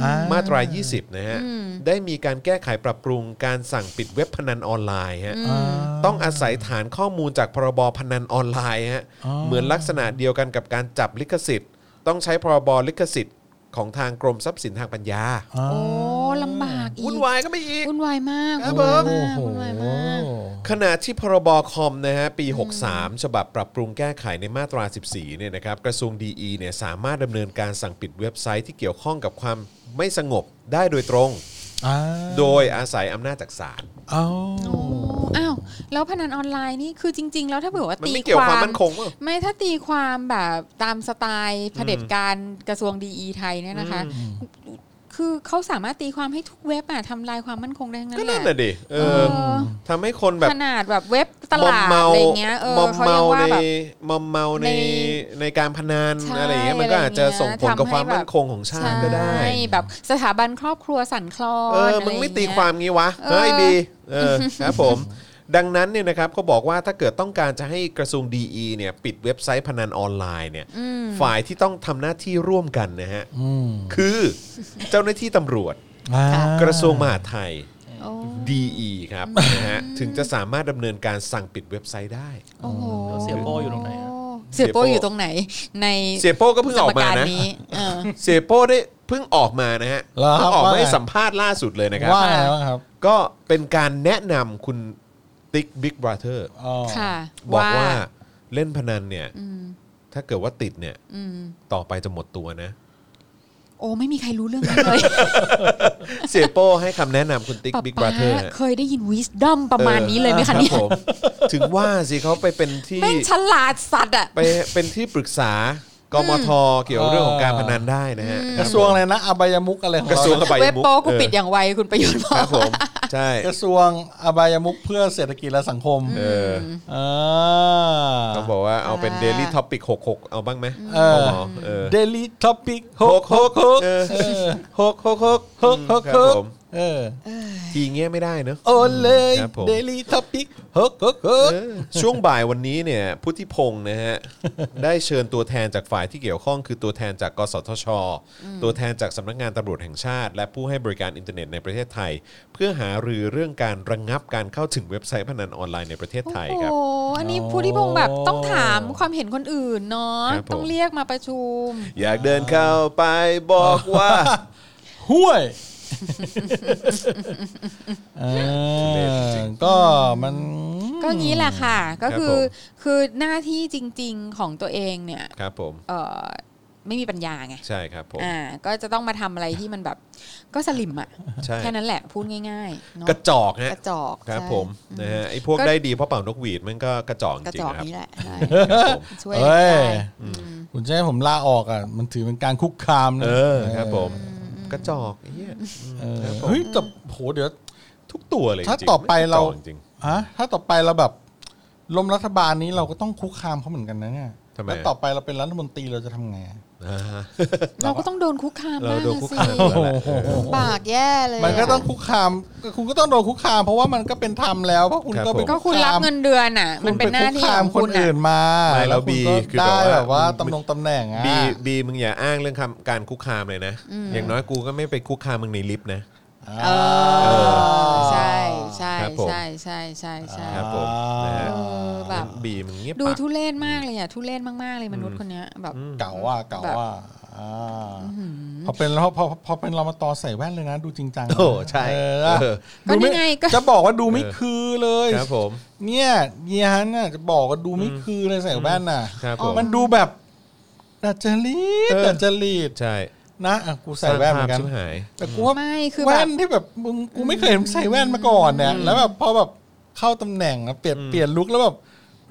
C: อ่
A: มาตรา 20 นะฮะ ได้มีการแก้ไขปรับปรุงการสั่งปิดเว็บพนันออนไลน์ฮะ
C: อ่า
A: ต้องอาศัยฐานข้อมูลจากพรบพนันออนไลน์ฮะ
C: อ๋อ
A: เหมือนลักษณะเดียวกันกับการจับลิขสิทธิ์ ต้องใช้พรบลิขสิทธิ์ของทางกรมทรัพย์สินทางปัญญา
C: อ๋อ
B: โอ้ลำบากอีก
A: วุ่นวายก็ไม่อีก
B: วุ่นวายมาก
A: ครับ
B: วุ่นวาย
C: โอ้
B: มาก
C: โห
B: วุ่นวายมาก
A: ขณะที่พรบคอมนะฮะปี 63 ฉบับปรับปรุงแก้ไขในมาตรา 14 เนี่ยนะครับกระทรวงดีเนี่ยสามารถดำเนินการสั่งปิดเว็บไซต์ที่เกี่ยวข้องกับความไม่สงบได้โดยตรง
C: อ่า
A: โดยอาศัยอำนาจจากศาล
C: อ๋อ
B: อ้าว แล้วพนันออนไลน์นี่คือจริง ๆ แล้วถ้าเผื่อว่า
A: มัน
B: ตี
A: ไม่เกี่ยว
B: ค
A: ความ
B: วาม
A: มั่นคงมั้ง
B: ไม่ถ้าตีความแบบตามสไตล์เผด็จการกระทรวงดีอีไทยเนี่ยนะคะ คือเขาสามารถตีความให้ทุกเว็บอะทำลายความมั่นคงได้ทั้งนั้
A: ก็
B: น
A: นั่น
B: แหละ
A: น่ะดิเอ
B: เอ
A: อ
B: อ
A: ทำให้คนแบบ
B: ขนาดแบบเว็บต
A: มอม
B: ลาด
A: เมา
B: อะไรเงี้ยเออ
A: มอม
B: เขา
A: เมา
B: เรียก
A: ใน
B: ว่าแบบ
A: มอมเมาใน
B: ใน
A: ในการพนัน
B: ใช่
A: อะไรอย่างเงี้ยมันก็อาจจะส่งผลกับ
B: ทำ
A: ค
B: ให้
A: วามมั่น
B: แบบ
A: คงของชาติก็ได้
B: ใช่แบบสถาบันครอบครัวสั่นคลอ
A: เออ
B: นะร
A: มึงไม่ตี
B: เย
A: ความงี้วะ
B: เออ
A: เฮ้ยดี เออ ครับผม ดังนั้นเนี่ยนะครับเขาบอกว่าถ้าเกิดต้องการจะให้กระทรวงดีเนี่ยปิดเว็บไซต์พนันออนไลน์เนี่ย
B: อืม
A: ฝ่ายที่ต้องทำหน้าที่ร่วมกันนะฮะ
C: อืม
A: คือเจ้าหน้าที่ตำรวจ
C: อ่าก
A: ระทรวงมหาดไทย
B: โอ้
A: DE ครับนะฮะถึงจะสามารถดำเนินการสั่งปิดเว็บไซต์ได้
B: โอ้โห
F: แล้วเสียโป้อยู่ตรงไหนอะ
B: เสียโป้อยู่ตรงไหน ใน
A: เสียโป้ก็เพิ่งออกมา
B: สร
A: นะ
B: เออ
A: เสียโป้ได้เพิ่งออกมานะฮะ
C: แล้วค
A: เพิ่
C: รับ
A: งออกมาให้
C: ว่าไง
A: สัมภาษณ์ล่าสุดเลยนะครับ
C: ว่าไงบ้างครับ
A: ก็เป็นการแนะนำคุณติ๊กบิ๊กบราเธอร์
C: อ๋อ
B: ค่ะ
A: บอกว่าเล่นพนันเนี่ย
B: อืม
A: ถ้าเกิดว่าติดเนี่ย
B: อืม
A: ต่อไปจะหมดตัวนะ
B: โอ้ไม่มีใครรู้เรื่องนั้นเลย
A: เสียโป้ให้คำแนะนำคุณติ๊ก
B: ป๊า
A: บิ๊กบ
B: ป๊า
A: ราเธอร์
B: เคยได้ยินวิสดอมประมาณนี้เลยไหมคะเนี่ย
A: ผม ถึงว่าสิเขาไปเป็นที่
B: แม่งฉลาดสัตว์อ่ะ
A: ไปเป็นที่ปรึกษากมทเกี่ยวเรื่องของการพนันได้นะฮะ
C: กระทรวงอะไรนะอบายมุกอะไรของ
A: กระ
C: เรา
A: ทรวง
C: น
A: อบาย
B: เว็บ
A: มุก
B: โป้กูปิดอย่างไวคุณประยุทธ์บอ
A: ครั
B: ก
A: บผมใช่
C: กระทรวงอบายมุกเพื่อเศรษฐกิจและสังคม
A: เออ
C: อ่า
A: ต้องบอกว่าเอาเป็น Daily Topic 66 เอาบ้างไหม
C: เออ
A: หมเออ
C: Daily Topic หกหกหก
A: เออ
C: เออ
A: หกหกหก
C: หกหก
A: ครับ
C: หก
A: ผม
C: เออ
A: ทีเงี้ยไม่ได้เนอะ
C: โอเลย
A: ครับผม
C: Daily Topic หกหกหก
A: เออช่วงบ่ายวันนี้เนี่ยพุทธิพงศ์นะฮ ะ ได้เชิญตัวแทนจากฝ่ายที่เกี่ยวข้องคือตัวแทนจากกสทช ตัวแทนจากสำนักงานตำรวจแห่งชาติ และผู้ให้บริการอินเทอร์เน็ตในประเทศไทย เพื่อหารือเรื่องการระงงับการเข้าถึงเว็บไซต์พนันออนไลน์ในประเทศ
B: โอ้
A: ไทย
B: โห
A: ครับ
B: อันนี้ผู้ที่พงแบบต้องถามความเห็นคนอื่นเนาะ
A: ครับผม
B: ต้องเรียกมาประชุม
A: อยากเดินเข้าไปบอกว่า
C: ห้ วย
A: ทุเรศจริง
C: ก็มัน
B: ก็งี้แหละค่ะ ก็
A: ครับ
B: คือ
A: ผม
B: คือหน้าที่จริง ๆของตัวเองเนี่ย
A: ครับผม
B: เออไม่มีปัญญาไง
A: ใช่ครับผม
B: อ่าก็จะต้องมาทำอะไรที่มันแบบก็สลิมอ่ะ
A: ใช่
B: แค่นั้นแหละพูดง่ายๆเนอะ
A: กระจอกฮะ
B: กระจอก
A: ครับ
B: ใช่
A: ผมนะฮะไอ้พวก
B: ก็
A: ได้ดีเพราะเป่านกหวีดมันก็กระจอกจ
B: กระ
A: ริ
B: จ
A: ง
B: อก
A: ๆครับ
B: นี้แหละใช่
A: ครับผม
B: ช่วยอะไรไม่
C: เอ้
B: ได้
C: ย
B: อืม
C: คุณจะให้ผมลาออกอ่ะ มันถือเป็นการคุกคามนะ
A: เออครับผม กระจอกไอ้เหี้ย
C: เออ
A: ครับผม
C: เฮ้ยแต่โหเดี๋ยว
A: ทุกตัวเลย
C: ถ้า
A: จงๆ
C: ต่อไปเรา
A: ม่กะจอกจริง
C: ฮะถ้าต่อไปเราแบบล้มรัฐบาลนี้เราก็ต้องคุกคามเขาเหมือนกันนะเนี่ย
A: ทำไม
C: แล้วต่อไปเราเป็นรัฐมนตรีเราจะทำไงอะ
A: อ่าฮะ
B: เราก็ต้องโดนคุกคาม
A: เรา
B: บ้าง
A: โดน
B: อะ
A: คุก
B: สิ
A: คามอยู่แล้วแหละ
C: โอ้โห
A: เออ
B: ปากแย่เลย
C: มันก็ต้องคุกคามคุณก็ต้องโดนคุกคาม เพราะว่ามันก็เป็นธรรมแล้วเพราะคุณ
A: ครับ
C: ก็
A: ผม
C: ไป
B: ก็คุณรับเงินเดือนอ่ะ มันเป็นหน้าที่
C: คุกคา
B: ข
C: ม
B: อง
C: ค
B: คุณ
C: นอื่นมา
A: ไม่แล้ว
C: คุณก็
A: บีคือ
C: ได้
A: แบบว่า
C: แบบว่าตำแหน่งตำแหน่งอ่ะ
A: บีบีมึงอย่าอ้างเรื่องคำการคุกคามเลยนะ อย่างน้อยกูก็ไม่ไปคุกคามมึงในลิฟต์นะ
B: เออใช่ใช่
A: ครับผม
B: ใช่ใช่ใช่ใช่
A: ครับผมนะฮะ
B: เออแบบ
A: บีมึงเงียบ
B: ดู
A: ปาก
B: ทุเรศมากเลยอ่ะทุเรศมากๆเลยมนุษย์คนเนี้ยแบบ
C: เก่าอ่ะเก่าอ่ะอ่าพอเป็นแล้วพอพอพอเป็นเรามาตอใส่แว่นเลยนะ ดูจริงจัง
A: โอ้ใช่
C: เออ
A: เออ
B: ก็นี่ไงก็
C: จะบอกว่าดูไม่
A: เออ
C: คือเลย
A: ครับผม
C: เนี่ยเยียนน่ะจะบอกว่าดูไม่คือเลยใส่แว่นน่ะ
A: ครับผม
C: มันดูแบบดัดจริตดัดจริต
A: ใช่
C: นะอ่ะกูใส่แว่นเหมือนกัน
A: สร้างภาพชิบหาย
C: แต่กูว่า
B: ไม่คือแบบ
C: แว่นที่แบบมึงกูไม่เคยเห็นใส่แว่นมาก่อนเนี่ยแล้วแบบพอแบบเข้าตำแหน่งอะเปลี่ยนเปลี่ยนลุคแล้วแบบ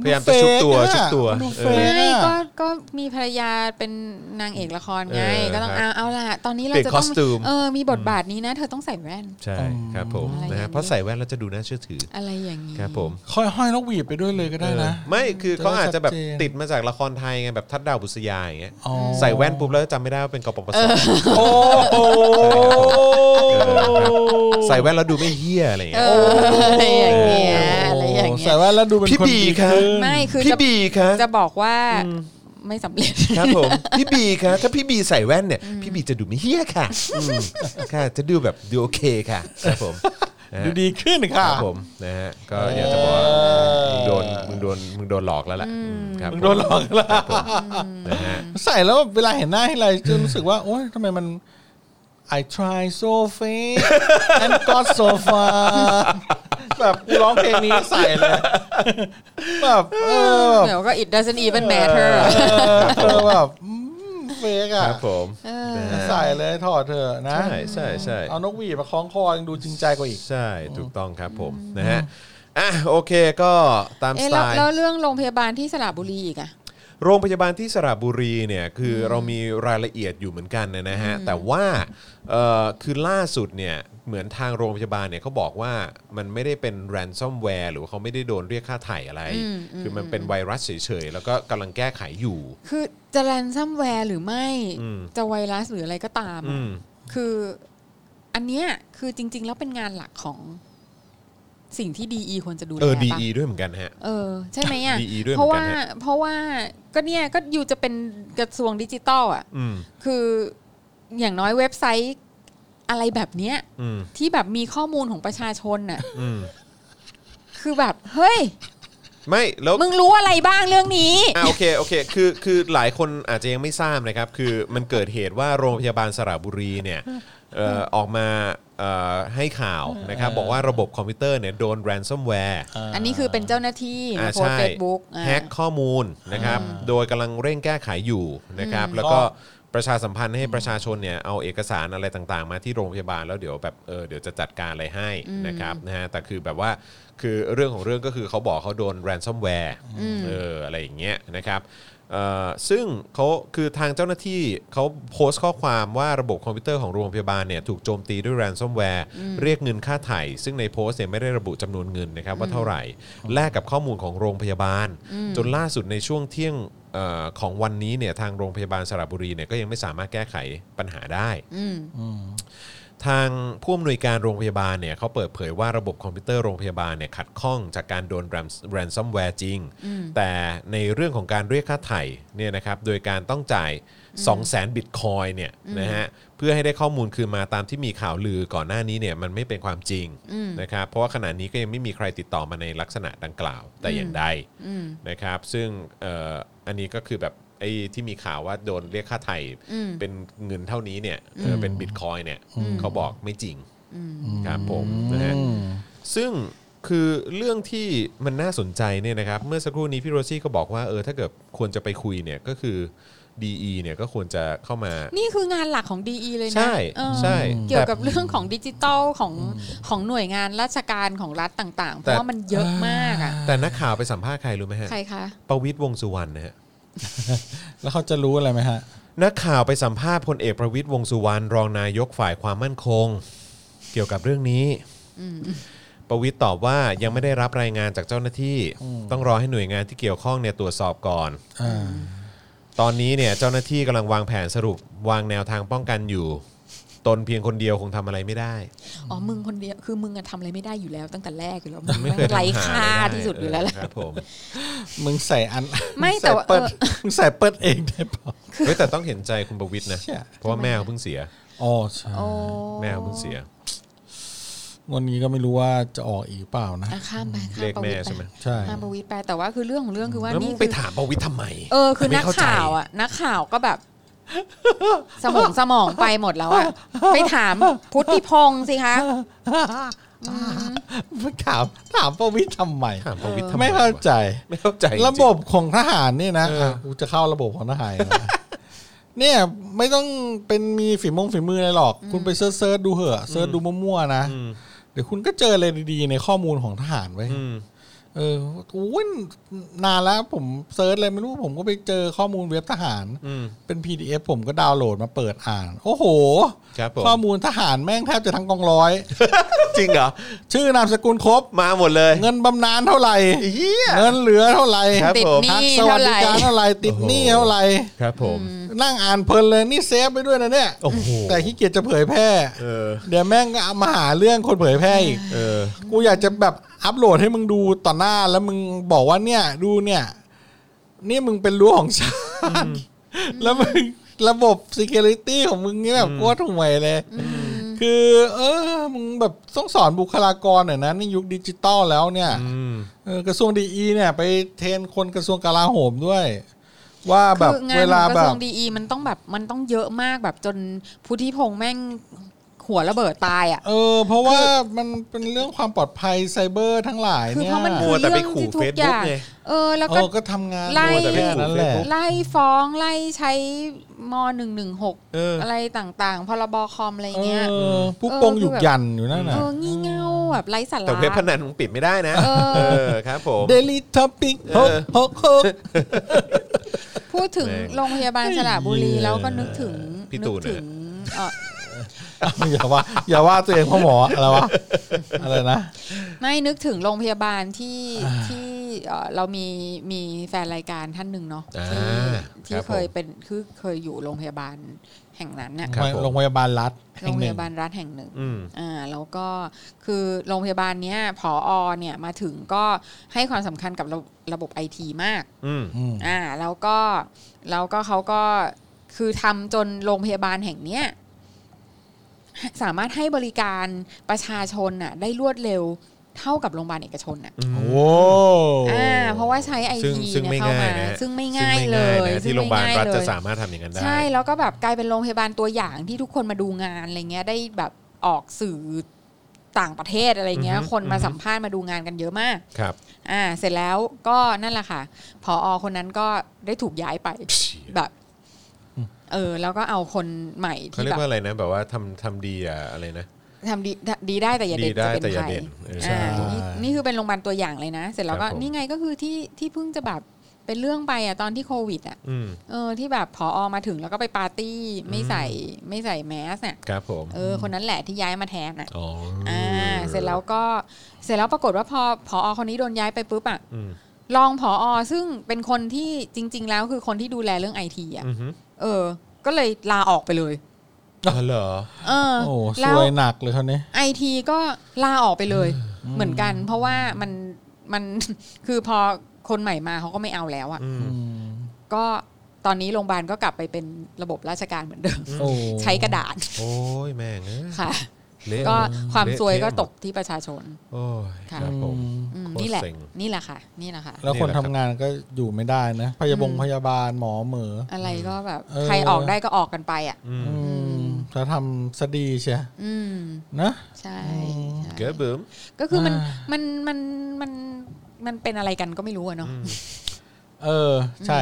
A: พยายามจะชุบตัวชุบตัว
C: ดูเฟ
A: ออ
C: ก
B: ไม่
C: อะ
B: ก็ก็มีภรรยาเป็นนางเอกละครไง
A: เออ
B: ก็ต้อง
A: ครั
B: เอา
A: บ
B: เอาล่ะ ตอนนี้เรา
A: เปลี่ยน
B: จะต้อง
A: costume
B: เออมีบทบาทนี้นะ เธอต้องใส่แว่น
A: ใช่ครับผม
B: อะไร
A: นะ
B: อย่า
A: ฮะ
B: งนี้
A: เพราะใส่แว่นแล้วจะดูน่าเชื่อถือ
B: อะไรอย่างนี้
A: ครับผม
C: ค่อยห้อยนกหวีดไปด้วยเลยก็ได้นะ
A: เออไม่คือเขาอาจจะแบบ
C: จะได้ชัดเจน
A: ติดมาจากละครไทยไงแบบทัดดาวบุษยาอย่างเงี้ย
C: อ๋อ
A: ใส่แว่นปุ๊บแล้วจำไม่ได้ว่าเป็นกปปส
C: โอ้โห
A: ใส่แว่นแล้วดูไม่เฮี้ยอะไรอย่าง
B: เอ
A: เงี้ย
B: ออะไรอย่างเงี้ยอะไรอย่าง
C: ใส่
B: เงี้ย
C: แว่นแล้วดูเป็น
A: พี่
C: คน
A: บี
C: ดี
A: ค่ะ
C: ขึ้น
B: ไม่คือ
A: พี่
B: จะ
A: บีคะ
B: จะบอกว่าไม่สำเร็จ
A: ครับผมพี่บี คะถ้าพี่บีใส่แว่นเนี่ย พี่บีจะดูไม่เฮี้ยค่ะอืมค่ะ จะดูแบบดูโอเคค่ะครับผมนะฮะ
C: ดูดีขึ้นค่ะ
A: ครับผมนะฮะก็อยากจะบอกว่ามึงโดนมึงโดนมึงโดนหลอกแล้วล่ะครับ
C: มึงโดนหลอกแล้ว
A: นะฮะ
C: ใส่แล้วเวลาเห็นหน้าให้ไรจะรู้สึกว่า โอ๊ยทำไมมัน I try so fake and got so far แบบกูร้องเพลงนี้ใส่เลย แบบเออ
B: เดี๋ยวก็ it doesn't even matter
C: เออแบบเฟก
A: ค
C: อ่ะ
A: รับผมนะฮะ
C: ใส่เลยถอดเถอะนะ
A: ใช่ใช่ใช่
C: เอานกหวีดมาคล้องคอยังดูจริงใจกว่าอีก
A: ใช่ถูกต้องครับผมนะฮะอ่ะโอเคก็ตามส
B: เอ๊ะ
A: ไตล์
B: แล้วแล้วเรื่องโรงพยาบาลที่สระบุรีอีกอะ
A: โรงพยาบาลที่สระบุรีเนี่ยคือเรามีรายละเอียดอยู่เหมือนกันนะฮะแต่ว่าเอ่อคือล่าสุดเนี่ยเหมือนทางโรงพยาบาลเนี่ยเขาบอกว่ามันไม่ได้เป็นแรนซอมแวร์หรือว่าเขาไม่ได้โดนเรียกค่าไถ่อะไร
B: อืมอืม
A: คือมันเป็นไวรัสเฉยๆ แล้วก็กำลังแก้ไขอยู่
B: คือจะแรนซัมแวร์หรือไม่
A: อืม
B: จะไวรัสหรืออะไรก็ตามอะ
A: อืม
B: คืออันเนี้ยคือจริง ๆ แล้วเป็นงานหลักของสิ่งที่ดีควรจะดูแล
A: เออ
B: ปะ
A: ดีด้วยเหมือนกันฮะ
B: เออ ใช่ไหมอ่ะ
A: DE ด้วยเหมื
B: เพ
A: อนกัน
B: ราะว่า
A: ฮะ
B: เพราะว่าก็เนี่ยก็อยู่จะเป็นกระทรวงดิจิตอลอ่ะ
A: อืม
B: คืออย่างน้อยเว็บไซต์อะไรแบบเนี้ย
A: อืม
B: ที่แบบมีข้อมูลของประชาชนน่ะ
A: อืม
B: คือแบบ เฮ้ย
A: ไม่แล้ว
B: มึงรู้อะไรบ้างเรื่องนี้
A: อ่ะโอเคโอเคคือคือหลายคนอาจจะยังไม่ทราบนะครับ คือมันเกิดเหตุว่าโรงพยาบาลสระบุรีเนี่ยเอ่อออกมาเอ่อให้ข่าวนะครับ บอกว่าระบบคอมพิวเตอร์เนี่ยโดนแรนซ o มแวร์
B: อันนี้คือเป็นเจ้าหน้าที่มาโพสเฟซบุ๊ก
A: แฮกข้อมูลนะครับ โดยกำลังเร่งแก้ไขอยู่นะครับ แล้วก็ประชาสัมพันธ์ให้ประชาชนเนี่ยเอาเอกสารอะไรต่างๆ มาที่โรงพยาบาลแล้วเดี๋ยวแบบเออเดี๋ยวจะจัดการอะไรให้นะครับนะฮะแต่คือแบบว่าคือเรื่องของเรื่องก็คือเขาบอกเขาโดนแรนซ o มแวร์ เอออะไรอย่างเงี้ยนะครับเอ่อซึ่งเขาคือทางเจ้าหน้าที่เขาโพสต์ข้อความว่าระบบคอมพิวเตอร์ของโรงพยาบาลเนี่ยถูกโจมตีด้วยแรนซ o มแวร์เรียกเงินค่าไถ่ซึ่งในโพสต์เนี่ยไม่ได้ระบุจำนวนเงินนะครับว่าเท่าไหร่ แลกกับข้อมูลของโรงพยาบาล จนล่าสุดในช่วงเที่ยงเอ่อของวันนี้เนี่ยทางโรงพยาบาลสระบุรีเนี่ยก็ยังไม่สามารถแก้ไขปัญหาได้ ทางผู้อำนวยการโรงพยาบาลเนี่ยเขาเปิดเผยว่าระบบคอมพิวเตอร์โรงพยาบาลเนี่ยขัดข้องจากการโดนแรนซัมแวร์จริง แต่ในเรื่องของการเรียกค่าไถ่เนี่ยนะครับโดยการต้องจ่าย 2 0 0 0 0 0บิตคอยเนี่ยนะฮะเพื่อให้ได้ข้อมูลคืนมาตามที่มีข่าวลือก่อนหน้านี้เนี่ยมันไม่เป็นความจริงนะครับเพราะว่าขณะนี้ก็ยังไม่มีใครติดต่อมาในลักษณะดังกล่าวแต่อย่างใดนะครับซึ่งเอ่ออันนี้ก็คือแบบไอ้ที่มีข่าวว่าโดนเรียกค่าไถ่
B: อืม
A: เป็นเงินเท่านี้เนี่ยเอออเป็นบิตคอยน์เนี่ยเขาบอกไม่จริงครับผมนะฮะซึ่งคือเรื่องที่มันน่าสนใจเนี่ยนะครับ เมื่อสักครู่นี้พี่โรซี่ก็บอกว่าเออถ้าเกิดควรจะไปคุยเนี่ยก็คือ DE เนี่ยก็ควรจะเข้ามา
B: นี่คืองานหลักของ DE เลยนะ
A: ใช่
B: เออ
A: ใช่
B: เกี่ยวกับเรื่องของดิจิตอลของของหน่วยงานราชการของรัฐต่างๆ เพ
A: แต่
B: ราะว่ามันเยอะมากอ่ะ
A: แต่นักข่าวไปสัมภาษณ์ใครรู้ไหมฮะ
B: ใครคะ
A: ประวิตยวงษ์สุวรรณนะฮะ
C: แล้วเขาจะรู้อะไรไหมฮะ
A: นักข่าวไปสัมภาษณ์พลเอกประวิตยวงษ์สุวรรณรองนายกฝ่ายความมั่นคง เกี่ยวกับเรื่องนี้ ประวิตรตอบว่ายังไม่ได้รับรายงานจากเจ้าหน้าที่ ต้องรอให้หน่วยงานที่เกี่ยวข้องเนี่ยตรวจสอบก่อน
C: อ่า
A: ตอนนี้เนี่ยเจ้าหน้าที่กำลังวางแผนสรุปวางแนวทางป้องกันอยู่ ตนเพียงคนเดียวคงทำอะไรไม่ได้
B: อ๋อ มึงคนเดียว คือมึงอะทำอะไรไม่ได้อยู่แล้วตั้งแต่แรกอยู่แล้วมึง
A: ไม่เคย
B: ไร้
A: ทำห
B: ค่า
A: อะไรได้
B: ที่สุดอยู่แล้วแหละ
A: ครับ ผม
C: มึงใส่อัน
B: ไม่
C: ง
B: แต่
C: ใส่
B: ว่า
C: เปิด
B: เออ
C: มึงใส่เปิดเองได้ปะ
A: เฮ้ยแต่ต้องเห็นใจคุณประวิตรนะ
C: เชี่ย
A: เพราะว่าแม่เขาเพิ่งเสีย
C: อ๋อใช่
B: โอ้
A: แม่เขาเพิ่งเสีย
C: วันนี้ก็ไม่รู้ว่าจะออกอีกเปล่านะ
B: อ่ะข้ามไปข้าม
A: เลขแม่
B: ประวิตร
A: ใช่ไหม
B: ป
C: ใช่
B: ข้ามประวิตรไปแต่ว่าคือเรื่องของเรื่องคือว่า
A: แล้วมึ
B: นี่
A: ง
B: คือ
A: ไปถามประวิตรทำไม
B: เออคือ
A: ไม่
B: นัก
A: เข้ใจ
B: ข่าวอ่ะ นักข่าวก็แบบ สมองสมองไปหมดแล้วอ่ะ ไปถามพุทธิพงศ์สิคะ
C: ถามถามประวิทย์ทำไม
A: ถามประวิตรทำไม
C: ไม่เข้าว
A: ะ
C: ใจ
A: ไม่เข้าใจจงๆ
C: ระบบของทหารนี่นะ
A: เอออ่
C: ะกูจะเข้าระบบของทหารนะ เนี่ยไม่ต้องเป็นมีฝีมงฝีมืออะไรหรอก คุณไปเซิร์ชๆดูเหอะเซิร์ชดูมั่วๆนะ
A: อืม
C: เดี๋ยวคุณก็เจออะไรดีๆในข้อมูลของทหารไว้ย
A: อืม
C: เอออุ้ยนานแล้วผมเซิร์ชอะไรไม่รู้ผมก็ไปเจอข้อมูลเว็บทหาร
A: อืม
C: เป็น PDF ผมก็ดาวน์โหลดมาเปิดอ่าน โอ้โห
A: ครับผม
C: ข้อมูลทหารแม่งแทบจะทั้งกอง ร้อย
A: จริงเหรอ
C: ชื่อนามสกุลครบ
A: มาหมดเลย
C: เงินบำนาญเท่าไหร่
A: เฮีย
C: เงินเหลือเท่าไหร่
A: ครับ
B: ติด
A: ผม
B: ห
C: ทัก
B: นี้
C: สวั
B: เท่าไหร่
C: สดิการเท่าไหร่ติดหนี้เท่าไหร่
A: ครับผม
C: นั่งอ่านเพลินเลยนี่เซฟไปด้วยนะเนี่ย
A: โอ้โห
C: แต่ขี้เกียจจะเผยแพร่
A: เออ
C: เดี๋ยวแม่งก็เอามาหาเรื่องคนเผยแพร่อีก
A: เออ
C: กูอยากจะแบบอัปโหลดให้มึงดูต่อหน้าแล้วมึงบอกว่าเนี่ยดูเนี่ย นี่มึงเป็นรั้วของชาติแล้วมึงระบบ security ของมึงนี่แบบ
A: อืม
C: โคตรห่วยเลย คือ เออ มึงแบบต้องสอนบุคลากรหน่อยนะในยุคดิจิตอลแล้วเนี่ย
A: อืม
C: เออกระทรวงดีอีเนี่ย ไปเทรนคนกระทรวงกลาโหมด้วย ว่าแบบ
B: คืองาน
C: เวลา
B: ของก
C: แบ
B: ระทร
C: บ
B: วงดีอีมันต้องแบบมันต้องเยอะมากแบบจนผู้ที่พงษ์แม่งหัวระเบิดตายอ่ะ
C: เออ เพราะว่ามันเป็นเรื่องความปลอดภัยไซเบอร์ทั้งหลาย
B: คือ
C: เนี่ย
B: เพราะมัน
A: มั
B: คือ
A: วแต่ไป
B: เรื่อง
A: ขู่
B: ที่ทุ
A: เฟ
B: ก
A: ซ
B: อ
A: บุ๊ก
B: ย่าง
A: ไง
B: เออแล้ว
C: เอ
B: ก็
C: อก็ทำงาน
B: ไล่
C: โดยแค่นั้นแหละ
B: ไล่ฟ้องไล่ใช้ม116
C: เอออ
B: อะไรต่างๆ พรบคอมอะไร
C: เอ
B: เงี้ย
C: อผู้
B: เออ
C: ปงอยู่ยันอยู่นั่น
B: เอ
C: น่ะ
B: องี่เง่าแบบไร้สาระ
A: แต่เว็บพนันมึงปิดไม่ได้นะ
B: เออ
A: เออครับผม
C: เดลิทอปิก
A: เอ
C: ฮก
A: อ
C: ฮกฮก
B: พูดถึง
A: แม่ง
B: โรงพยาบาลสระบุรี
C: เออ
B: แล้วก็นึกถึง
A: พี่ตูน
B: กถึงเอ่อ
C: อย่าว่า อย่าว่าตัวเองพ่อหมออะไรวะอะไรนะ
B: ไม่นึกถึงโรงพยาบาลที่
C: อ่า
B: ที่เอ่อเรามีมีแฟนรายการท่านหนึ่งเนาะ
A: อ่า
B: ที่ที่
A: ครับผม
B: เคยเป็นคือเคยอยู่โรงพยาบาลแห่งนั้นน่ะ
A: ครับ ผม
C: โรงพยาบาลรัฐ
B: โรงพ
C: แห่หนึ่
B: ยาบาลรัฐแห่งหนึ่ง
A: อืม
B: อ่าแล้วก็คือโรงพยาบาลเนี้ยผออเนี่ยมาถึงก็ให้ความสำคัญกับระระบบไอทีมาก
A: อืม
C: อืม
B: อ่าแล้วก็แล้วก็เขาก็คือทำจนโรงพยาบาลแห่งเนี้ยสามารถให้บริการประชาชนน่ะได้รวดเร็วเท่ากับโรงพยาบาลเอกชนน่ะ
C: โอ้
B: อ่าเพราะว่าใช้ไอ
A: ซึ่ง
B: ที
A: ซึ่ง
B: เนี่
A: ไม่
B: ยเข้า
A: ง่าย
B: มา
A: นะ
B: ซึ่งไม่ง่ายเล
A: ซึ่
B: ย
A: ไม่ง่นะที่
B: ซึ่
A: โรงพยาบาล
B: ไม่
A: รัฐ
B: เล
A: จะ
B: ย
A: สามารถทำอย่างนั้นได้
B: ใช่ แล้วก็แบบกลายเป็นโรงพยาบาลตัวอย่างที่ทุกคนมาดูงานอะไรเงี้ยได้แบบออกสื่อต่างประเทศอะไรเงี้ย
A: อือฮึ
B: คนมา
A: อือฮึ
B: สัมภาษณ์มาดูงานกันเยอะมาก
A: ครับ
B: อ่า เสร็จแล้วก็นั่นแหละค่ะพออคนนั้นก็ได้ถูกย้ายไปแบบเออ แล้วก็เอาคนใหม่
A: เขา
B: ที่
A: เรีย
B: แบ
A: ก
B: บ
A: ว่าอะไรนะ แบบว่าทำทำดีอะอะไรนะ
B: ทำดีดีได้แต่อย่า
A: ดี
B: เด่น
A: ได้
B: จะเป็น
A: แต่อย่า
B: ใคร
A: เด่นเออใช่
B: อ่านี่นี่คือเป็นโรงพยาบาลตัวอย่างเลยนะ เสร็จแล้ว
A: ครั
B: ก็
A: บผม
B: นี่ไงก็คือที่ที่เพิ่งจะแบบเป็นเรื่องไปอ่ะตอนที่โควิดอ่ะ
A: อืม
B: เออที่แบบพออมาถึงแล้วก็ไปปาร์ตี้ไม่ใส่ไม่ใส่แมสน่ะ
A: ครับผม
B: เออคนนั้นแหละที่ย้ายมาแทนน่ะ
A: อ๋ออ่
B: อ่าเสร็จแล้วก็เสร็จแล้วปรากฏว่าพอพออคนนี้โดนย้ายไปปุ๊บอ่ะ
A: อืม
B: รองพออซึ่งเป็นคนที่จริง ๆ แล้วคือคนที่ดูแลเรื่องไอทีอ่ะ
A: อือฮึ
B: เออ ก็เลยลาออกไปเลย
A: อ๋อเหรอ
B: เออ
C: โอ้ส
B: แล้ว
C: วยหนักเลยเขาวนี้
B: ไอทีก็ลาออกไปเลย เหมือนกัน เพราะว่ามันมัน คือพอคนใหม่มาเขาก็ไม่เอาแล้วอ่ะ
A: อืม
B: ก็ตอนนี้โรงพยาบาลก็กลับไปเป็นระบบราชการเหมือนเดิม
C: โอ้
B: ใช้กระดาษ
A: โอ้ยแม่งเอ้ย
B: ค่ะ
A: เละ
B: ก็ความ
A: เละ
B: ซวย
A: เทะ
B: ก็
A: หมด
B: ตกที่ประชาชน
A: โอ้ย
B: ค่ะ
A: ครับผม
B: อืม
A: โคตร
B: นี่แหละ
A: เซ็ง
B: นี่แหละค่ะ นี่แหละค่ะ
C: แล้วคนทำงานก็อยู่ไม่ได้นะ พยาบงพยาบาลหมอเหมอ
B: อะไรก็แบบ
C: เออ
B: ใครออกได้ก็ออกกันไปอ่ะ
A: อืม
C: อืมถ้าทำซะดีเชีย
B: อืม
C: นะ
B: ใช่
C: อืม
B: ใช่
A: เกิดบึ้ม
B: ก็คือมัน
C: อ่า
B: มันมันมันมันเป็นอะไรกันก็ไม่รู้อะเนาะ
C: เออ ใช่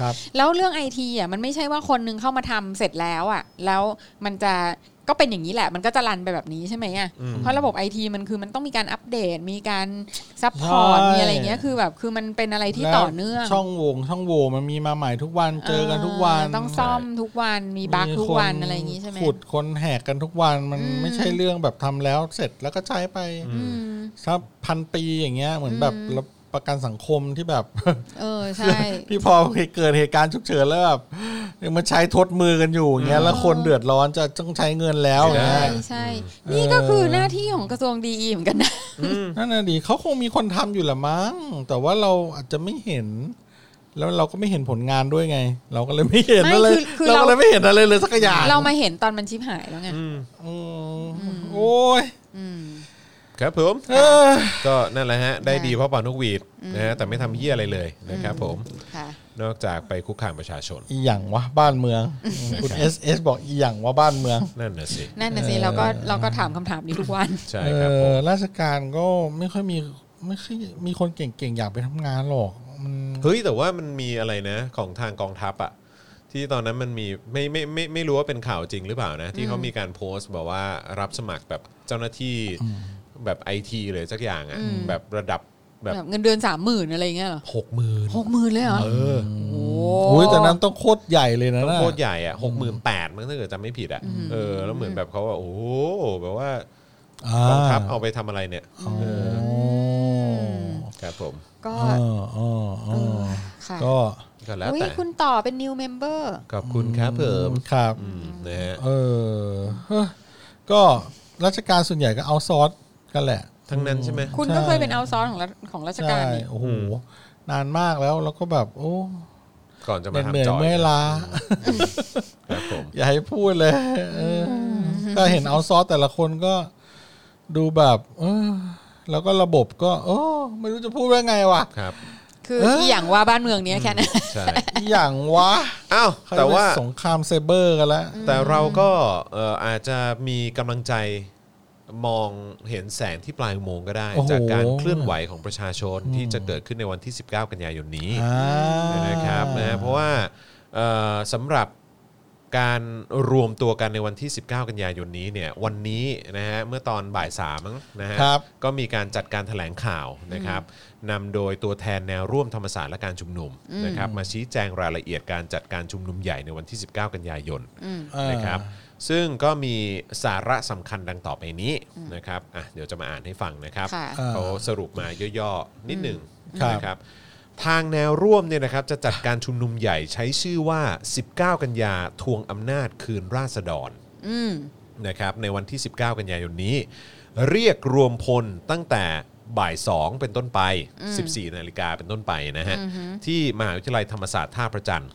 C: ครับ
B: แล้วเรื่องไอทีอ่ะมันไม่ใช่ว่าคนนึงเข้ามาทำเสร็จแล้วอ่ะ แล้วมันจะก็เป็นอย่างนี้แหละ มันก็จะรันไปแบบนี้ใช่ไหมอ่ะ
A: อืม
B: เพราะระบบไอทีมันคือมันต้องมีการอัปเดต มีการซัพพอร์ต
C: ใช่
B: มีอะไรเงี้ย คือแบบคือมันเป็นอะไรที่ต่อเนื่อง
C: แล้วช่องโหว่งช่องโหว่มันมีมาใหม่ทุกวันเจอกันทุกวัน
B: ต้องซ่อมทุกวันมีบั๊ก
C: มี
B: ทุก
C: ค
B: วันอะไรอย่างงี้ใช่ไหม
C: ขุดคนแหกกันทุกวันมัน
B: อืม
C: ไม่ใช่เรื่องแบบทำแล้วเสร็จแล้วก็ใช้ไป
B: อืม
C: สักพันปีอย่างเงี้ยเหมือนแบบ
B: อืม
C: รับประกันสังคมที่ แบบ
B: เออ ใช่
C: ที่พอเกิดเหตุการณ์ฉุกเฉินแล้วแบบยังมาใช้ทดมือกันอยู่อย่างเงี้ยแล้วคนเดือดร้อนจะ ต้องใช้เงินแล้วอย่าง
B: ใช่
C: เงี้ย
B: ใช่
C: เออ
B: นี่ก็คือหน้าที่ของกระทรวงดีเหมือนกันนะ
C: นั่นน่ะดิเขาคงมีคนทำอยู่แหละมั้ง แต่ว่าเราอาจจะไม่เห็น แล้วเราก็ไม่เห็นผลงานด้วยไง เราก็เลยไม่เห็น
B: ไม่
C: อะไร
B: คือคือ
C: เรา
B: เรา
C: ก็เลยไม่เห็นอะไรเลยสักอย่าง
B: เรามาเห็นตอนมันชิบหายแล้วไง
A: อืม
C: อืมโอ้ย
B: อืม
A: ครับผม
C: เอ้ย
A: ก็นั่นแหละฮะ ได้
B: ค่ะ
A: ดีเพราะเป่านกหวีด
B: อืม
A: นะฮะแต่ไม่ทำเหี้ยอะไรเลยนะครับผม
B: ค่ะ
A: นอกจากไปคุกคามประชาชน
C: อีหยังวะบ้านเมืองคุณเอสเอสบอกอีหยังวะบ้านเมือง
A: นั่นน่ะสิ
B: นั่นน่ะสิเราก็เราก็ถามคำถามนี้ทุกวัน
A: ใช่
C: เอ
A: ครับผ
C: อ
A: ม
C: ราชการก็ไม่ค่อยมีไม่ค่อยมีคนเก่งๆอยากไปทำงานหรอกมัน
A: เฮ้ยแต่ว่ามันมีอะไรนะ ของทางกองทัพอะ ที่ตอนนั้นมันมีไม่ไม่ไม่ไม่รู้ว่าเป็นข่าวจริงหรือเปล่านะ ที่เขามีการโพสต์บอกว่ารับสมัครแบบเจ้าหน้าที่แบบไอทีเลยสักอย่างอ่ะ
B: อืม
A: แบบระดับแบบ
B: แบบเงินเดือนสามหมื่นอะไรอย่างเงี้ยเหรอ
A: หกหมื่น
B: หกหมื่นเลยเหรอ
A: เออ
B: โอ้
C: โอ้ยแต่นั้นต้องโคตรใหญ่เลยนะ
A: ต้อง
C: น่ะ
A: โคตรใหญ่อ่ะหกหมื่นแปดมั้งถ้าเกิดจำไม่ผิดอ่ะเออแล้วเหมือนแบบเขาว่าโอ้โหแบบว่า
C: อ่าก
A: องทัพเอาไปทำอะไรเนี่ยเออ
C: โอ้
A: ครับผม
B: ก็
C: อ่าอ่าอ่า
B: ค่ะ
C: ก็
A: ก็แล้ว
B: อุ้ย
A: แต่
B: คุณต่อเป็น new member
A: ขอบคุณครับเพิ่ม
C: ครับ
A: อืมนะฮะ
C: เออเฮ้อก็ราชการส่วนใหญ่ก็เอาซอร์สกันแหละ
A: ทั้งนั้นใช่ไหม
B: คุณก็เคยเป็น outsource ของรัฐของราช
C: ใช่
B: การนี่
C: โอ้โห
A: อืม
C: นานมากแล้วแล้วก็แบบโอ้
A: ก่อนจะ
C: เห
A: มา
C: นื่อย
A: ทำ
C: เหนื่อย
A: จอย
C: เมื่อยล้า
A: ครับผม
C: อย่าให้พูดเลยเออก็เห็นเอาซอสแต่ละคนก็ดูแบบเออแล้วก็ระบบก็โอ้ไม่รู้จะพูดว่าไงวะ
A: ครับ
B: คือ
C: เอ้ย
B: ที่อย่างว่าบ้านเมืองเนี้ยแค่นั้น
A: ใช่
C: อหย่างวะ
A: อ้าว
C: เขเรียก
A: แต่ว่า
C: สงครามไซเบอร์กันแล้ว
A: แต่เราก็เอ่ออาจจะมีกำลังใจมองเห็นแสงที่ปลายอุโมงค์ก็ได้
C: โอ้โห
A: จากการเคลื่อนไหวของประชาชนที่จะเกิดขึ้นในวันที่ 19 กันยายนนี้
C: อ่า
A: นะครับนะเพราะว่าเอ่อสำหรับการรวมตัวกันในวันที่ 19 กันยายนนี้เนี่ยวันนี้นะฮะเมื่อตอนบ่ายสามมั้งนะฮะ
C: ครับ
A: ก็มีการจัดการถแถลงข่าวนะครับนำโดยตัวแทนแนวร่วมธรรมศาสตร์และการชุมนุมนะครับมาชี้แจงรายละเอียดการจัดการชุมนุมใหญ่ในวันที่ 19 กันยายน
C: อ่าน
A: นะครับซึ่งก็มีสาระสำคัญดังต่อไปนี้นะครับอ่ะเดี๋ยวจะมาอ่านให้ฟังนะครับ
B: ค่ะ
A: เขาสรุปมาย่อๆ นิดหนึ่ง
C: ครับ
A: นะครับทางแนวร่วมเนี่ยนะครับจะจัดการชุมนุมใหญ่ใช้ชื่อว่า 19 กันยาทวงอำนาจคืนราษฎร
B: อืม
A: นะครับในวันที่ 19 กันยายนนี้ เรียกรวมพลตั้งแต่บ่าย 2 เป็นต้นไป 14 นาฬิกาเป็นต้นไปนะฮะ ที่มหาวิทยาลัยธรรมศาสตร์ท่าพระจันทร์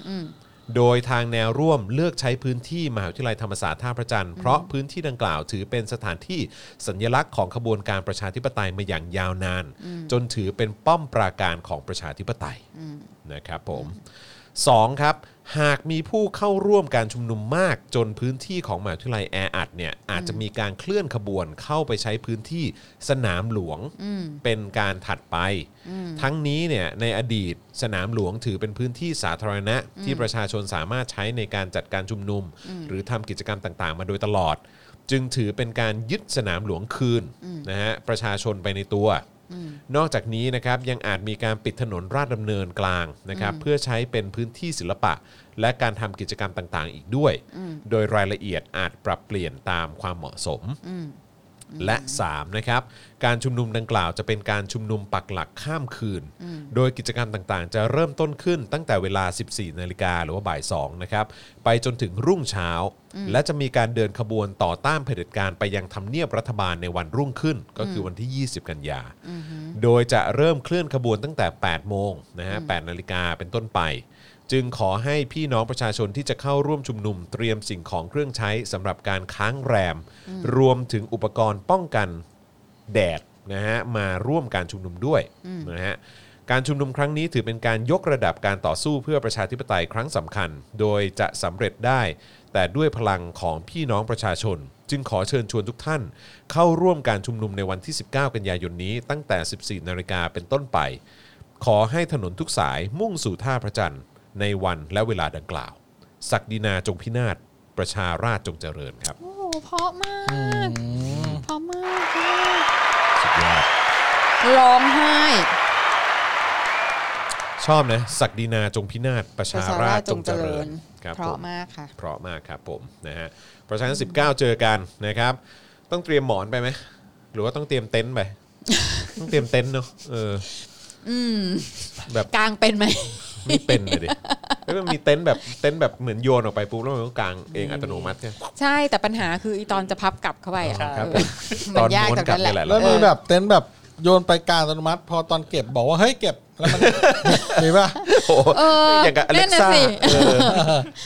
A: โดยทางแนวร่วมเลือกใช้พื้นที่มหาวิทยาลัยธรรมศาสตร์ท่าพระจันทร์เพราะพื้นที่ดังกล่าวถือเป็นสถานที่สัญลักษณ์ของขบวนการประชาธิปไตยมาอย่างยาวนาน จนถือเป็นป้อมปราการของประชาธิปไตยนะครับผม สองครับ หากมีผู้เข้าร่วมการชุมนุมมากจนพื้นที่ของมหาวิทยาลัยแออัดเนี่ยอาจจะมีการเคลื่อนขบวนเข้าไปใช้พื้นที่สนามหลวงเป็นการถัดไป ทั้งนี้เนี่ยในอดีตสนามหลวงถือเป็นพื้นที่สาธารณะ ที่ประชาชนสามารถใช้ในการจัดการชุมนุม หรือทำกิจกรรมต่างๆ มาโดยตลอด จึงถือเป็นการยึดสนามหลวงคืนนะฮะประชาชนไปในตัว นอกจากนี้นะครับยังอาจมีการปิดถนนราชดำเนินกลางนะครับเพื่อใช้เป็นพื้นที่ศิลปะ และการทำกิจกรรมต่างๆ อีกด้วย โดยรายละเอียดอาจปรับเปลี่ยนตามความเหมาะสม และ 3 นะครับ การชุมนุมดังกล่าวจะเป็นการชุมนุมปักหลักข้ามคืน โดยกิจกรรมต่างๆ จะเริ่มต้นขึ้นตั้งแต่เวลา 14 นาฬิกาหรือว่าบ่าย2นะครับ ไปจนถึงรุ่งเช้า และจะมีการเดินขบวนต่อต้านเผด็จการไปยังทำเนียบรัฐบาลในวันรุ่งขึ้น ก็คือวันที่ 20 กันยา โดยจะเริ่มเคลื่อนขบวนตั้งแต่ 8 โมงนะฮะ 8 นาฬิกาเป็นต้นไป จึงขอให้พี่น้องประชาชนที่จะเข้าร่วมชุมนุมเตรียมสิ่งของเครื่องใช้สำหรับการค้างแรม รวมถึงอุปกรณ์ป้องกันแดดนะฮะมาร่วมการชุมนุมด้วยนะฮะการชุมนุมครั้งนี้ถือเป็นการยกระดับการต่อสู้เพื่อประชาธิปไตยครั้งสำคัญ โดยจะสำเร็จได้ แต่ด้วยพลังของพี่น้องประชาชน จึงขอเชิญชวนทุกท่าน เข้าร่วมการชุมนุมในวันที่ 19 กันยายนนี้ ตั้งแต่ 14 นาฬิกาเป็นต้นไป ขอให้ถนนทุกสายมุ่งสู่ท่าพระจันทร์ในวันและเวลาดังกล่าว ศักดินาจงพินาศประชาราชจงเจริญครับ
B: โอ้โหเพราะมากเพราะมากเพราะมาก
A: สุดยอด
B: ร้องไห้
A: ชอบนะศักดินาจงพินาศประชาราชจงเจริญครับ
B: เพราะ
A: ผม
B: มากค่ะ
A: เพราะมากครับผมนะฮะเพราะฉะนั้น 19 เจอกันนะครับ ต้องเตรียมหมอนไปไหมหรือว่าต้องเตรียมเต็นท์ไป ต้องเตรียมเต็นท์เนาะเออ
B: อืม
A: แบบ
B: กลางเป็นไหม
A: ไม่เป็นเลยดิแล้วมันมีเต็นท์แบบเต็นท์แบบเหมือนโยนออกไปปุ๊บแล้วมันก็กางเองอัตโนมัติเนี่ย
B: ใช่แต่ปัญหาคืออีตอนจะพับกลับเข้าไปอ่ะ
A: ครับ
B: เออมันยากจากนั้นแหละ
A: ตอนม้วนกลับนี่แหะ
C: แล้วมีแบบเต็นท์แบบโยนไปกลางอัตโนมัติ พอตอนเก็บบอกว่าเฮ้ยเก็บแล้วมัน มีป่ะ
A: โอ้โห
B: เออ
A: อย่างกับอเล็ก
B: นั่น
A: ซ่า
B: น่ะสิ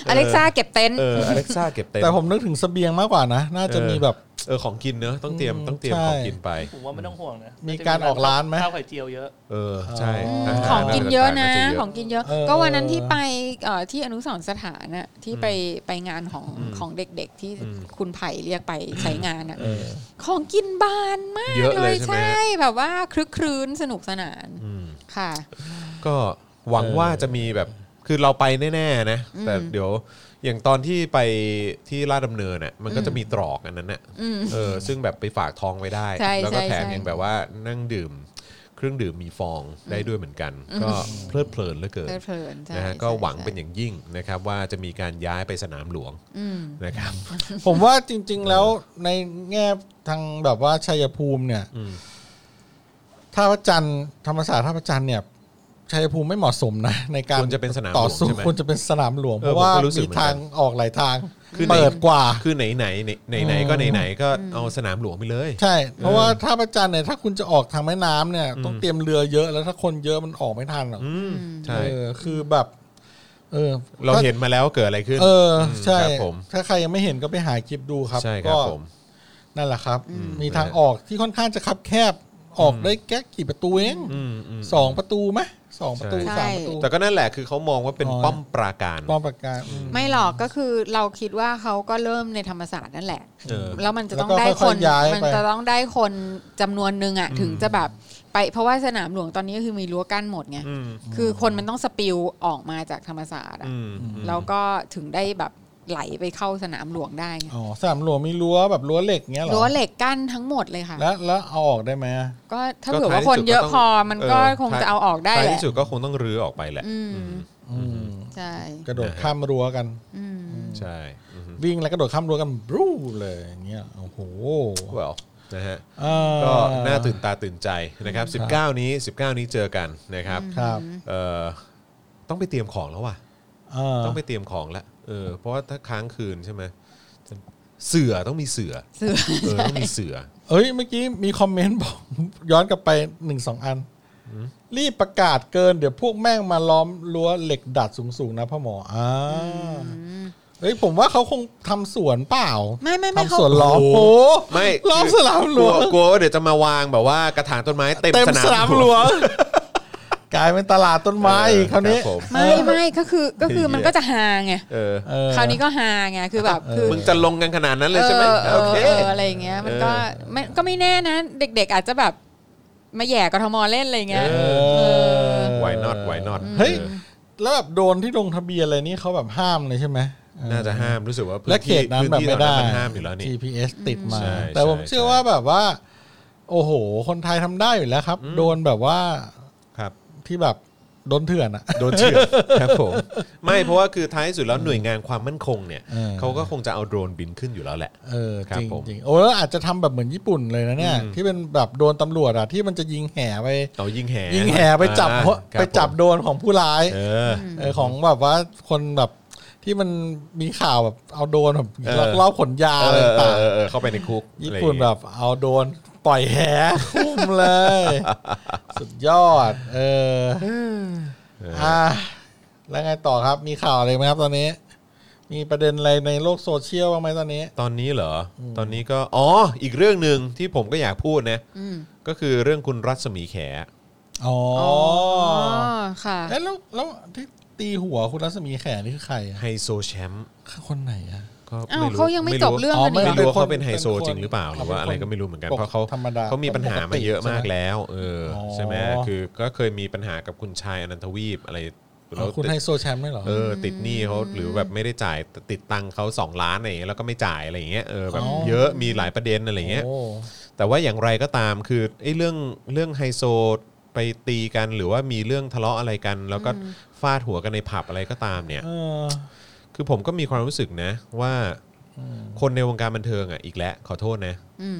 B: อเล็กซ่าเก็บเต็นท์
A: เอออเล็กซ่าเก็บเต็นท์
C: แต่ผมนึกถึงเสบียงมากกว่านะ น่าจะมีแบบ
A: เออของกินเนอะต้องเตรียม
C: อืม
A: ต้องเตรียม
C: ใช่
A: ของกินไป
F: ผมว่าไม่ต้องห่วงนะ
C: มีการออกร้านไหม
F: ข้าวไข่เจียวเยอะ
A: เออใช่
C: อ๋ออ
A: าหาร
B: ของกินเยอะนะ
A: าจเย
B: ของกินเยอะ
C: เออ
B: ก็วันนั้นที่ไปเอ่อที่อนุสรณ์สถานน่ะที่ไปไปงานของของเด็กๆ ที่คุณไผ่เรียกไปใช้งานน่ะของกินบานมาก
A: เยอะ
B: เล
A: เลย
B: ย
A: ใช่ไหม
B: ใช่แบบว่าคลึกครื้นสนุกสนาน
A: อืม
B: ค่ะ
A: ก็หวังว่าจะมีแบบ คือเราไปแน่ๆนะ
B: อืม
A: แต่เดี๋ยวอย่างตอนที่ไปที่ลาดดำเนินน่ะมันก็จะมีตรอกอันนั้นน่ะ
B: อืม
A: เออซึ่งแบบไปฝากท้องไว้ได้
B: ใช่
A: แล้วก็
B: ใช่
A: แถม
B: ใช่
A: ยังแบบว่านั่งดื่มเครื่องดื่มมีฟองได้ด้วยเหมือนกัน ก็เพลิดเพลินเหลือเกิน
B: เพลิดเพลินใช่
A: นะฮะ
B: ใช่
A: ก็หวัง
B: ใช่
A: เป็นอย่างยิ่งนะครับว่าจะมีการย้ายไปสนามหลวง
B: อืม
A: นะครับ
C: ผมว่าจริง ๆ แล้วในแง่ทางแบบว่าชัยภูมิเนี่ย
A: อืม
C: ท่าพระจันทร์ธรรมศาสตร์ท่าพระจันทร์เนี่ยชัยภูมิไม่เหมาะสมนะ ในการ
A: ควรจะเป็นสนามหลวง
C: ต่อสู้
A: ใช่ไหม
C: ควรจะเป็นสนามหลวง
A: เออ
C: เพราะว่า
A: ผมก็รู้สึก
C: มี
A: เหมือนกัน
C: ทางออกหลายทาง
A: คือ
C: เปิด
A: ใน
C: กว่า
A: คือไหนไหนไหนไหนๆก็ไหนไหนๆก็เอาสนามหลวงไปเลย
C: ใช่ เพราะว่าท่าพระจันทร์เนี่ยถ้าคุณจะออกทางแม่น้ำเนี่ย ต้องเตรียมเรือเยอะแล้วถ้าคนเยอะมันออกไม่ทันหรอก
A: อืมใช่
C: เออคือแบบ เออ
A: เราเห็นมาแล้วเกิดอะไรขึ้น
C: เออใช่
A: ครับผม
C: ถ้าใครยังไม่เห็นก็ไปหาคลิปดูครับ
A: ใช่ค
C: ก็
A: รับผม
C: นั่นแหละครับ
A: อืม
C: มีทาง
A: นะฮะ
C: ออกที่ค่อนข้างจะคับแคบออกได้แค่กี่ประตูเอง
A: อืมอืม
C: สองประตูไหมสองประตู
A: ใช่
C: สามประตู
A: แต่ก็นั่นแหละคือเขามองว่าเป็น
C: อ๋อ
A: ป้อมปราการ
C: ป้อมปราการอืม
B: ไม่หรอกก็คือเราคิดว่าเขาก็เริ่มในธรรมศาสตร์นั่นแหละ
A: เออ
B: แล้วมันจะต้อง
C: แล้วก็
B: ได้
C: ค่
B: ค
C: อย
B: น
C: ๆย้ายไป
B: มันจะต้องได้คนจำนวนหนึ่งอ่ะถึงจะแบบไปเพราะว่าสนามหลวงตอนนี้ก็คือมีรั้วกั้นหมดไง
A: อืม
B: คือคนมันต้องสปิลออกมาจากธรรมศาสตร์อะ
A: อืม
B: แล้วก็ถึงได้แบบไหลไปเข้าสนามหลวงได้ไง
C: อ๋อสนามหลวงมีรั้วแบบรั้วเหล็กเงี้ยเหรอ
B: รั้วเหล็กกั้นทั้งหมดเลยค่ะ
C: แล้วแล้วเอาออกได้ไหม
B: ก็ถ้าเผื่อว่าคนเยอะพอมันก็คงจะเอาออกได้
A: ท้าย
B: แหละ
A: ที่สุดก็คงต้องรื้อออกไปแหละ
B: อืม
A: อืม
C: อืม
B: ใช่
C: กระโดดข้ามรั้วกัน
B: อืม
A: ใช่อือฮึ
C: วิ่งแล้วกระโดดข้ามรั้วกันบรูเลยอย่างเงี้ยโอ้โห
A: well นะฮะ
C: อ่า
A: ก็น่าตื่นตาตื่นใจนะครับ 19 นี้ 19 นี้เจอกันนะครับ
C: ครับ
A: เอ่อต้องไปเตรียมของแล้วว่ะ
C: อ่า
A: ต้องไปเตรียมของละเออเพราะว่าถ้าค้างคืนใช่ไหมเสือต้องมีเสือ
B: เสือ
A: เออต้องมีเสือ
C: เอ้ยเมื่อกี้มีคอมเมนต์บอก ย้อนกลับไปหนึ่งสองอัน รีบประกาศเกินเดี๋ยวพวกแม่งมาล้อมรั้วเหล็กดัดสูงๆนะพ่อหมออ่า
B: ม
C: เฮ้ยผมว่าเขาคงทำสวนเปล่า
B: ไม่ไม่ไม่
C: ทำ
B: เขา
C: สวนล้อม
A: โอ้โห
C: โอ้
A: ไม่
C: ล้อมสนามห
A: ก
C: ล
A: ลัว
C: วง
A: กลัวว่าเดี๋ยวจะมาวางแบบว่ากระถางต้นไม้เต็ม
C: เต็ม
A: ส
C: ส
A: นาน
C: าม
A: ห
C: ม
A: ล
C: หล
A: ว
C: ว
A: ง
C: ง กลายเป็นตลาดต้นไม้
A: เอออี
C: อีกคราวนี้
A: ครับผม
B: ไม่ไม่ก็คือก็คือมันก็จะฮาไง
A: เออ
C: เออ
B: คราวนี้ก็ฮาไงคือแบบคือ
A: มึงจะลงกันขนาดนั้นเลยใช่ไหม
B: เอ
A: โอ
B: อ
A: เค
B: เอออะไรอย่างเงี้ยมันก็
A: เออ
B: ไม่ก็ไม่แน่นะ เด็กๆอาจจะแบบมาแหย่กทมเล่นอะไรเงี้ย
A: เอ
C: เออ
A: why not why not
C: เฮ้ย
A: ออ
C: แล้วแบบโดนที่ลงทะเบียนอะไรนี่เขาแบบห้ามเลยใช่ไหม
A: น่าจะห้ามรู้สึกว่าพื้
C: และ
A: น
C: เข
A: ที่
C: ตนั้น
A: พื้น
C: แบบ
A: ที่
C: ไม่
A: เหล่า
C: ได้
A: นั้นมันห้ามอยู่แล้วนี่
C: GPS ติดมา
A: ใช่
C: แต่ผม
A: ใช่
C: เชื่อ
A: ใช่
C: ว่าแบบว่า โอ้โห คนไทยทำได้อยู่แล้วครับ โดนแบบว่า
A: ครับ
C: ที่แบบโดนเถื่อนอะ
A: โดน เชือกครับผมไม่เพราะว่าคือท้ายสุดแล้วหน่วยงานความมั่นคงเนี่ย
C: เออ
A: เขาก็คงจะเอาโดรนบินขึ้นอยู่แล้วแหละ
C: เออ
A: ครับ
C: จริง
A: ผม
C: จริงโอ้แล้วอาจจะทำแบบเหมือนญี่ปุ่นเลยนะเนี่ย
A: อืม
C: ที่เป็นแบบโดนตำรวจอะที่มันจะยิงแห่ไป
A: เอายิงแห่
C: ยิงแห่ไปจับ
A: อ่า
C: เพราะ
A: ครั
C: ไปจับ
A: ผม
C: โดนของผู้ร้าย
A: เออ
C: เออของแบบว่าคนแบบที่มันมีข่าวแบบเอาโดนแบบ
A: เออ
C: ลักลอบขนยา
A: เอ
C: อะไร
A: อเอ
C: ต่าง
A: อเออเออเข้าไปในคุก
C: ๆญี่ปุ่นแบบเอาโดนปล่อยแหคุ้มเลย สุดยอด เอออ่ะแล้วไงต่อครับมีข่าวอะไรไหมครับตอนนี้ มีประเด็นอะไรในโลกโซเชียลบ้างไหมตอนนี้
A: ตอนนี้เหรอ ตอนนี้ก็ อ๋อ อีกเรื่องหนึ่งที่ผมก็อยากพูดนะ
B: อืม
A: ก็คือเรื่องคุณรัศมีแข
C: อ๋อ
B: อ๋อค่ะ
C: เอ๊ะแล้วแล้วที่ตีหัวคุณรัศมีแขนี่คือใครอะ
A: ไฮโซแชมป์
C: คนไหนอะ
A: ก็
B: อ้าว
A: ไม่รู้
B: เขายังไม่จบเรื่อง
A: ไม่
B: นนี้
A: ไม่รู้ว่าเขาเป็น
C: ค
A: ไฮโซจริงหรือเปล่า หรื
C: ป็
A: อ
C: นคน
A: ว่าอะไรก็ไม่รู้เหมือนกัน
C: ป
A: เพราะเขา
C: ธรรมดา
A: เขามีปัญหามาเยอะมาก
C: ใช่ไห
A: แล้ว เอออ
C: อ
A: ใช่ไหมคือก็เคยมีปัญหากับคุณชายอนันทวีปอะไร
C: อ๋
A: แล้ว
C: อคุณ
A: ติด
C: ไฮโซแชมป์ด้วยเหรอ
A: เออ ติดหนี้เขาหรือแบบไม่ได้จ่ายติดตังค์เขาสองล้านอะไรอย่างเงี้ยแล้วก็ไม่จ่ายอะไรอย่างเงี้ย เออ แบบ
C: อ๋อ
A: เยอะ มีหลายประเด็นอะไรอย่างเงี้ย
C: โอ้
A: แต่ว่าอย่างไรก็ตามคือไอ้เรื่องเรื่องไฮโซไปตีกันหรือว่ามีเรื่องทะเลาะอะไรกัน แล้วก็ฟาดหัวกันในผับอะไรก็ตามเนี่ย
C: เออ
A: คือผมก็มีความรู้สึกนะว่าคนในวงการบันเทิงอ่ะอีกแล้วขอโทษนะ
B: อืม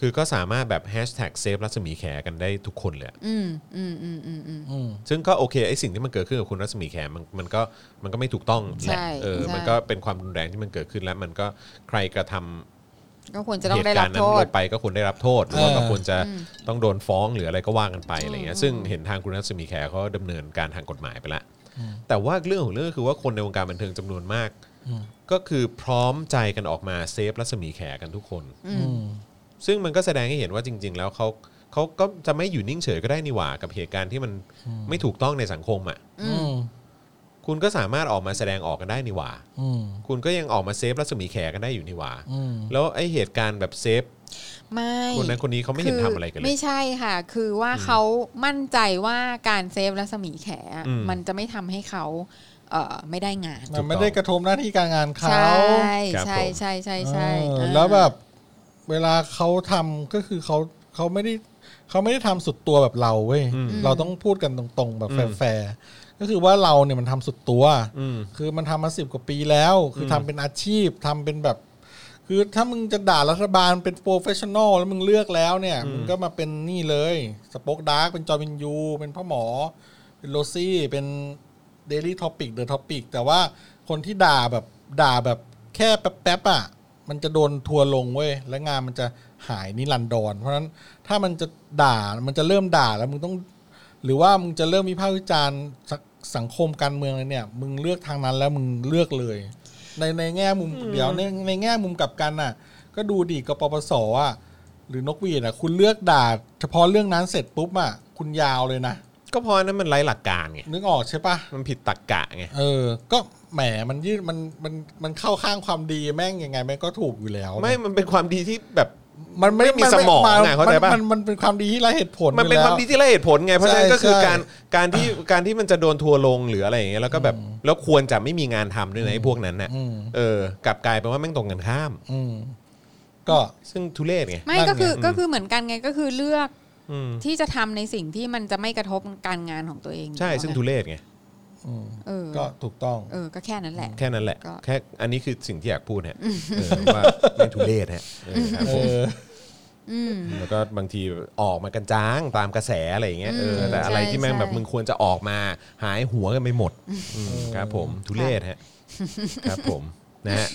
A: คือก็สามารถแบบแฮชแท็กเซฟรัศมีแขกันได้ทุกคนเลยอะ
B: อืมอืมอืมอืมอืม
C: อืม
A: ซึ่งก็โอเคไอ้สิ่งที่มันเกิดขึ้นกับคุณรัศมีแขมันมันก็มันก็ไม่ถูกต้องแหละ
B: ใช่
A: เออ
B: ใช่
A: มันก็เป็นความรุนแรงที่มันเกิดขึ้นแล้วมันก็ใครกระทำ
B: ก็ควรจะต้อง
A: เหตุการร
B: ได้ับ
A: ณ์นั้
B: โท
A: นล
B: ษ
A: งไปก็ควรได้รับโทษหรือว่า
C: เออ
A: ก็ควรจะต้องโดนฟ้องหรืออะไรก็ว่ากันไปอะไรเงี้ยซึ่งเห็นทางคุณรัศมีแขเขาดำเนินการทางกฎหมายไปละแต่ว่าเรื่องของเรื่องคือว่าคนในวงการบันเทิงจำนวนมาก ก็คือพร้อมใจกันออกมาเซฟรัศมีแขกันทุกคน
B: อืม
C: อืม
A: ซึ่งมันก็แสดงให้เห็นว่าจริง ๆ แล้วเขาเขาก็จะไม่อยู่นิ่งเฉยก็ได้นี่หว่ากับเหตุการณ์ที่มันไม่ถูกต้องในสังคมอ่ะ
C: อืม
A: คุณก็สามารถออกมาแสดงออกกันได้นี่หว่า
C: อืม
A: คุณก็ยังออกมาเซฟรัศมีแขกันได้อยู่นี่หว่า
C: อืม
A: แล้วไอเหตุการณ์แบบเซฟ
B: ไม่
A: คนนั้นคนนี้เขาไม่เห็นทำอะไรกันเลย
B: ไม่ใช่ค่ะ คือว่าเขามั่นใจว่าการเซฟรัศมีแข
A: อืม
B: มันจะไม่ทำให้เขา เอ่อไม่ได้งาน
C: มันไม่ได้กระทบหน้าที่การงานเขา
B: ใช่
A: ครับ
B: ใช่
A: ผม
B: ใช่ใช่ใช่
C: เออ
B: เออ
C: แล้วแบบเวลาเขาทำก็คือเขาเขาไม่ได้เขาไม่ได้ทำสุดตัวแบบเราเว้ยเราต้องพูดกันตรงๆแบบแฟร์ๆก็คือว่าเราเนี่ยมันทำสุดตัว
A: อืม
C: คือมันทำมาสิบกว่าปีแล้ว คืออทำเป็นอาชีพทำเป็นแบบ คือถ้ามึงจะด่ารัฐบาลเป็นโปรเฟชชั่นอลแล้วมึงเลือกแล้วเนี่ย มึงก็มาเป็นนี่เลยสป็อกดาร์กเป็นจอวินยู เป็นพ่อหมอ เป็นโรซี่ เป็นเดลี่ท็อปิกเดอะท็อปิกแต่ว่าคนที่ด่าแบบด่าแบบแค่แป๊บๆอ่ะ มันจะโดนทัวร์ลงเว้ย และงานมันจะหายนิรันดรเพราะฉะนั้นถ้ามันจะด่ามันจะเริ่มด่าแล้วมึงต้อง หรือว่ามึงจะเริ่มวิพากษ์วิจารณ์สักสังคมการเมืองเลยเนี่ย มึงเลือกทางนั้นแล้วมึงเลือกเลย ในในแง่มุมเดี๋ยวในในแง่มุมกลับกันน่ะ ก็ดูดิกปปสอ่ะหรือนกหวีดอ่ะคุณเลือกด่าเฉพาะเรื่องนั้นเสร็จปุ๊บอ่ะคุณยาวเลยนะ
A: ก็เพราะอันนั้นมันไร้หลักการไง
C: นึกออกใช่ปะ
A: มันผิดตรรกกะไง
C: เออ ก็แหมมันยืดมันมันมันเข้าข้างความดีแม่งยังไงแม่งก็ถูกอยู่แล้ว
A: ไม่ มันเป็นความดีที่แบบ
C: มันไม่
A: ไม่มีสมองอะเข้าใจปะ
C: มันมันเป็นความดีที่ไร้เหตุผล
A: มันเป็น
C: อยู่แล้ว
A: คาว มดีที่ไร้เหตุผลไง เพราะฉะนั้น
C: ใช่
A: ก็คือ
C: ใช่
A: การการที่การที่มันจะโดนทัวร์ลงหรืออะไรอย่างเงี้ยแล้วก็แบบแล้วควรจะไม่มีงานทำด้วยนะไอ้พวกนั้นน่ะ
C: อืม
A: เออกลับกลายเป็นว่าแม่งตรงกันข้าม
C: อืมก็
A: ซึ่งทุเรศไง
B: ไม่
C: นั่นไง
B: ก็คือก็คือเหมือนกันไงก็คือเลือก
A: อืม
B: ที่จะทำในสิ่งที่มันจะไม่กระทบการงานของตัวเอง
A: ใช่ซึ่ง
B: อยู่
A: ทุเรศไง
C: อืม
B: แล้วไงเออ
C: ก็ถูกต้อง
B: เออก็แค่นั้นแหละ
A: แค่นั้นแหละ
B: ก็
A: แค่อันนี้คือสิ่งที่อยากพูดฮะเออว่าแม่งทุเรศฮะเออครับ
C: เอ
A: ผม
C: อ
B: อืม
A: แล้วก็บางทีออกมากันจ้างตามกระแสอะไรอย่างเงี้ยเออ
B: อืม
A: แต่อะไร
B: ใช่
A: ที่แม่ง
B: ใช่
A: แบบมึงควรจะออกมาหายหัวกันไปหมดอืมครับ ผมทุเรศ ฮะครับผมนะฮะ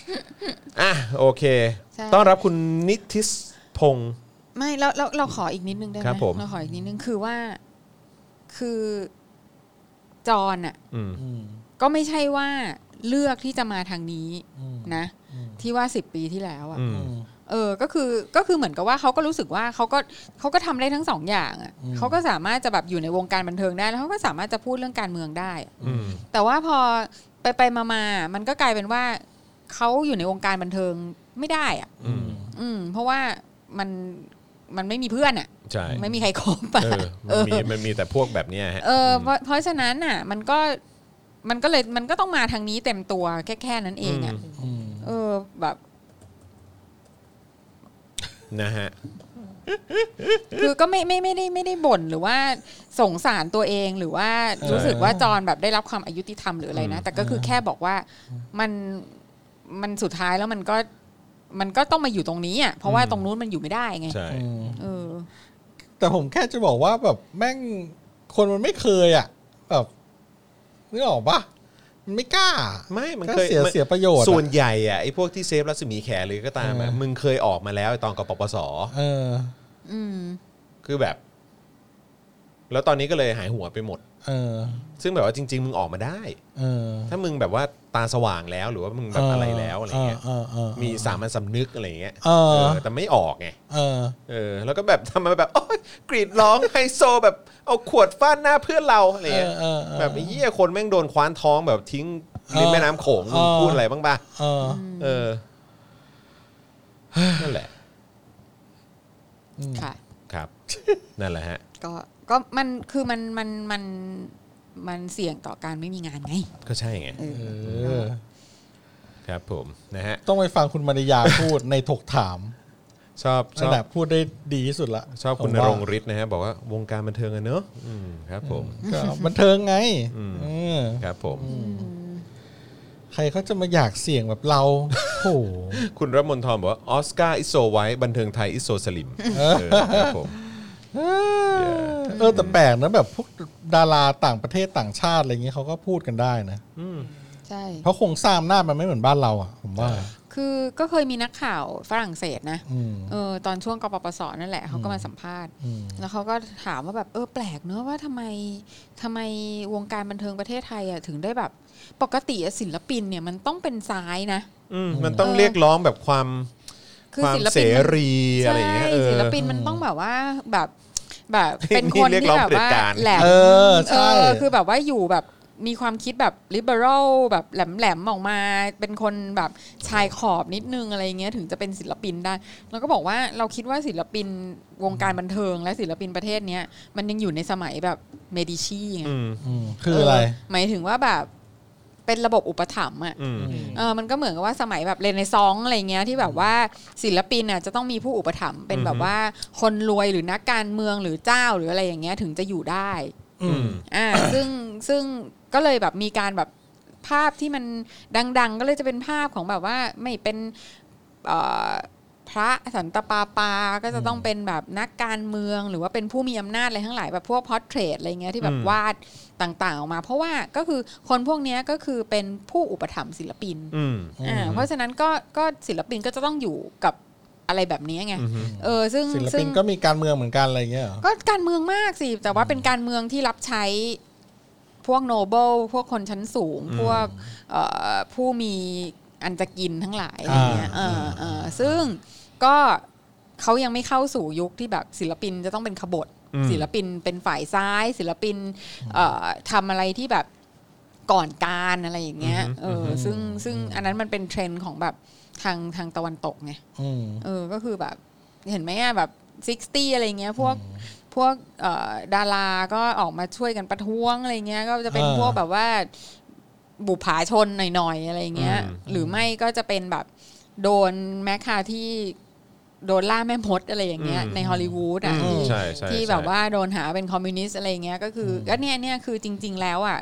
A: อ่ะโอเค
B: ใช่
A: ต้อนรับคุณนิติสพงษ์
B: ไม่แล้วเราเราขออีกนิดนึงได้ไห
A: ครับผม
B: เราขออีกนิดนึงคือว่าคือจอนอ่ะ
A: อืม
C: อืม
B: ก็ไม่ใช่ว่าเลือกที่จะมาทางนี้
C: อืม
B: นะ
C: อืม
B: ที่ว่าสิบปีที่แล้วอ่ะ
A: อืม
C: อืม
B: เออก็คือก็คือเหมือนกับว่าเขาก็รู้สึกว่าเขาก็เขาก็ทำได้ทั้งสองอย่างอ่ะ
C: อืม
B: เขาก็สามารถจะแบบอยู่ในวงการบันเทิงได้แล้วเขาก็สามารถจะพูดเรื่องการเมืองได้
A: อืม
B: แต่ว่าพอไปไปมามา มันก็กลายเป็นว่าเขาอยู่ในวงการบันเทิงไม่ได้อะ
A: อืม
B: อืม เพราะว่ามันมันไม่มีเพื่อนอะ
A: ใช่
B: ไม่มีใครคบอะ
A: เออมันมีมันมีแต่พวกแบบเนี้ยฮะ
B: เออเพราะเพราะฉะนั้นอ่ะ มันก็มันก็เลยมันก็ต้องมาทางนี้เต็มตัวแค่แค่นั้นเองอ่ะ
C: อืม
B: เออ แบบ
A: นะฮะ
B: คือก็ไม่ไม่ไม่ได้ไม่ได้บ่นหรือว่าสงสารตัวเองหรือว่ารู้สึกว่าจอนแบบได้รับความอายุติธรรมหรืออะไรนะ แต่ก็คือแค่บอกว่ามันมันสุดท้ายแล้วมันก็มันก็ต้องมาอยู่ตรงนี้อ่ะเพราะว่า
A: อืม
B: ตรงนู้นมันอยู่ไม่ได้ไง
A: ใช่
C: อืม
B: เออ
C: แต่ผมแค่จะบอกว่าแบบแม่งคนมันไม่เคยอ่ะ แบบนึกออกปะมันไม่กล้า
A: ไม่มัน
C: ก็
A: เคย
C: เสีย
A: มัน
C: เสียประโยชน์อะ
A: ส่วนใหญ่อะไอ้พวกที่เซฟรัศมีแขหรือก็ตามอะ
C: เออ
A: มึงเคยออกมาแล้วไอ้ตอนกปปส
C: เออ
B: อืม
A: คือแบบ แล้วตอนนี้ก็เลยหายหัวไปหมด
C: เออ
A: ซึ่งแบบว่าจริง ๆ มึงออกมาได้
C: เออ
A: ถ้ามึงแบบว่าตาสว่างแล้วหรือว่ามึงแบบอะไรแล้วอะไรเงี้ย
C: เออเออเออ
A: มีสามัญสำนึกอะไรเงี้ย
C: เออ
A: เออแต่ไม่ออกไง
C: เออ
A: เออ แล้วก็แบบทำมาแบบโอ๊ยกรีดร้องไฮโซแบบเอาขวดฟาดหน้าเพื่อนเราอะไรเงี้ย
C: เออเออเออ
A: แบบไอ้เหี้ยคนแม่งโดนคว้านท้องแบบทิ้งริมแม่น้ำโขงมึง
C: เออ
A: พูดอะไรบ้างปะ
C: เออ
A: เออ นั่นแหละ
C: อืม
B: ค่ะ
A: ครับ นั่นแหละฮะ
B: ก็ก็มันคือมันมันมันมันเสี่ยงต่อการไม่มีงานไง
A: ก็ใช่ไง
B: เออ
C: เออ
A: ครับผมนะฮะ
C: ต้องไปฟังคุณมารยาพูดในถกถาม
A: ชอบช
C: นั่น
A: อบ
C: แหละพูดได้ดีที่สุดละ
A: ชอบคุณ
C: ผ
A: น
C: มว่า
A: รงฤทธิ์นะฮะ บอกว่าวงการบันเทิงอะเนอะอืมครับผม
C: ก็บันเทิงไง
A: อืม
C: เออ
A: ครับผม
C: ใครเขาจะมาอยากเสี่ยงแบบเรา โอ้โห
A: คุณรัฐมนทรบอกว่า ออสการ์อิโซไว้ บันเทิงไทยอิโซสลิมเออครับผม
C: เออเออแต่แปลกนะแบบพวกดาราต่างประเทศต่างชาติอะไรเงี้ยเขาก็พูดกันได้นะ
B: ใช่
C: เพราะโครงสร้างหน้าจมันไม่เหมือนบ้านเราอ่ะ ผมว่า
B: คือก็เคยมีนักข่าวฝรั่งเศสนะ
C: อืม
B: เออ ตอนช่วงกปปสนั่นแหละเขาก็มาสัมภาษณ์
C: อืม
B: แล้วเขาก็ถามว่าแบบเออแปลกเนอะว่าทำไมทำไมวงการบันเทิงประเทศไทยอ่ะถึงได้แบบปกติอะศิลปินเนี่ยมันต้องเป็นซ้ายนะ
A: อืมมันต้องเรียกร้องแบบความ
B: คือ
A: ความ
B: ศิล
A: เส
B: ปินมัน
A: รีอะไรอย่างเงี้ยเอ
B: ใช่
A: อ
B: ศิลปินมันต้องแบบว่าแบบแบบเป็น
A: นี่
B: คน
A: เรียก
B: ที่
A: ร้อง
B: แบบว่า
A: เผด็จการ
B: แหลม
C: เออใช่
B: เออคือแบบว่าอยู่แบบมีความคิดแบบ liberal แบบแหลมๆออกมาเป็นคนแบบชายขอบนิดนึงอะไรเงี้ยถึงจะเป็นศิลปินได้เราก็บอกว่าเราคิดว่าศิลปินวงการบันเทิง และศิลปินประเทศเนี้ยมันยังอยู่ในสมัยแบบเมดิชีไง
A: อืม
C: อืมคืออะไร
B: เหมายถึงว่าแบบ เป็นระบบอุปถัมภ์อ่ะ
A: อืม
C: อืม
B: เออมันก็เหมือนกับว่าสมัยแบบเรเนซองส์อะไรเงี้ยที่แบบว่าศิลปินน่ะจะต้องมีผู้อุปถัมภ์เป็น
A: อือฮึ
B: แบบว่าคนรวยหรือนักการเมืองหรือเจ้าหรืออะไรอย่างเงี้ยถึงจะอยู่ได้
A: อืม
B: อ่า ซึ่งซึ่งก็เลยแบบมีการแบบภาพที่มันดัง ๆ ก็เลยจะเป็นภาพของแบบว่าไม่เป็นเอ่อพระสันตะปาปาก็จะต้องเป็นแบบนักการเมืองหรือว่าเป็นผู้มีอำนาจอะไรทั้งหลายแบบพวกพอร์เทรตอะไรเงี้ยที่แบ
A: อื
B: บ
A: ม
B: วาดต่างๆออกมา เพราะว่าก็คือคนพวกเนี้ยก็คือเป็นผู้อุปถัมภ์ศิลปิน
A: อืม
B: อ่าเพราะฉะนั้นก็ก็ศิลปินก็จะต้องอยู่กับอะไรแบบนี้ไง
A: อืม
B: เออซึ่ง
C: ศิล
B: ซึ่
C: ปิ
B: ง
C: นก็มีการเมืองเหมือนกันอะไรเงี้ยเหรอ
B: ก็การเมืองมากสิ แต่ว่าเป็นการเมืองที่รับใช้พวกโนเบิลพวกคนชั้นสูง
A: อืม
B: พวกเอ่อผู้มีอันจะกินทั้งหลายอะไรเงี้ยเออเออซึ่งก็เขายังไม่เข้าสู่ยุคที่แบบศิลปินจะต้องเป็นขบฏ
A: อืม
B: ศิลปินเป็นฝ่ายซ้าย ศิลปินเอ่อทำอะไรที่แบบก่อนการอะไรอย่างเงี้ย
A: อือฮึ
B: เออซึ่งซึ่งอันนั้นมันเป็นเทรนด์ของแบบทางทางตะวันตกไง
C: อืม
B: เออก็คือแบบเห็นไหมอะแบบซิกตี้อะไรเงี้ยพวกพวกเอ่อดาราก็ออกมาช่วยกันประท้วงอะไรเงี้ยก็จะเป็น
C: อ่า
B: พวกแบบว่าบุผาชนหน่อยๆอะไรเงี้ย
A: อืม
B: หรือไม่ก็จะเป็นแบบโดนแมคคาที่โดนล่าแม่มดอะไรอย่างเงี้ยในฮอลลีวูดอ่ะ
A: อืม
B: ที่
A: ใช่ใช่
B: ที่แบบว่าโดนหาเป็นคอมมิวนิสต์อะไรเงี้ยก็คืออก็เนี่ยเนี่ยคือจริง ๆ แล้วอ่ะ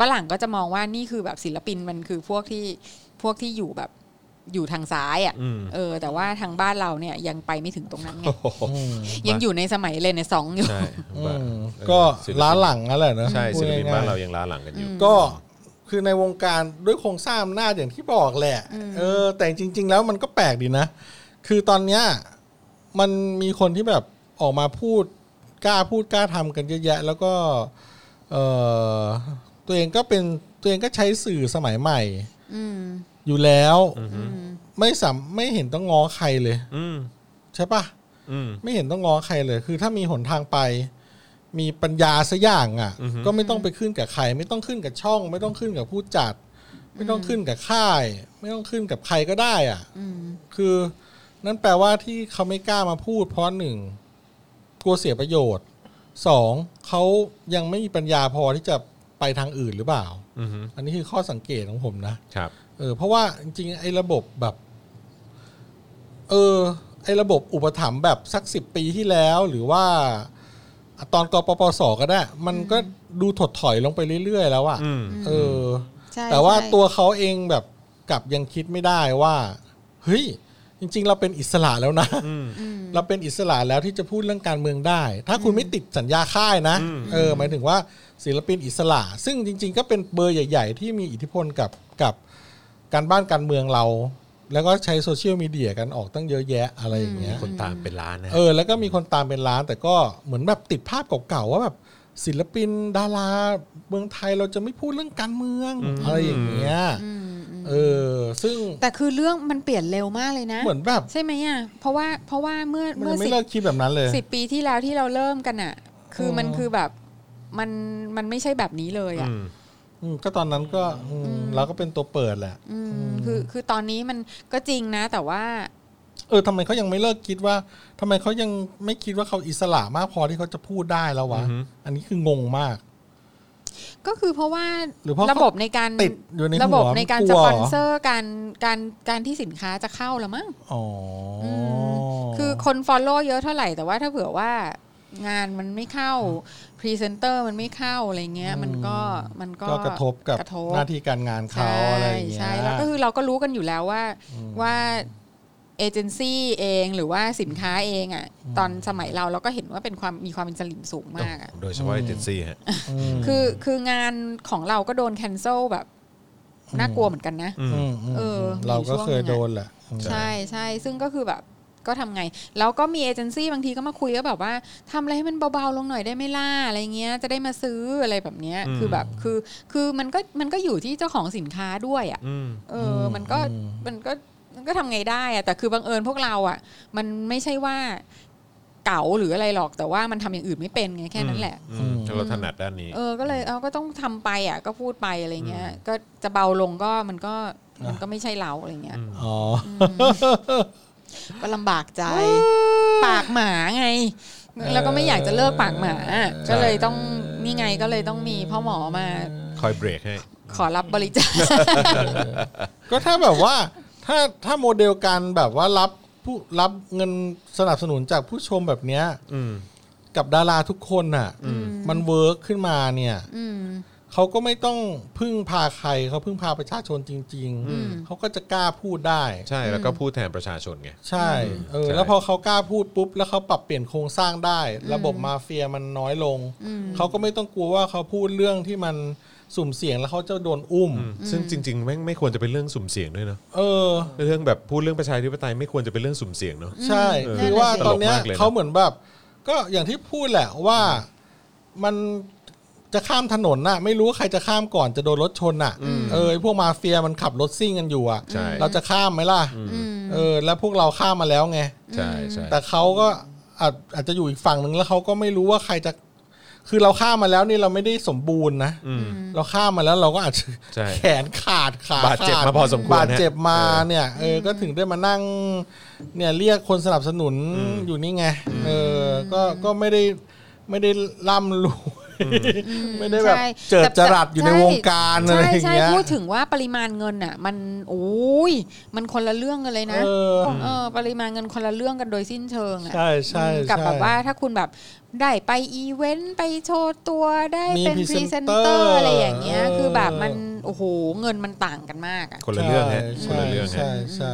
B: ฝรั่งก็จะมองว่านี่คือแบบศิลปินมันคือพวกที่พวกที่อยู่แบบอยู่ทางซ้ายอ่ะ
A: อืม
B: เออ แต่ว่าทางบ้านเราเนี่ยยังไปไม่ถึงตรงนั้นไง
C: อืม
B: ยังอยู่ในสมัยเรเนซองส์อยู่
A: ใช่
C: อื
A: ว่าม เออ
C: ก็
A: ศิปิน
C: ล้าหลังนั่นแหละนะ
A: ใช่
C: พูด
A: ศิลปิน
C: ง่ยๆ
A: บ้านเรายังล้าหลังกันอยู่
B: อืม
C: ก็คือในวงการด้วยโครงสร้างอำนาจอย่างที่บอกแหละ เออ แต่จริง ๆ แล้วมันก็แปลกดีนะ คือตอนเนี้ยมันมีคนที่แบบออกมาพูดกล้าพูดกล้าทำกันเยอะแยะ แล้วก็เออตัวเองก็เป็นตัวเองก็ใช้สื่อสมัยใหม่
B: อืม
C: อยู่แล้ว
B: อืม
C: ไม่สามไม่เห็นต้องง้อใครเลย
A: อืม
C: ใช่ปะ
A: อืม
C: ไม่เห็นต้องง้อใครเลย คือถ้ามีหนทางไป มีปัญญาสักอย่างอ่ะ
A: อือฮึ
C: ก็ไม่ต้องไปขึ้นกับใคร ไม่ต้องขึ้นกับช่อง ไม่ต้องขึ้นกับผู้จัด ไม่ต้องขึ้นกับค่าย ไม่ต้องขึ้นกับใครก็ได้อ่ะ
B: อืม
C: คือ นั่นแปลว่าที่เขาไม่กล้ามาพูด เพราะหนึ่งกลัวเสียประโยชน์สองเขายังไม่มีปัญญาพอที่จะไปทางอื่นหรือเปล่า
A: อืมอืม
C: อันนี้คือข้อสังเกตของผมนะ
A: ครับ
C: เออเพราะว่าจริงๆไอ้ระบบแบบ เออ ไอ้ระบบอุปถัมภ์แบบสักสิบปีที่แล้ว หรือว่า ตอนกปปสก็ได้ มันก็ดูถดถอยลงไปเรื่อยๆแล้วอะ
A: อืม
C: เออ
B: ใช่
C: แต่ว่า
B: ใช่
C: ตัวเขาเองแบบกลับยังคิดไม่ได้ว่าเฮ้ยจริง ๆ เราเป็นอิสระแล้วนะ
A: อืม
B: อืม
C: เราเป็นอิสระแล้วที่จะพูดเรื่องการเมืองได้ ถ้าคุณไม่ติดสัญญาค่ายนะ
A: อืม
C: เออหมายถึงว่าศิลปินอิสระ ซึ่งจริง ๆ ก็เป็นเบอร์ใหญ่ ๆ ที่มีอิทธิพลกับกับการบ้านการเมืองเรา แล้วก็ใช้โซเชียลมีเดียกันออกตั้งเยอะแยะอะไรอย่างเงี้ย
A: คนตามเป็นล้านนะ
C: เออแล้วก็มีคนตามเป็นล้าน แต่ก็เหมือนแบบติดภาพเก่าๆว่าแบบศิลปินดาราเมืองไทยเราจะไม่พูดเรื่องการเมืองอะไรอย่างเงี้ยเออซึ่ง
B: แต่คือเรื่องมันเปลี่ยนเร็วมากเลยนะ
C: เหมือนแบบ
B: ใช่ไหมอ่ะเพราะว่าเพราะว่าเมื่อ
C: มัน
B: เมื่อ
C: ยังไม่
B: สิบ
C: เลิกคิดแบบนั้นเลย
B: สิบปีที่แล้วที่เราเริ่มกันอ่ะ คือ
C: เออ
B: มันคือแบบมันมันไม่ใช่แบบนี้เลยอ่ะ
A: อืม
C: อืมก็ตอนนั้นก็อืมเราก็เป็นตัวเปิดแหละ
B: อืมคือคือตอนนี้มันก็จริงนะ แต่ว่า
C: เออทำไมเขายังไม่เลิกคิดว่าทำไมเขายังไม่คิดว่าเขาอิสระมากพอที่เขาจะพูดได้แล้ววะ
A: อือฮึ
C: อันนี้คืองงมาก
B: ก็คือเพราะว่า
C: หรือเพราะ
B: ระบบในการ
C: ติดอยู่ในหัว
B: ระบบในการ
C: มันก
B: ส
C: ลัว
B: ป
C: เหร
B: อ
C: อ
B: นเซอร์การการการที่สินค้าจะเข้าละมั้ง
C: อ๋ออ
B: มคือคนฟอลโล่เยอะเท่าไหร่แต่ว่าถ้าเผื่อว่างานมันไม่เข้าพรีเซนเตอร์มันไม่เข้าอะไรเงี้ย มันก็มันก็
C: ก็กระทบกับ
B: กระทบ
C: หน้าที่การงานเขาอะไรอย่างเงี้ย
B: ใช่ใช่ แล้วก็คือเราก็รู้กันอยู่แล้วว่าว่าเอเจนซี่เองหรือว่าสินค้าเองอ่ะตอนสมัยเราเราก็เห็นว่าเป็นความมีความเป็นสลิมสูงมากอ่ะ
A: โดยเฉพาะเอเจนซี่ฮะ
C: ม
B: คือคืองานของเราก็โดนแคนเซิลแบบน่ากลัวเหมือนกันนะ
C: มอืม
B: เออ
C: เรา
B: มี
C: ก็
B: ช่วง
C: เคยโดนแหละอืม
B: ใช่ใช่ซึ่งก็คือแบบก็ทำไง แล้วก็มีเอเจนซี่บางทีก็มาคุยก็แบบว่าทำอะไรให้มันเบาๆลงหน่อยได้ไหมล่ะอะไรเงี้ยจะได้มาซื้ออะไรแบบเนี้ย
A: อืม
B: คือแบบคือคือมันก็มันก็อยู่ที่เจ้าของสินค้าด้วยอ่ะ
A: อืม
B: เออ มันก็ มันก็ มันก็ทำไงได้อะแต่คือบังเอิญพวกเราอะมันไม่ใช่ว่าเก๋าหรืออะไรหรอก แต่ว่ามันทำอย่างอื่นไม่เป็นไงแค่นั้นแหละ
A: อืมเราถนัดด้านนี้
B: เออ ก็เลย เอาก็ต้องทำไปอะก็พูดไปอะไรเงี้ย ก็จะเบาลงก็มันก็ มันก็ไม่ใช่เราอะไรเงี้ย
C: อ๋อ
B: ก็ลำบากใจ ปากหมาไง แล้วก็ไม่อยากจะเลิกปากหมา ก็เลยต้อง นี่ไง ก็เลยต้องมีพ่อหมอมา
A: คอยเบรกให้
B: ขอรับบริจาค
C: ก็ถ้าแบบว่าถ้าถ้าโมเดลการแบบว่ารับผู้รับเงินสนับสนุนจากผู้ชมแบบเนี้ย
A: อืม
C: กับดาราทุกคนอ่ะ มันเวิร์กขึ้นมาเนี่ย
B: อืม
C: เขาก็ไม่ต้องพึ่งพาใครเขาพึ่งพาประชาชนจริง ๆเขาก็จะกล้าพูดได้
A: ใช่แล้วก็พูดแทนประชาชนไง
C: ใช่เออ
A: ใช่
C: แล้วพอเขากล้าพูดปุ๊บ แล้วเขาปรับเปลี่ยนโครงสร้างได้ ระบบมาเฟียมันน้อยลง เขาก็ไม่ต้องกลัวว่าเขาพูดเรื่องที่มันสุ่มเสี่ยงแล้วเขาจะโดนอุ้ม
A: ซึ่งจริงๆแม่งไม่ควรจะเป็นเรื่องสุ่มเสี่ยงด้วยเนอะ
C: เออ
A: เรื่องแบบพูดเรื่องประชาธิปไตยไม่ควรจะเป็นเรื่องสุ่มเสี่ยงเนอะ
C: ใช่
A: เออ
C: คือว่าตอนเนี้
A: ตลก
C: ย
A: มากเลยนะ
C: เขาเหมือนแบบ ก็อย่างที่พูดแหละว่ามันจะข้ามถนนน่ะ ไม่รู้ว่าใครจะข้ามก่อนจะโดนรถชนน่ะเออไอ้พวกมาเฟียมันขับรถซิ่งกันอยู่อ่ะ
A: ใช่
C: เราจะข้ามไหมล่ะเออ แล้วพวกเราข้ามมาแล้วไง
A: ใช่ใช่
C: แต่เขาก็อาจอาจจะอยู่อีกฝั่งหนึ่งแล้วเขาก็ไม่รู้ว่าใครจะ คือเราข้ามมาแล้วนี่เราไม่ได้สมบูรณ์นะ
A: อืม
C: เราข้ามมาแล้วเราก็อาจจะ
A: ใช่
C: แขนขาดขา
A: บาดเจ็บ
C: ข
A: มาพอสมควรนะ
C: บาดเจ็บมา
A: เออ
C: เนี่ยเออก็ถึงได้มานั่ง เนี่ยเรียกคนสนับสนุนอยู่นี่ไงเออก็ก็ไม่ได้ไม่ได้ร่ำรวยไม่ได้แบบ
B: ใช่
C: เจิด
B: แต่
C: จรัสอยู่ในวงการ
B: ใช่
C: อะไรอย่าง
B: ใช่
C: เงี้ย
B: พูดถึงว่าปริมาณเงินอ่ะ มันโอ้ยมันคนละเรื่องกันเลยนะ
C: เออ
B: เออปริมาณเงินคนละเรื่องกันโดยสิ้นเชิงอ่ะ
C: ใช่ใช่ใช่
B: กับแบบว่าถ้าคุณแบบได้ไปอีเวนต์ไปโชว์ตัวได้
C: มี
B: เป็นพรีเซนเตอ
C: presenter
B: ร์อะไรอย่างเงี้ย
C: เออ
B: คือแบบมันโอ้โหเงินมันต่างกันมากอ่ะ
A: คนละเรื่องฮะค
C: ใช่
A: นละเรื่องฮะ
C: ใช่ใช่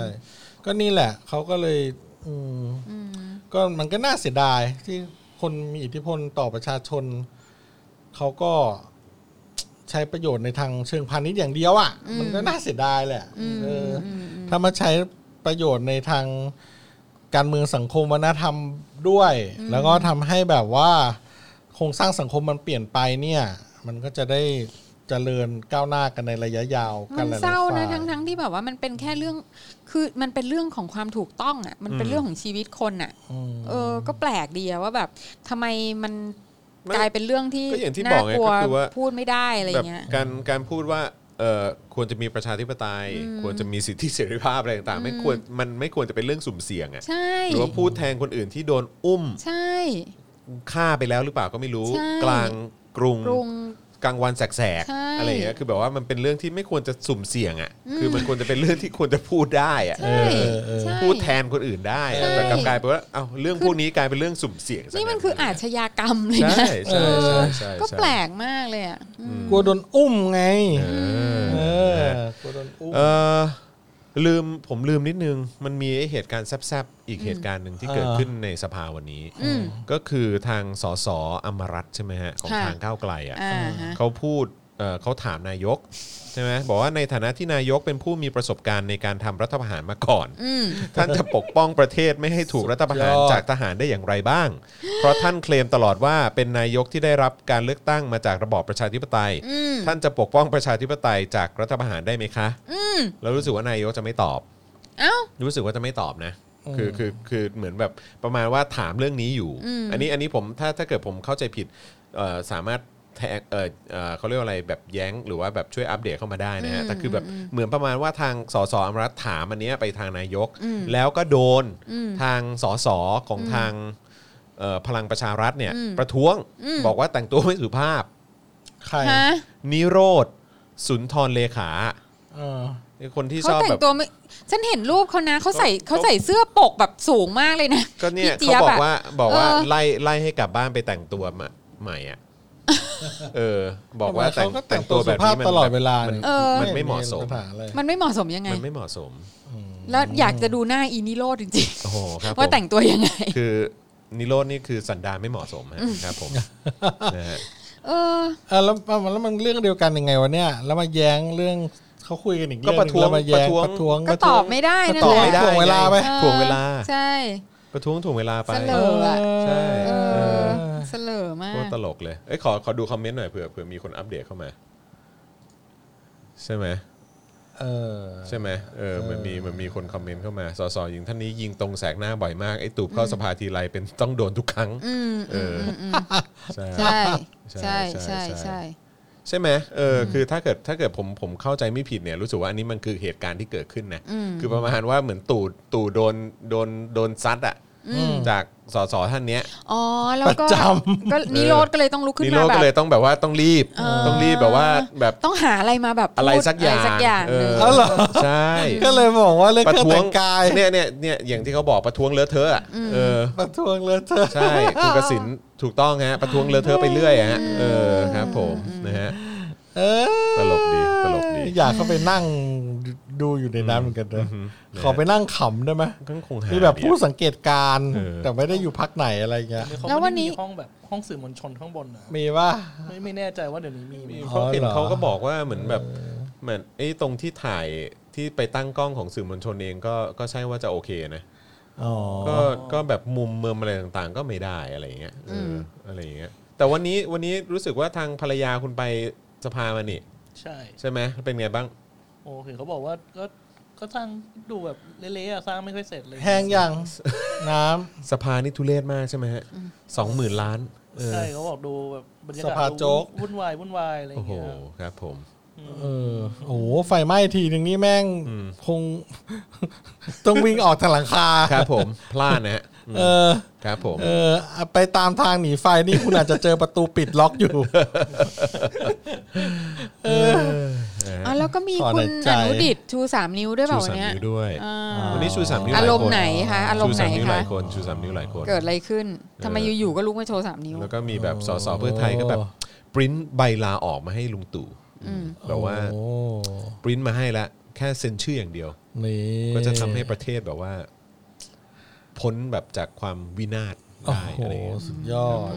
C: ก็นี่แหละเขาก็เลยอืมก็มันก็น่าเสียดายที่คนมีอิทธิพลต่อประชาชน เขาก็ใช้ประโยชน์ในทางเชิงพาณิชย์อย่างเดียวอะ่ะ มันก็น่าเสียดายแหละเอออถ้ามาใช้ประโยชน์ในทางการเมืองสังคมวัฒนธรรมด้วย แล้วก็ทำให้แบบว่าโครงสร้างสังคมมันเปลี่ยนไปเนี่ย มันก็จะได้เจริญก้าวหน้ากันในระยะยาวกั
B: มัน น
C: หลายๆ
B: เศร้า
C: ฝ่
B: นะ
C: ย
B: ทั้งทั้งที่แบบว่ามันเป็นแค่เรื่องคือมันเป็นเรื่องของความถูกต้องอ่ะ มันเป็นเรื่องของชีวิตคนอ่ะ
C: อืม
B: เออ ก็แปลกดีอะว่าแบบทำไมมัน
A: ไม่
B: กลายเป็นเรื่องที่
A: ก็อย่างที่
B: น่า
A: บอกไง
B: กลัว
A: ก็คือว่า
B: พูดไม่ได้อะไร
A: แบบ
B: เงี้ย
A: การการพูดว่าเออควรจะมีประชาธิปไตย ควรจะมีสิทธิเสรีภาพอะไรต่างๆไม่ควรมันไม่ควรจะเป็นเรื่องสุ่มเสี่ยงอ่ะ
B: ใช่
A: หรือว่าพูดแทนคนอื่นที่โดนอุ้ม
B: ใช่
A: ฆ่าไปแล้วหรือเปล่าก็ไม่รู้
B: ใช่
A: กลางกรุง
B: ปรุง
A: กลางวันแสก
B: ใช่
A: ๆอะไรอย่างเงี้ยคือแบบว่ามันเป็นเรื่องที่ไม่ควรจะสุ่มเสี่ยงอ่ะคือมันควรจะเป็นเรื่องที่ควรจะพูดได้อ่ะ
B: ใช่
A: เออ
B: เออใช่
A: พูดแทนคนอื่นได้อะ
B: ใช่
A: แต่กลับกลายเป็นว่าเอ้าเรื่องพวกนี้กลายเป็นเรื่องสุ่มเสี่ยงซะ
B: นี่มัน
A: งั้
B: คืออาชญากรรมเลยนะ
A: ใช่ใช่ใช่ใช่
B: ก็แปลกมากเลยอ่ะอืม
C: กลัวโดนอุ้มไง
A: เออนะ
C: เออ
A: ฮะ
C: กลัวโดนอุ้ม
A: เออลืมผมลืมนิดนึง มันมีไอ้เหตุการณ์แซบๆอีกเหตุการณ์หนึ่งที่เกิดขึ้นในสภาวันนี้
B: อืม
A: ก็คือทางสสอมรัตน์ใช่ไหมฮะของ
B: ค่ะ
A: ทางก้าวไกลอ่ะ
B: อ่าฮะ
A: เขาพูดเอ่อเขาถามนายกใช่ไหมบอกว่าในฐานะที่นายกเป็นผู้มีประสบการณ์ในการทำรัฐประหารมาก่อน
B: อืม
A: ท่านจะปกป้องประเทศไม่ให้ถูกรัฐประหาร
C: สุดยอด
A: จากทหารได้อย่างไรบ้าง เพราะท่านเคลมตลอดว่าเป็นนายกที่ได้รับการเลือกตั้งมาจากระบอบประชาธิปไตย
B: อืม
A: ท่านจะปกป้องประชาธิปไตยจากรัฐประหารได้ไหมคะแล้วรู้สึกว่านายกจะไม่ตอบ
B: เอ้า
A: รู้สึกว่าจะไม่ตอบนะ คือคือคือเหมือนแบบประมาณว่าถามเรื่องนี้อยู่ อันนี้อันนี้ผมถ้าถ้าเกิดผมเข้าใจผิดเอ่อสามารถแทกเอ่อเอ่อเขาเรียกว่าอะไรแบบแย้งหรือว่าแบบช่วยอัปเดตเข้ามาได้นะฮะ แต่คือแบบเหมือนประมาณว่าทางสสอมรัตน์ถามอันเนี้ยไปทางนายก แล้วก็โดนทางสสของทางเอ่อพลังประชารัฐเนี่ยประท้วงบอกว่าแต่งตัวไม่สุภาพ
C: ใคร
B: ฮะ
A: นิโรธสุนทรเลขา
C: เออ
A: ไอ้คนที่
B: เขา
A: ชอบ
B: แต่
A: แบ
B: ง
A: บ
B: ตัวไม่ ฉันเห็นรูปเขานะ เขาใส่เขาใส่เสื้อปกแบบสูงมากเลยนะ
A: ก็เนี่ย
B: พี่จี๊
A: เขาบอบ
B: ยะ
A: กว่าบอกว่า
B: เออ
A: ไล่ไล่ให้กลับบ้านไปแต่งตัวมาใหม่อ่ะเออ บอกว่าแต่
C: เขา
A: ง
C: ก็แต่
A: แต่
C: ง
A: ง
C: ตั
A: ตัวว
C: สุ
A: แบบ
C: ภาพ
A: นี้มัน
C: ตลอดเวลา
A: มัน
C: เนี่ย
B: เออ
A: มันไม่เหมาะสม
C: ปัญหอะไร
B: มันไม่เหมาะสมยังไง
A: มันไม่เหมาะสม
B: แล้วอยากจะดูหน้าอีนิโรธจริง
A: โอ้โหครับ
B: ๆ ว่าแต่ง
A: ผม
B: ตัวยังไง
A: คือนิโรดนี่คือสันดานไม่เหมาะสมฮะครับ ผมนะฮะ
B: เออ
C: เออแล้วมันแล้วมันเรื่องเดียวกันยังไงวะเนี่ย แล้วมาแย้งเรื่องเขาคุยกันอีกเรื่องหนึ่แล้มาแย้งประท้วง
B: ก็ตอบไม่ได้นั่น
A: ตอบ
B: แหละ
A: ไม่ได้
C: ถ่วงเวลาไป
B: ออ
A: ถ่วงเวลา
B: ใช่
A: ประท้วงถ่วงเวลาไป
B: เสลออะ
A: ใช่
B: เอ
A: เอ
B: อ
A: อ
B: เสลอมา
A: โคต
B: ก
A: รตลกเลยเอ้ยขอขอดูคอมเมนต์หน่อยเผื่อเผื่อมีคนอัปเดตเข้ามา ใช่ไหม
C: เออ
A: ใช่ไหมเออ มันมีมันมีคนคอมเมนต์เข้ามา สสหญิงท่านนี้ยิงตรงแสกหน้าบ่อยมาก ไอ้ตูบเข้าสภาทีไรเป็นต้องโดนทุกครั้ง
B: อืม
A: เอออใช่
B: ใช่
A: ใช่ใช่
B: ใช่ใช่
A: ใช่
B: ใช่
A: ใช่ไหมเอออ คือถ้าเกิดถ้าเกิดผมผมเข้าใจไม่ผิดเนี่ย รู้สึกว่าอันนี้มันคือเหตุการณ์ที่เกิดขึ้นนะ คือประมาณว่าเหมือนตู่ตู่โดนโดนโดนซัดอ่ะ
B: อืม
A: จากสสท่านเนี้ย
B: อ๋อ แล้วก็
C: ประจ
B: ก็นิโรธก็เลยต้องลุกขึ้
A: นิ
B: น
A: โร
B: มา
A: ธ
B: แบ
A: ก็
B: บ
A: เลยต้องแบบว่าต้องรีบ
B: เออ
A: ต้องรีบแบบว่าแบบ
B: ต้องหาอะไรมาแบบ
A: อะไร
B: พูด
A: สักอย่าง
B: ะไรสักอย่าง
A: เอ
B: หนึ่ง
A: อ
C: อ๋อเหรอ
A: ใช่
C: ก็เลยบอกว่าเรื่อง
A: ประ
C: เครื่อง
A: ท้วง
C: แต่งกาย
A: เนี่ยเนี่ยเนี่ยอย่างที่เขาบอกประท้วงเลอะเทอะอะเออ
C: ประท้วงเลยเธอะ
A: ใช่คุณกสินถูกต้องฮะ ประท้วงเลอะเทอะไปเรื่อยฮะเออครับผมนะฮะ
C: เออ
A: ตลกดีตลกดี
C: อยากเข้าไปนั่งดูอยู่ในน้ำเหมือนกันนะขอไปนั่งขำได้ไหม
A: ก็คงหา
C: มีแบบผู้สังเกตการณ์
A: เออ
C: แต่ไม่ได้อยู่พักไหนอะไรเงี้ย
F: หรือเขา
B: แล้ววั
F: ไม่
B: น
F: ได้
B: นี้
F: มีห้องแบบห้องสื่อมวลชนข้างบนนะ
C: มีป่ะ
F: ไม่ไม่แน่ใจว่าเดี๋ยวนี้มีไหม
A: เพราะเห็น
C: อ๋อเหรอ
A: เขาก็บอกว่าเหมือนแบบเหมือนไอ้ตรงที่ถ่ายที่ไปตั้งกล้องของสื่อมวลชนเองก็ก็ใช่ว่าจะโอเคนะ
C: อ๋อ
A: ก็ก็แบบมุมเมิมอะไรต่างๆ ก็ไม่ได้อะไรอย่างเงี้ยเอออ
B: ม
A: อะไรอย่างเงี้ยแต่วันนี้วันนี้รู้สึกว่าทางภรรยาคุณไปสภามานี่
F: ใช่
A: ใช่ไหมเป็นไงบ้าง
F: โอ้เห็นเขาบอกว่าก็ก็สร้างดูแบบเละๆอะสร้างไม่ค่อยเสร็จเลย
C: แห้งยังน้
A: สภานี่ทุเรศมากใช่ไหมฮะสองหมื่นล้านเออ
F: ใช่เขาบอกดูแบบบรรยากาศ
C: สภาโจ๊ก
F: ดูวุ่นวายวุ่นวายอะไรอ
A: โอ้
F: ย่าง
A: โห
F: เงี้ย
A: ครับผม
C: ำเออโอ้โหไฟไหม้ทีหนึ่งนี่แม่งคง ต้องวิ่งออกทางหลังคา
A: ครับผมพลาดนะฮะอืม
C: เออ
A: ครับผม
C: เออไปตามทางหนีไฟนี่คุณอาจจะเจอประตูปิดล็อกอยู่
B: อ๋อแล้วก็มี
C: ขอ
B: คุ
C: หน่
B: ณ
C: อยใจ
B: อนุดิตชูสามนิ้วด้วย
A: ชู
B: เปล่าวัน
A: สาม
B: เนี้ย
A: นิ้วด้วย
B: อ่า
A: วันนี้ชูสามนิ้ว
B: อารมณ์
A: ล
B: ไหน
A: ยค
B: คะ อารม
A: ชู
B: ณ์ไหน
A: สามนิ้วห
B: คะ
A: ลายคนชูสามนิ้วหลายคน
B: เกิดอะไรขึ้นทำไม
A: เอออ
B: อยู่ๆก็ลุกมาโชว์สามนิ้ว
A: แล้วก็มีแบบสสเพื่อไทยก็แบบปริ้นใบลาออกมาให้ลุงตู่แบบว่า
C: โอ้
A: ปริ้นมาให้ละแค่เซ็นชื่ออย่างเดียว
C: นี่
A: ก็จะทำให้ประเทศแบบว่า พ้นแบบจากความวินาศ
C: โอ้
A: ได้
C: โห
A: อะไรอย่างเงี้ย
C: สุดยอด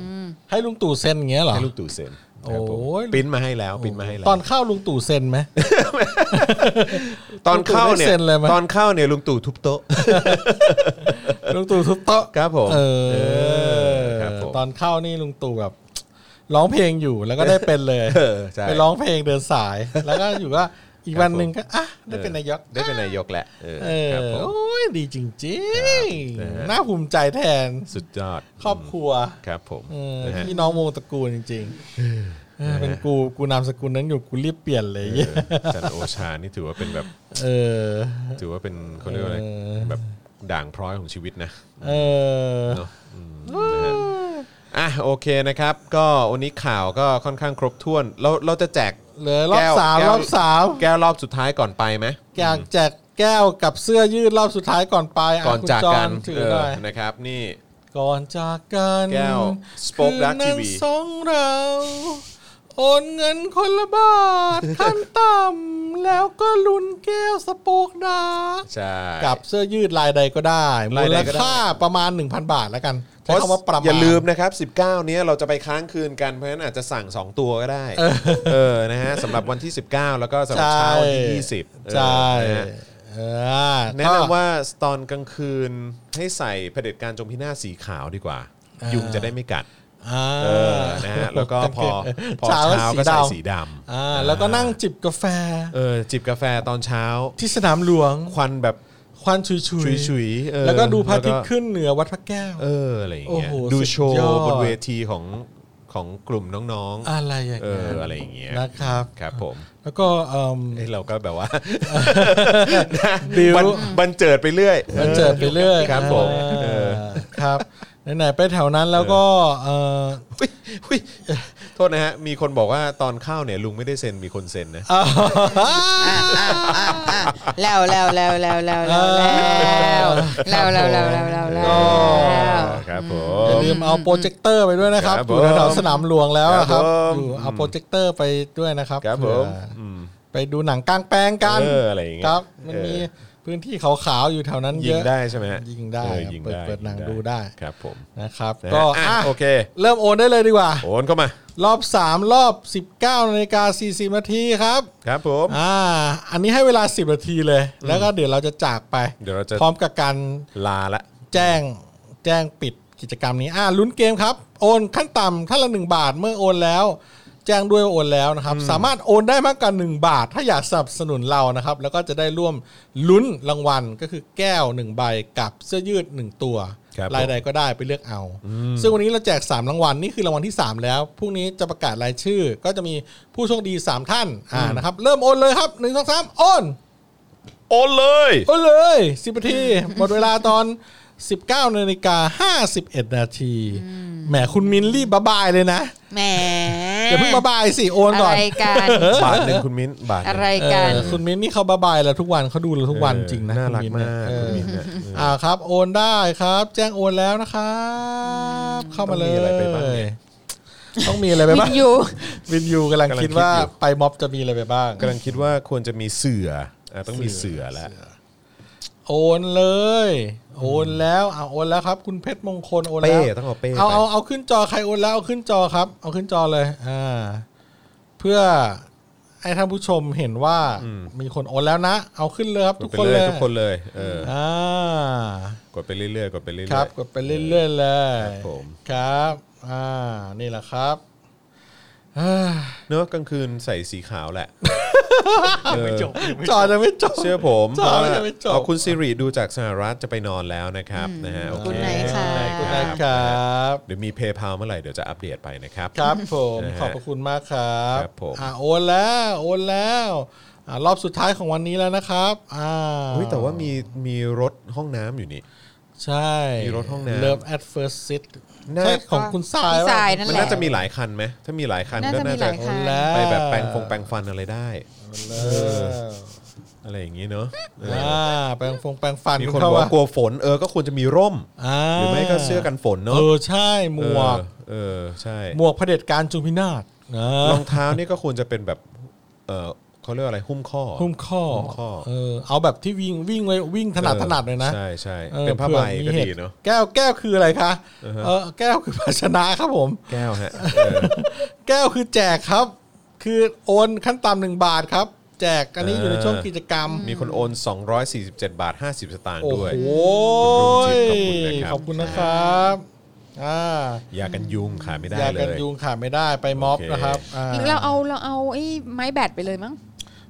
C: ให้ลุงตู่เซ็นอย่างเงี้ยเหรอ
A: ให้ลุงตู่เซ็นครับผม
C: โอ้ย
A: ปริ้นมาให้แล้วปริ้นมาให้แล้ว
C: ตอนเข้าลุงตู่เซ็นไหม
A: ตอนเข้าเนี่ย
C: ลุงตู่ได้เซ็นเลยไหม
A: ตอนเข้าเนี่ยลุงตู่ทุบโต๊ะ
C: ลุงตู่ทุบโต๊ะ
A: ครับผม
C: เอ
A: เอ
C: อ
A: อครับผม
C: ตอนเข้านี่ลุงตู่แบบ ร้องเพลงอยู่แล้วก็ได้เป็นเลย
A: เออใช่
C: ไปร้องเพลงเดินสาย แล้วก็อยู่ว่าอีกวั
A: ค
C: น
A: รับผม
C: หนึ่งก็อ่ะได้เป็นนายก
A: ได้เป็นนายกแหละเออ
C: เออ
A: ครับผม
C: โอ้ยดีจริง
A: ครับนะฮะ
C: ๆ น่าภูมิใจแทน
A: สุดยอด
C: ครอบครัว
A: ครับผม
C: เออ
A: นะฮะ
C: พี่น้องวงตระกูลจริงๆเออเป็นกูกูนามสกุลนั้นอยู่กูรีบเปลี่ยนเลย
A: เออจันทร์โอชานี่ถือว่าเป็นแบบ
C: เออ
A: ถือว่าเป็นเขาเรียกว่าอะไร
C: เออ
A: แบบด่างพร้อยของชีวิตนะ
C: เออ
A: เนาะอืมนะฮะอ่ะโอเคนะครับ ก็วันนี้ข่าวก็ค่อนข้างครบถ้วนเราเราจะแจก
C: เหลือรอบ
A: แก้ว
C: สาม
A: แก้ว
C: รอบสาม
A: แก้วรอบสุดท้ายก่อนไปไหม
C: อยากแจกแก้วกับเสื้อยืดรอบสุดท้ายก่อนไปะ
A: ก่อน
C: คุณ
A: จาก
C: จ
A: กัน
C: ถือ
A: เอ
C: ห
A: อ
C: น่อย
A: นะครับ นี่
C: ก่อนจากกัน
A: แก้ว Spoke Dark
C: คืนนั้น
A: TV
C: สองเราโอนเงินคนละบาท ขั้นต่ำแล้วก็ลุ้นแก้วสโปกดาร์ก
A: ใช่
C: กับเสื้อยืดลายใดก็ได้
A: ลาย
C: มู
A: ใด
C: ล
A: ก็ได้
C: ค่าประมาณ 1,000 บาทแล้วกัน
A: เพ
C: ใช้
A: ราะ
C: คำว่าประมาณ
A: อย่าลืมนะครับ 19 เนี้ยเราจะไปค้างคืนกันเพราะฉะนั้นอาจจะสั่ง 2 ตัวก็ได้ เออนะฮะสำหรับวันที่ 19 แล้วก็สำหรับ
C: ใช่
A: เช้าวันที่ 20เออ
C: ใช่
A: นะฮะ
C: เออ
A: แนะนำว่าตอนกลางคืนให้ใส่เผด็จการจงพินาศสีขาวดีกว่า ยุงจะได้ไม่กัด
C: อ่า
A: เออนะฮะแล้วก็ พอพอ
C: เช้า
A: เช้าก็
C: สีดำ
A: ใส่สีดำ
C: อ่าแล้วก็นั่งจิบกาแฟ
A: เออจิบกาแฟตอนเช้า
C: ที่สนามหลวง
A: ควันแบบ
C: ควันชุยชุย
A: ฉุยๆเออ
C: แล้วก็ดูพระอาทิต
A: แล้ว
C: ย์
A: ก็
C: ขึ้นเหนือวัดพระแก้ว
A: เอออะไรอย่างเงี้ย
C: โอ้โห
A: ดู
C: สุด
A: โชว์
C: ยอด
A: บนเวทีของของกลุ่มน้อง
C: อะไรอย่าง
A: ๆเอ
C: เงี้
A: อย อะไรอย่างเงี้ย
C: นะครับ
A: ครับผม
C: แล้วก็เอิ่ม
A: เอ้ยเราก็แบบว่า
C: บิ้ว
A: บันบันเจิดไปเรื่อย
C: มันเจิดไปเรื่อย
A: ครับผมเออ
C: ครับไหนๆไปแถวนั้นแล้วก็เออ
A: อุ๊ยอุ๊ยโทษนะฮะ มีคนบอกว่าตอนเข้าเนี่ยลุงไม่ได้เซ็นมีคนเซ็นนะ
B: อ่ะอ่ะอ่ะอ่ะแล้วแล้วแล้วแล้วแล้วแล้วแล้วแล้วแล้วแล้วแล้วแล้วแล้ว
A: ครับผ
C: อย่าลืมเอาโปรเจคเตอร์ไปด้วยนะครับ
A: ครับ
C: อยู่แถวๆสนามหลวงแล้วอะครับ
A: ครับผม
C: อยู่เอาโปรเจคเตอร์ไปด้วยนะครับ
A: ครับผม
C: เผื่ออไปดูหนังกลางแปลงกัน
A: เอออะไรอย่างเงี้ย
C: ครับ มัน
A: เออ
C: มีพื้นที่ขาวๆอยู่แถวนั้น
A: ยิ
C: เย
A: ง
C: อะ
A: ได้ใช่ไหมฮะ
C: ยิงได้
A: เออ
C: ครับ
A: ยิง
C: เปิด
A: ได้
C: เปิดหนัง
A: ยิ
C: ดูได้
A: ครับผม
C: นะครับ
A: นะฮะ
C: ก็
A: อ่ะ
C: อ่ะ
A: โอเค
C: เริ่มโอนได้เลยดีกว่า
A: โอนเข้ามา
C: รอบ 3 รอบ 19นาฬิกา40นาทีครับ
A: ครับผม
C: อ่าอันนี้ให้เวลา 10นาทีเลย แล้วก็เดี๋ยวเราจะจากไป
A: เดี๋ยวเราจะ
C: พร้อมกับการ
A: ลาละ
C: แจ้งแจ้งปิดกิจกรรมนี้อ่าลุ้นเกมครับ โอนขั้นต่ำท่านละหนึ่งบาทเมื่อโอนแล้ว แจ้งด้วยว่าโอนแล้วนะครับ สามารถโอนได้มากกว่า1 บาท ถ้าอยากสนับสนุนเรานะครับ แล้วก็จะได้ร่วมลุ้นรางวัลก็คือแก้ว 1 ใบกับเสื้อยืด 1 ตัว
A: ครับ
C: ยใดก็ได้ไปเลือกเอา ซึ่งวันนี้เราแจก 3 รางวัลนี่คือรางวัลที่ 3 แล้วพรุ่งนี้จะประกาศรายชื่อ ก็จะมีผู้โชคดี 3 ท่านอ่านะครับเริ่มโอนเลยครับ1 2 3โอน
A: โอนเลย
C: โอ้เลยสิบนาทีหมดเวลาตอน 19นาฬิกา51นาทีแหมคุณมินรีบบายบายเลยนะ
B: แหม
C: อย่าเพิ่งบายบายสิโอนก่อน
B: อะไรกัน
A: บาทหนึ่งคุณมิ้นบาทหนึ่ง
B: อะไรกัน
C: เออคุณมินนี่เขาบายบายแล้วทุกวันเขาดูเราทุกวันจริงนะ
A: น่ารัก
C: คุณ
A: มา
C: เย
A: ก
C: เอ
A: คุณ
C: อ
A: มิ้นเนี่ยเออ
C: อ่าครับโอนได้ครับ แจ้งโอนแล้วนะครับ เข้ามาเลย
A: ต้องมีอะไรไปบ้างเนี่ย
C: ต้องมีอะไรไป
B: วิ
C: บ้าง
B: นยู
C: วินยูกำลัง
A: กำลังคิ
C: คิ
A: ด
C: ด
A: อยู่
C: ว่าไปม็อบจะมีอะไรไปบ้าง
A: กำลังคิดว่าควรจะมีเสืออ่ะต้องมีเสือแล้ว
C: โอนเลย โอนแล้วเอาโอนแล้วครับ คุณเพชรมงคลโอน
A: เป้
C: แล้ว
A: ต้องเอาเป้
C: เอาเอา
A: ไป
C: เอาขึ้นจอใครโอนแล้วเอาขึ้นจอครับ เอาขึ้นจอเลยอ่าเพื่อให้ท่านผู้ชมเห็นว่ามีคนโอนแล้วนะ เอาขึ้นเลยครับ
A: ก
C: ทุ
A: ด
C: ก
A: ไป
C: คน
A: เล
C: เลย ย
A: ทุกคนเลยเอออ
C: อ่า
A: กดไปเรื่อยๆกดไปเรื่อยๆ
C: ครับกดไปเรื่อยๆเลย
A: ครับผม
C: ครับอ่านี่แหละครับอ่า
A: เนอะกลางคืนใส่สีขาวแหละ
F: ไม่จบ
C: จอจะไม่จบ
A: เชื่อผม
C: จบแล้วจะไม่จบ
A: เอาคุณสิริดูจากสหรัฐจะไปนอนแล้วนะครับนะฮะโอเค
B: คุณไหนายค่ะ
C: คุณนะครับ
A: เดี๋ยวมีเพย์พาเมื่อไหร่เดี๋ยวจะอัปเดตไปนะครับ
C: ครับผม
A: นะฮะ
C: ขอบพระคุณมากครับ
A: ครับผม
C: อ่าโอนแล้วโอนแล้วอ่ารอบสุดท้ายของวันนี้แล้วนะครับอ่า
A: เฮ้ยแต่ว่ามีมีรถห้องน้ำอยู่นี่
C: ใช่
A: มีรถห้องน้ำ
C: เลิฟแอดเฟิร์สซิต
A: น่า
C: ใช่ของคุณทราย
B: คุณทราย
C: ปะ
B: นั่น
A: มัน
B: แหล
A: น่าจะมีหลายคันไหมถ้ามีหลายคัน
B: น่า
A: ก็
B: จะมี
A: น่า
B: ห
A: จะ
B: ลาย
A: โอ้
B: คัน
C: โอนแล้ว
A: ไปแบบแปรงฟงแปรงฟันอะไรได้
C: เออ
A: อะไรอย่างนี้เนาะเออ
C: อ่าแปรงฟงแปรงฟัน
A: มีคนบ
C: เข้
A: อก
C: มา
A: ว่ากลัวฝนเออก็ควรจะมีร่ม
C: า
A: หรือไม่ก็เสื้อกันฝนเนาะ
C: เออใช่หมวก
A: เออเออใช่
C: หมวกเผด็จการจุมพินาศนะ
A: รองเท้านี่ก็ควรจะเป็นแบบ เออเขาเรียกว่าอะไรหุ้มข้อ
C: หุ้มข้อ
A: หุ้มข้อ
C: เออเอาแบบที่วิ่งวิ่งไว้วิ่งถนัดถนัดเลยนะ
A: ใช่ใช่
C: ออ
A: เป็นผ้าใบ
C: ผื่อมี
A: ก็
C: ห
A: ดี
C: ตุ
A: เนาะ
C: แก้วแก้วคืออะไรคะเออแก้วคือภาชนะครับผม
A: แก้วฮะ
C: แก้วคือแจกครับ คือโอนขั้นต่ำหนึ่งบาทครับ แจกอันนี้อยู่ในช่วงกิจกรรม
A: มีคนโอน 247 บาท 50 สตางค์
C: โอ้
A: ด้วย
C: โห
A: คุณรุ่งจิต
C: ข
A: ขอ
C: อ
A: บบ คุ
C: คุณ ณ
A: นะ
C: นะ
A: ค
C: ค
A: รั
C: รับอ่าย
A: ากันยุงขายไม่ได้
C: ยา
A: เล
C: กัน
A: ย
C: ยุงขาดไม่ได้ไปม็อบ
A: โอเค
C: นะครับอ่า
B: หรือเราเอาเราเอาไอ้ไม้แบตไปเลยมั้ง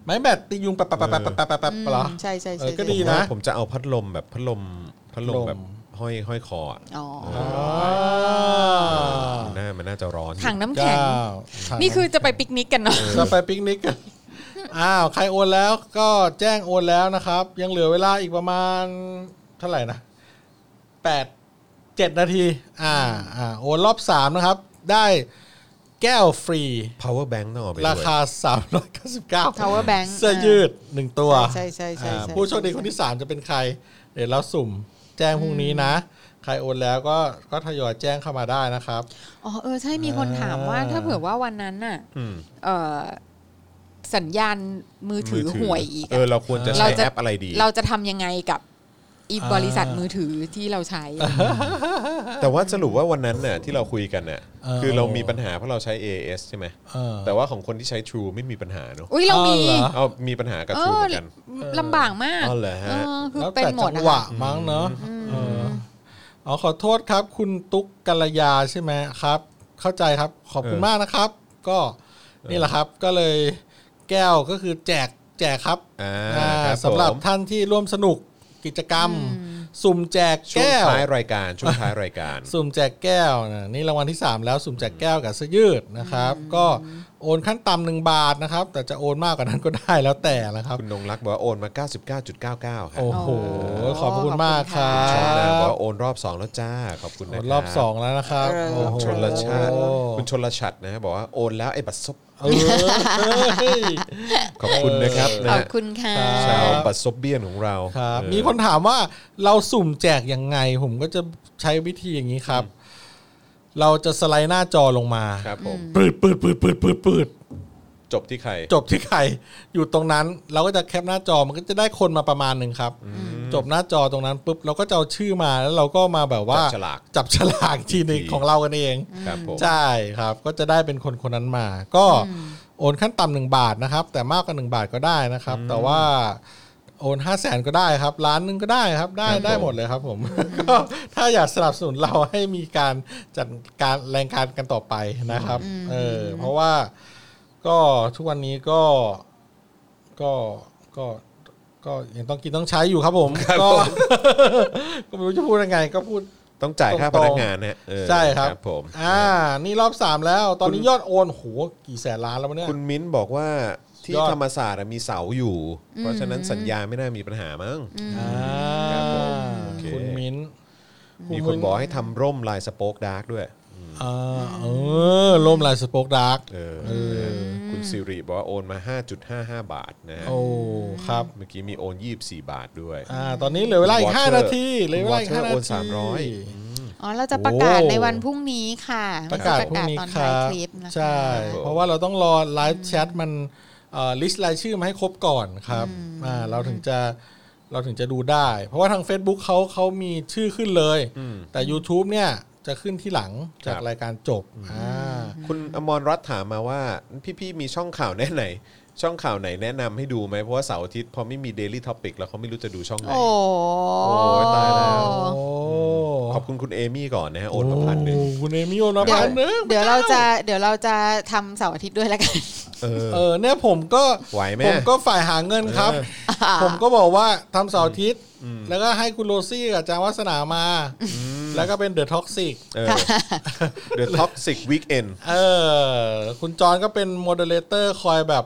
C: ไม้แบตตียุงแปะแปะแปะแปะแปะแปะแปะเหรอ
B: ใช่ใช่
C: เอ
B: ใช่
C: อก็
B: ใช่
C: ดี
A: ผมว่าผมจะเอาพัดลมแบบพัดลมพัดลม
C: พัดลม
A: แบบห้อยห้อยคออะ
B: อ๋อ
C: อ่า
A: มันน่ามันน่าจะร้อนอยู่
B: ถังน้ำแข็ง นี่คือจะไปปิกนิกกันเนาะ
C: จะไปปิกนิกกันอ้าวใครโอนแล้วก็แจ้งโอนแล้วนะครับ ยังเหลือเวลาอีกประมาณเท่าไหร่นะแปดเจ็ดนาทีอ่าอ่าโอนรอบสามนะครับ ได้แก้วฟรี
A: พาวเวอร์แบงค์ต้องเอาไป
C: รา
A: ด้วย
C: คา 399
B: Power bank
C: เสื้อยืด 1 ตัว
B: ใช่ใช่ใช่ใช่
C: อ่า
B: ใช่
C: ผู้โชคดีคนที่ 3 จะเป็นใคร เดี๋ยวเราสุ่มแจ้งพรุ่งนี้นะ ใครโอนแล้วก็ก็ทยอยแจ้งเข้ามาได้นะครับ
B: อ๋อเออใช่มีคนถามว่า
C: อ่า
B: ถ้าเผื่อว่าวันนั้นน่ะ
A: อืม
B: เอ่อสัญญาณมือถือห่วยอีก
A: เอ
B: อะ
A: อเราควรจะ
B: เรา
A: ใช้
B: จะ
A: แอปอะไรดี
B: เราจะทำยังไงกับอี
C: อ่า
B: บริษัทมือถือที่เรา ใช้
A: แต่ว่าสรุปว่าวันนั้นน่ะที่เราคุยกันน่ะ
C: เออ
A: คือเรามีปัญหาเพราะเราใช้ AS ใช่ไหม
C: เออ
A: แต่ว่าของคนที่ใช้ True ไม่มีปัญหาเนอะ
B: อุ้ยเรามี
C: อ้าวเหรอ
A: เอามีปัญหากับ
B: เอ
A: True
B: อ
A: เหมือนกัน
B: ลำบากมาก
A: อ๋อเหรอฮะ
B: อคือ
C: แล้ว
B: เป็น
C: แต่
B: หม
C: จั
B: ด
C: ง
B: อะ
C: หวะ
B: ค่ะ
C: มั้งเนอะเอออ๋อขอโทษครับ คุณตุ๊กกัลยาใช่ไหมครับ เข้าใจครับขอบคุณ
A: เออ
C: มากนะครับ ก็นี่แหละครับก็เลยแก้วก็คือแจกแจกครับ
A: อ่า
C: อ่า
A: ครับ
C: สำหรับ
A: ผม
C: ท่านที่ร่วมสนุกกิจกรรม สุ่มแจก
A: ช่วง
C: แก้ว
A: ท้ายราย การช่วงท้ายรายการ
C: สุ่มแจกแก้วนะนี่รางวัลที่ 3 แล้วสุ่มแจกแก้วกับเสื้อยืดนะครับ ก็โอนขั้นต่ำหนึ่งบาทนะครับ แต่จะโอนมากกว่านั้นก็ได้แล้วแต่นะครับ
A: คุณนงรักบอกว่าโอนมา 99.99 ครับ
C: โอ้โหขอบพระคุณมากครั
A: ช้อนนา
C: บ
A: บอกว่าโอนรอบ 2 แล้วจ้า ขอบคุณนะค
C: รอบสองแล้วนะครับ
A: โอ้โหชนละชาติ
C: โอ้โห
A: คุณชนละชัดนะฮะบอกว่าโอนแล้วไอ้บัตรซบ
C: เออเฮ้ย
A: ขอบคุณนะครับนะ
B: ขอ
A: ฮะ
B: บคุณค่ะ
C: ครับ
A: ชาวบัตรซบเบียนของเรา
C: ครับ
A: เออ
C: มีคนถามว่าเราสุ่มแจกยังไง ผมก็จะใช้วิธีอย่างนี้ครับ เราจะสไลด์หน้าจอลงมา
A: ครับผม
C: ปืดปืดปืดปืดปืดปืด
A: จบที่ใคร
C: จบที่ใครอยู่ตรงนั้นเราก็จะแคปหน้าจอมันก็จะได้คนมาประมาณหนึ่งครับ จบหน้าจอตรงนั้นปุ๊บเราก็จะเอาชื่อมาแล้วเราก็มาแบบว่า
A: จับฉลาก
C: จับฉลากทีหนึงของเรากันเอง
A: ครับผม
C: ใช่ครับ ก็จะได้เป็นคนคนนั้นมา ก็โอนขั้นต่ำหนึ่งบาทนะครับ แต่มากกว่าหนึ่งบาทก็ได้นะครับ แต่ว่าโอนห้าแสนก็ได้ครับล้านหนึ่งก็ได้ครับ ได้
A: ครับ
C: ได้
A: ผม
C: หมดเลยครับผม ก็ถ้าอยากสนับสนุนเราให้มีการจัดการแรงการกันต่อไปนะครับ เออ เพราะว่าก็ทุกวันนี้ก็ก็ก็ก็ยังต้องกินต้องใช้อยู่ครับผมก็ ก็ไม่รู้จะพูดยังไง ก็พูด
A: ต้องจ่ายค่าพนักงานนะฮะเออ
C: ใช่ครับ
A: ผม
C: อ่า นี่รอบสามแล้ว ตอนนี้ยอดโอนโหกี่แสนล้านแล้ววะเนี่ย
A: คุณมิ้นบอกว่าที่
C: ยอด
A: ธรรมศาสตร์อะมีเสาอยู่ เพราะฉะนั้นสัญญาณไม่น่ามีปัญหามั้ง
C: อ่า
A: ครับผมโอเค
C: คุณมิ้น
A: มีคนบอกให้ทำร่มลายสโป๊กดาร์กด้วย
C: อ่าเออล่มลายสปอกดาร์ก
A: เออคุณสิริบอกว่าโอนมา 5.55 บาทนะฮะ
C: โอ้ครับ
A: เมื่อกี้มีโอน 24 บาทด้วย
C: อ่าตอนนี้เหลือเวลาอีก
A: Watcher
C: 5 นาทีเหลือเวลาอีก
A: คุณ Watcher
C: 5นา
A: โอ
C: ที
A: น300
B: อ๋อเราจะประกาศ
C: โอ้
B: ในวันพรุ่งนี้ค่ะ
C: ประกาศพรุ่งนี้
B: ตอน
C: ค
B: ท้าย
C: รับ
B: คลิปนะคะ
C: ใช่ เพราะว่าเราต้องรอไลฟ์แชทมันลิสต์รายชื่อมาให้ครบก่อนครับอ่าเราถึงจะเราถึงจะดูได้ เพราะว่าทาง Facebook เขาเขามีชื่อขึ้นเลย แต่ YouTube เนี่ยจะขึ้นที่หลังจาก
A: ครับ
C: รายการจบอ่า
A: คุณอมรรัตน์ถามมาว่า พี่ๆมีช่องข่าวแน่ไหน ช่องข่าวไหนแนะนำให้ดูไหมเพราะว่าเสาร์อาทิตย์พอไม่มี Daily Topic แล้วเขาไม่รู้จะดูช่องไหน
B: โอ้
A: โอ้ยตายแล้ว
C: โอ้
A: ขอบคุณคุณเอมี่ก่อนนะฮะโอนมาพันหนึ่ง
C: โอ้คุณเอมิโอนมา
B: เดี๋ยว
C: พันหนึ่ง
B: เดี๋ยวเราจะเดี๋ยวเราจะทำเสาร์อาทิตย์ด้วยแล้วกัน
A: เออ
C: เออเนี่ยผมก็
A: ไหวไหม
C: ผมก็ฝ่ายหาเงินครับ ผมก็บอกว่าทำเสาร์อาทิตย์แล้วก็ให้คุณโรซี่กับอาจารย์วัฒนามา แล้วก็เป็นเดอะท็อกซิก
A: เออ The Toxic Weekend
C: เออ คุณจอนก็เป็นโมเดเลเตอร์คอยแบบ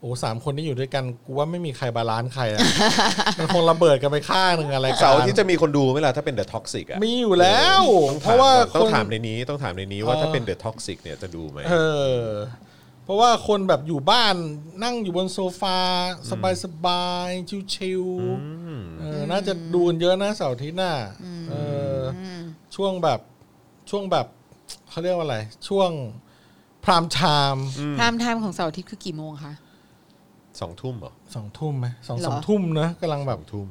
C: โอ้สามคนนี้อยู่ด้วยกัน กูว่าไม่มีใครบาลานซ์ใครอะ มันคงระเบิดกันไปข้างหนึ่งอะไรกัน
A: เสาร์อาที่จะมีคนดูไหมล่ะถ้าเป็น The Toxic อ่ะ
C: มีอยู่แล้ว
A: ต้อง
C: เพ
A: ถาม
C: ราะว่า
A: ต้
C: ค
A: อง
C: น
A: ถามในนี้ต้องถามในนี้ว่า
C: เออ
A: ถ้าเป็น The Toxic เนี่ยจะดูไหม
C: เออ เพราะว่าคนแบบอยู่บ้านนั่งอยู่บนโซฟา สบายสบายๆชิว
A: ม
C: ๆเออน่าจะดูกันเยอะนะเสาร์อาทิตย์น่ะเอออช่วงแบบช่วงแบบเขาเรียกว่าอะไร ช่วงพรามไทม์
B: ไทม์ไทม์ของเสาร์อาทิตย์คือกี่โมงคะ
A: สองทุ่มเหรอ
C: สองทุ่มไหมสอง
B: เหรอ
C: สามทุ่มนะกำลังแบ
A: ส
C: บ
A: องทุ่ม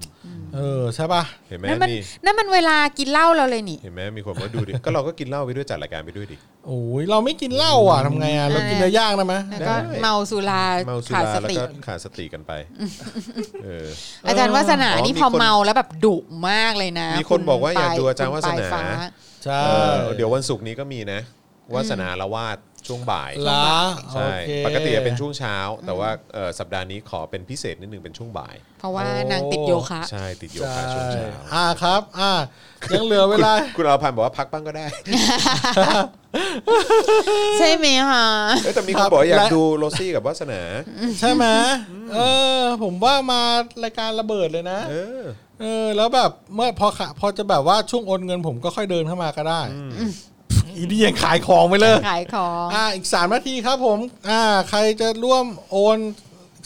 C: เออ ใช่ป่ะ
A: เห็นไหม
B: นั่นมัน
A: นี่
B: นั่นมันเวลากินเหล้าเราเลยนี่
A: เห็นไหมมีคนว่าดูดิ ก็เราก็กินเหล้าไปด้วยจัดรายการไปด้วย ดิ
C: โอ้ยเราไม่กินเหล้าอ่ะทำไงอ่ะ เรากินเนื้อย่างนะมะ
B: แล้วก็
A: ได้
B: เมาสุรา
A: เมาสุ
B: ขาด
A: รา
B: ส
A: แล้ว
B: ติ
A: ก็ขาดสติ กันไปเออ
B: อาจารย์วาสนา
A: อ๋อ
B: นี่
A: มี
B: พอ
A: คน
B: เมาแล้วแบบดุมากเลยนะ
A: มีคนบอกว่า
B: ณ
A: อยาก
B: ป
A: ดูอาจารย์
B: คุ
A: วา
B: ณป
A: ส
B: ลย
A: นา
B: ฟ้
C: ใช่
A: เออเดี๋ยววันศุกร์นี้ก็มีนะ วาสนาละวาดช่วงบ่าย
C: ล้า
A: ใช่
C: โอเค
A: ปกติจะเป็นช่วงเช้า แต่ว่าเอ่อสัปดาห์นี้ขอเป็นพิเศษนิดนึงเป็นช่วงบ่าย
B: เพราะว่า
C: โอ้
B: นางติดโยคะ
A: ใช่ ติดโย
C: ใช่
A: คะช่วงเช้า
C: อ่าครับ อ่า ยังเหลือเวลา
A: คุณอาพันธ์บอกว่าพักบ้างก็ได้
B: ใช่ไหมคะ
A: เอ้ยแต่มี
C: ค
A: ค
C: รั
A: น
C: บ
A: บอกว่าอยาก
C: และ
A: ดูโรซี่กับวาสนา
C: ใช่ไหมเออ ผมว่ามารายการระเบิดเลยนะ
A: เออ
C: เออ แล้วแบบเมื่อพอขะพอจะแบบว่าช่วงโอนเงินผมก็ค่อยเดินเข้ามาก็ได้อีนี่ยังขายของไปเลย
B: ขายของ
C: อ่าอีกสามนาทีครับผม อ่า ใครจะร่วมโอน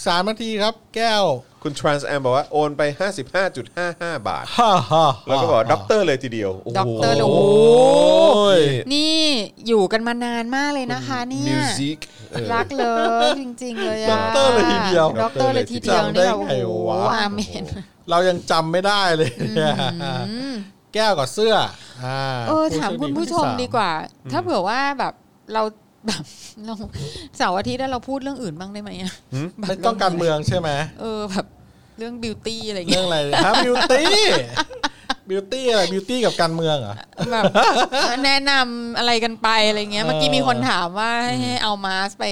C: สามนาทีครับ แก้ว
A: คุณทรานส์แอมบอกว่าโอนไป 55.55 บาท
C: ฮ่าฮ่า
A: แล้วก็บอกว่าด็อกเตอร์เลยทีเดียวโโห
B: ด็อกเตอร์โอ้โห
C: ย
B: นี่อยู่กันมานานมากเลยนะคะเนี่
A: มิ
B: ยว
A: สิกเออ
B: รักเลยจริงๆเลยอะ
C: ด็อกเตอร์เลยทีเดียว
B: ด็อกเตอร์เลยทีเดียว
C: จำได้
B: นี่แบบ
C: ไง
B: โอ้โห
C: วะ
B: อาเมน
C: เรายังจำไม่ได้เลย แก้วกับเสื้ออ่า
B: เออถามคุณผู้ชมดีกว่า ถ้าเผื่อว่าแบบเราแบบ เราเสาร์อาทิตย์แล้วเราพูดเรื่องอื่นบ้างได้ไหมอะ
C: ไม่ต้องการเมืองใช่ไหม
B: เออแบบเรื่องบิวตี้อะไรอย่างเงี้ย
C: เรื่องอะไรฮะบิวตี้บิวตี้อะไรบิวตี้กับการเมือง เหรอ
B: แบบแนะนำอะไรกันไปอะไรเงี้ย
C: เออ
B: เมื่อกี้มีคนถามว่าให้ให้เอามาสไป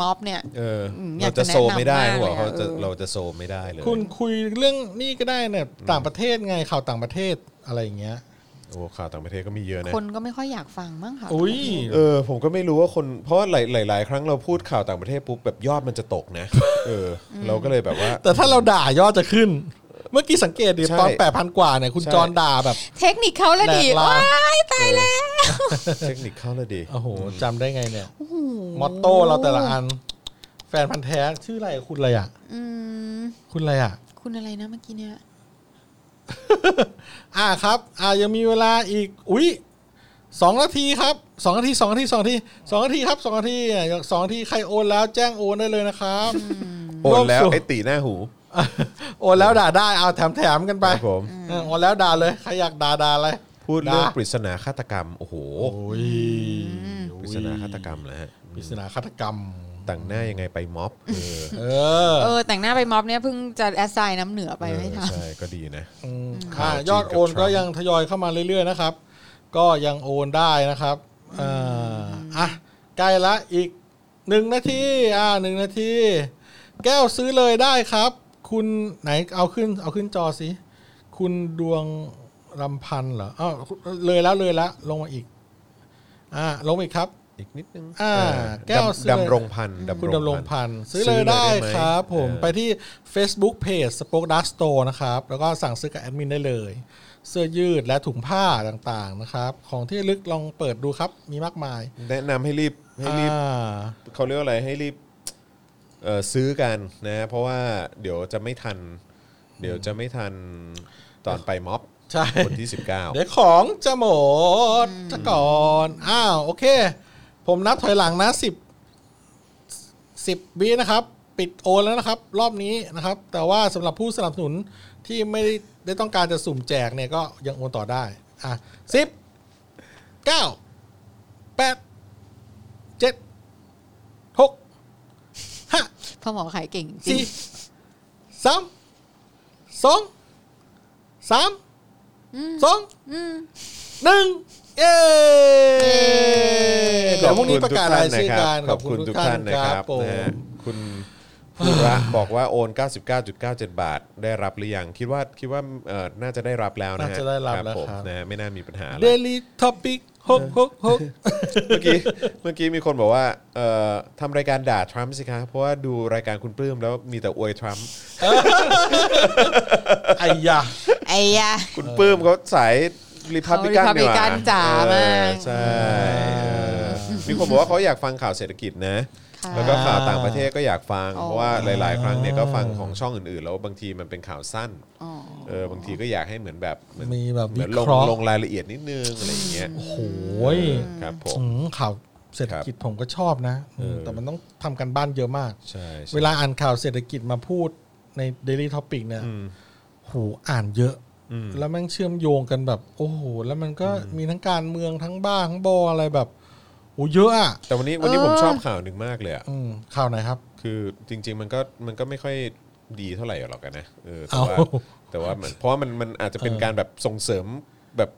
B: ม็อบเนี่ย
A: เอออ
B: มอยา
A: เรา
B: ก
A: จะ
B: จะ
A: โซมไม่ได้เขา
B: แนะนำมาก
A: บอกเขาจะ
B: เลยอะ
A: เราจะโซมไม่ได้เลย
C: คุณคุยเรื่องนี่ก็ได้เนี่ยต่างประเทศไงข่าวต่างประเทศอะไรอย่างเงี้ย
A: โอ้ข่าวต่างประเทศก็มีเยอะนะ
B: คนก็ไม่ค่อยอยากฟังมั้งค่ะ
C: อุ้ย
A: เออผมก็ไม่รู้ว่าคนเพราะว่าหลายหลายๆครั้งเราพูดข่าวต่างประเทศปุ๊บแบบยอดมันจะตก นะ เออ เราก็เลยแบบว่า
C: แต่ถ้าเราด่ายอดจะขึ้น เมื่อกี้สังเกตดิ
A: ใช่
C: ตอนแปดพันกว่าเนี่ยคุณ
A: ใช่
C: จรด่าแบบ
B: เทคนิคเขาละดี
C: แหลกลา
B: ว้ายตายแล้ว
A: เทคนิคเข้าและดี
C: โอ้โหจำได้ไงเนี่ยมอตโต้เราแต่ละอัน แฟนพันธ์แท้ชื่ออะไรคุณอะไรอ่ะ
B: อืม
C: คุณอะไรอ่ะ
B: คุณอะไรนะเมื่อกี้เนี่ย
C: อ่าครับ อ่ายังมีเวลาอีก อุ้ยสองนาทีครับสองนาทีสองนาทีสองนาทีสองนาทีครับสองนาทีอ่ะสองนาทีใครโอนแล้วแจ้งโอนได้เลยนะครับ
A: โอนแล้ว
C: รอบสุด
A: ไอ้ตีหน้าหู
C: โอนแล้วด่าได้เอาแถมแถมๆกันไป
A: ครับผม
C: เออโอนแล้วด่าเลยใครอยากด่าด่าอะไร
A: พูดเรื่อง
C: า
A: ปริศนาฆาตกรรม โอ้โห
C: โอ้ย
A: ปริศนาฆาตกรรมแล้วฮะ
C: ปริศนาฆาตกรรม
A: แต่งหน้ายังไงไปม็อบเออ
C: เออ
B: เออ แต่งหน้าไปม็อบเนี่ยเพิ่งจะแอสไซน์น้ำเหนือไป
A: เอ
B: ไม่
A: อ
B: ทัน
A: ใช่ก็ดีนะ
C: ม
A: ข่าวจ
C: อ่ะ
A: ริง
C: ยอด
A: กับ
C: โอน
A: ทรัมป์
C: ก็ยังทยอยเข้ามาเรื่อยๆนะครับ ก็ยังโอนได้นะครับอ่าอ่ะใกล้ละอีกหนึ่งนาทีอ่าหนึ่งนาทีแก้วซื้อเลยได้ครับ คุณไหนเอาขึ้นเอาขึ้นจอสิ คุณดวงรำพันธ์เหรออ้าวเลยแล้วเลยแล้วลงมาอีก อ่าลงมาอีกครับ
A: อีกนิดนึง
C: อ่า
A: เ
C: แก้ว
A: ดำ
C: เสื้อ
A: ดำรงพันธ์
C: คุณ
A: ดำ
C: ดำ
A: ร
C: รง ง
A: พั
C: พั
A: น
C: น
A: ธ์
C: ธ์ซื้อเลยได้
A: หม
C: ครับผม
A: เออ
C: ไปที่ Facebook Page Spoke Dark Store นะครับ แล้วก็สั่งซื้อกับแอดมินได้เลย เสื้อยืดและถุงผ้าต่างๆนะครับ ของที่ระลึกลองเปิดดูครับมีมากมาย
A: แนะนำให้รีบให้รีบ
C: อ่า
A: เขาเรียกว่าอะไรให้รีบเอ่อซื้อกันนะเพราะว่าเดี๋ยวจะไม่ทัน เดี๋ยวจะไม่ทันตอนไปม็อบ
C: ใช่
A: วันที่
C: เดี๋ยวของจะหมดจะก่อน อ้าว โอเค ผมนับถอยหลังนะสิบสิบวินะครับ ปิดโอนแล้วนะครับ รอบนี้นะครับ แต่ว่าสำหรับผู้สนับสนุนที่ไม่ได้ได้ต้องการจะสุ่มแจกเนี่ยก็ยังโอนต่อได้ อ่ะสิบเก้าแปดเจ็ดหกห้า
B: พ่อหมอขายเก่งจริ
C: สี่
B: ง
C: สามสองสามสองหนึ่งเย้
A: 19
C: เดี๋ยวพรุ่งนี้ประกาศรายชื่อ
A: ขบ
C: การ
A: คุณขอบคุณทุกท่านนะครับ
C: ผม
A: นะฮะคุณภูระบอกว่าโอน 99.97 บาท ได้รับหรือยังคิดว่าคิดว่าเอ่อน่าจะได้รับแล้วนะ
C: น่า
A: ฮะ
C: จะได้รับแล้ว
A: ผม
C: ครับ
A: นะฮะไม่น่ามีปัญหาอะไร
C: เดลี่ท็อปิกหกหก หก
A: เมื่อกี้เมื่อกี้มีคนบอกว่าเอ่อทำรายการด่าทรัมป์สิคะเพราะว่าดูรายการคุณปลื้มแล้วมีแต่อวยทรัมป์
C: ไอ้ยา
B: ไอ้ยะ
A: คุณปื้มเขาสายริพับลิกัน
B: เขา Republican จ๋ามาก
A: ใช่เออมีคนบอกว่าเขาอยากฟังข่าวเศรษฐกิจนะ
B: ค่ะ
A: แล้วก็ข่าวต่างประเทศก็อยากฟัง
B: อ๋อ
A: เพราะว่าหลาย ๆ ครั้งเนี่ยก็ฟังของช่องอื่น ๆ แล้วบางทีมันเป็นข่าวสั้น
B: อ๋อ
A: เออบางทีก็อยากให้เหมือนแบบเหมือน
C: มีแบบ
A: เหมื
C: วิ
A: อนลง
C: เคราะห์
A: ลงรายละเอียดนิดนึงอะไรอย่างเงี้ย
C: โอ้ย
A: ครับผม
C: อืมข่าวเศรษฐกิจผมก็ชอบนะอื
A: เออ
C: มแต่มันต้องทำกันบ้านเยอะมาก
A: ใช่
C: เวลาอ่านข่าวเศรษฐกิจมาพูดใน Daily Topic เนี่ย
A: อืม
C: โหอ่านเยอะ
A: อืม
C: แล้วแม่งเชื่อมโยงกันแบบ โอ้โห แล้วมันก็มีทั้งการเมืองทั้งบ้าทั้งบออะไรแบบโอ้เยอะอ่ะ
A: แต่วันนี้วันนี้ผม
B: เออ
A: ชอบข่าวหนึ่งมากเลยอะ
C: อืมข่าวไหนครับ
A: คือจริง ๆ มันก็มันก็ไม่ค่อยดีเท่าไหร่หรอกกันนะเออแต่
C: เอา
A: ว่าแต่ว่ามันเพราะว่ามันมันอาจจะเป็นการแบบส่งเสริมแบบ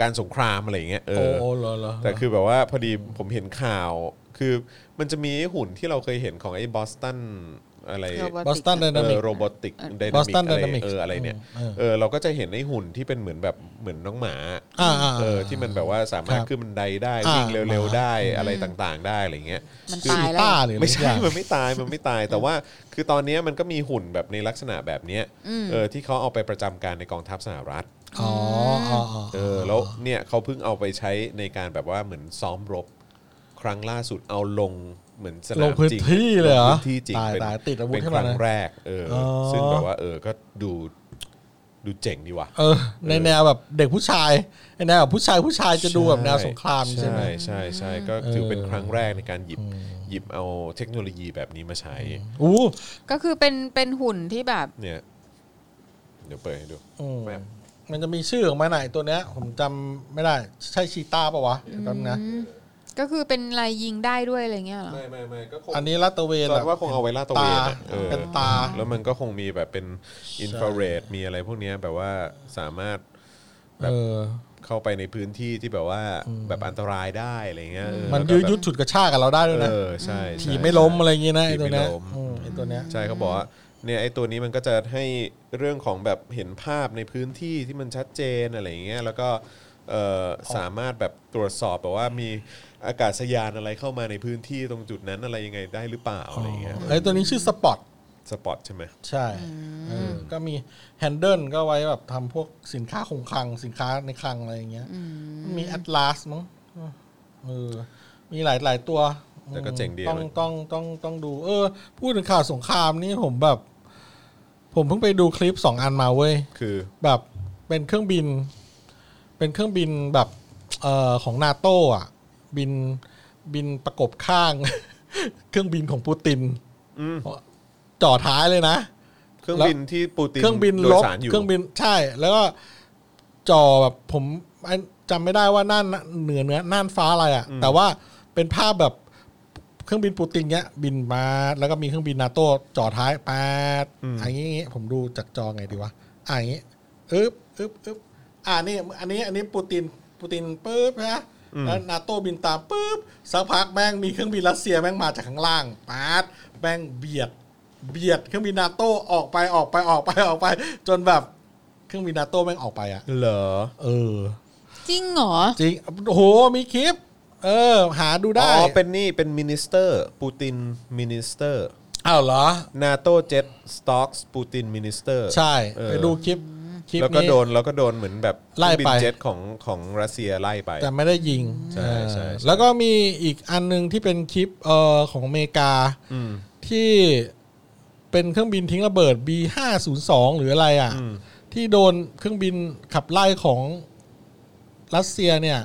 A: การสงครามอะไรอย่างเงี้ยเอ
C: โอ้
A: อ
C: โอ้เหรอเหรอ
A: แต่คือแบบว่าพอดีผมเห็นข่าว คือมันจะมีไอ้หุ่นที่เราเคยเห็นของไอ้บอสตันอะไร
B: Robotic
C: บอสตันไดนามิก
A: โรบอติกไดนามิก
C: Boston
A: อะไร
C: Dynamics
A: เอออะไรเนี่ย
C: เออ
A: เออเราก็จะเห็นไอ้หุ่นที่เป็นเหมือนแบบเหมือนน้องหมา
C: อ่าา
A: เออที่มันแบบว่าสามารถ
C: ครับ
A: ขึ้นบันไดได้
C: อ่า
A: วิ่งเร็วๆได้อะไรต่างๆ ได้อะไรอย่างเงี้ย
B: มัน
C: คือ
B: ตายแล้ว
C: ป้าหรืออะร
A: ไม่
C: อ
A: ใช่
C: ย่าง
A: มันไม่ตาย มันไม่ตาย แต่ว่า คือตอนเนี้ยมันก็มีหุ่นแบบในลักษณะแบบเนี้ย
B: อืม
A: เออที่เขาเอาไปประจำการในกองทัพสหรัฐ
C: อ๋ออ๋ออ๋อ
A: เออ แล้วเนี่ยเขาเพิ่งเอาไปใช้ในการแบบว่าเหมือนซ้อมรบ ครั้งล่าสุดเอาลงเหมือนส
C: ล
A: นาง ม
C: พื้น
A: จริง
C: ที่เลยเหรอ
A: ลงพื้นที่จริง
C: ตาย
A: เป็น
C: ตายติดอาวุธ
A: เป็น
C: ขึ้น
A: ค
C: มา
A: รั้ง
C: นะ
A: แรก เอออ
C: อ
A: ซึ่งแบบว่าเออ ก็ดูดูเจ๋งดีว่ะ
C: เออ ในแนวแบบเด็กผู้ชายในแนวแบบผู้ชายผู้ชายจะดูแบบแนวสงครามใช่ไหม
A: ใช่ใช่ใช่ก็ถือ
C: เออ
A: เป็นครั้งแรกในการหยิบหยิบเอาเทคโนโลยีแบบนี้มาใช้
C: อู้
B: ก็คือเป็นเป็นหุ่นที่แบบ
A: เนี่ย เดี๋ยวเปิดให้ดู
C: อืม
A: แม่ง
C: มันจะมีชื่อของมันไหนตัวเนี้ย ผมจำไม่ได้ใช่ชีตาปะวะจำนะ
B: อืมก็คือเป็นลายยิงได้ด้วยอะไรเงี้ยเหรอ
A: ไม่ไม่ไม่ก็คง
C: อันนี้ลาดตระเวน
A: จอ
C: แบ
A: น
C: บ
A: ว่าคงเอาไว้ลาดตระเวนอะ
C: ตา
A: เออ
C: เป็นตา
A: แล้วมันก็คงมีแบบเป็นอินฟราเรดมีอะไรพวกเนี้ยแบบว่าสามารถ
C: เออ
A: เข้าไปในพื้นที่ที่แบบว่าแบบอันตรายได้อะไรเงี้ยเออ
C: มัน
A: แล้วก็
C: ยื้อ
A: แบบ
C: ยุดฉุดกระชากกับเราได้ด้วยนะ
A: เออใช่ใช่
C: ถีบไม่ล้มอะไรอย่างงี้นะไอ
A: ถีบ
C: ตัว
A: ไม่
C: เนี้ย
A: ล้ม
C: อืมไอตัวเนี้ย
A: ใช่เขาบอกว่าเนี่ยไอ้ตัวนี้มันก็จะให้เรื่องของแบบเห็นภาพในพื้นที่ที่มันชัดเจนอะไรอย่างเงี้ยแล้วก็เอ่อสามารถแบบตรวจสอบแบบว่ามีอากาศยานอะไรเข้ามาในพื้นที่ตรงจุดนั้นอะไรยังไงได้หรือเปล่าอะไรเงี้ย
C: ไอตัวนี้ชื่อสปอต
A: สปอตใช่ไหม
C: ใช่เออก็มีแฮนเดิลก็ไว้แบบทำพวกสินค้าคงคลัง สินค้าในคลังอะไรอย่างเงี้ยมีแอตลาสมั้งเออมีหลายหลายตัว
A: แต่ก็เจ๋งดี
C: ต้อง
A: มัน
C: ต้องต้องต้องดู เออ พูดถึงข่าวสงครามนี่ผมแบบ ผมเพิ่งไปดูคลิปสองอันมาเว้ย
A: คือ
C: แบบเป็นเครื่องบิน เป็นเครื่องบินแบบเอ่อของนาโต้อะบินบินประกบข้าง เครื่องบินของปูติน
A: อืม
C: จ่อท้ายเลยนะ
A: เครื่อง
C: แล้ว
A: บินที่ปูติน
C: เครื่องบิน
A: โด
C: ล
A: ย
C: บ
A: สารอยู่
C: เครื่องบินใช่ แล้วก็จ่อแบบผมอันจำไม่ได้ว่าน่านเหนือเหนือน่านฟ้าอะไรอะแต่ว่าเป็นภาพแบบเครื่องบินปูตินเนี้ย บินมาแล้วก็มีเครื่องบินนาโต้จ่อท้ายแปดอันนี้อย่างงี้ผมดูจากจอไงดีวะอ่ะอย่างงี้อึ๊บอึ๊บอึ๊บอ่านี่อันนี้อันนี้ปูตินปูตินปึ๊บนะแล้วนาโต้บินตามปึ๊บสักพักแม่งมีเครื่องบินรัสเซียแม่งมาจากข้างล่างปาดแม่งเบียด เบียดเครื่องบินนาโต้ออกไปออกไปออกไปออกไป จนแบบเครื่องบินนาโต้แม่งออกไปอะ
A: เหรอ
C: เออ
B: จริงเหรอ
C: จริงโอ้โหมีคลิป เออ หาดู
A: อ๋
C: ได้
A: อเป็นนี่เป็นมินิสเตอร์ปูตินมินิสเตอร์
C: อ้าวเหรอ
A: นาโต้เจ็ตสต็อกส์ปูตินมินิสเตอร์
C: ใช่
A: เออ
C: ไปดูคลิป คลิป
A: แล้วก็
C: นี้
A: โดนแล้วก็โดนเหมือนแบบ
C: ไล่
A: เค
C: ไป
A: รื่องบินเจ็ตของของรัสเซียไล่ไป
C: แต่ไม่ได้ยิง
A: ใช่
C: เออ
A: ใช่ใช่
C: แล้วก็มีอีกอันหนึงที่เป็นคลิปเอ่อของอเมริกา
A: อืม
C: ที่เป็นเครื่องบินทิ้งระเบิด B502 หรืออะไรอ่ะ
A: อืม
C: ที่โดนเครื่องบินขับไล่ของรัสเซียเนี่ย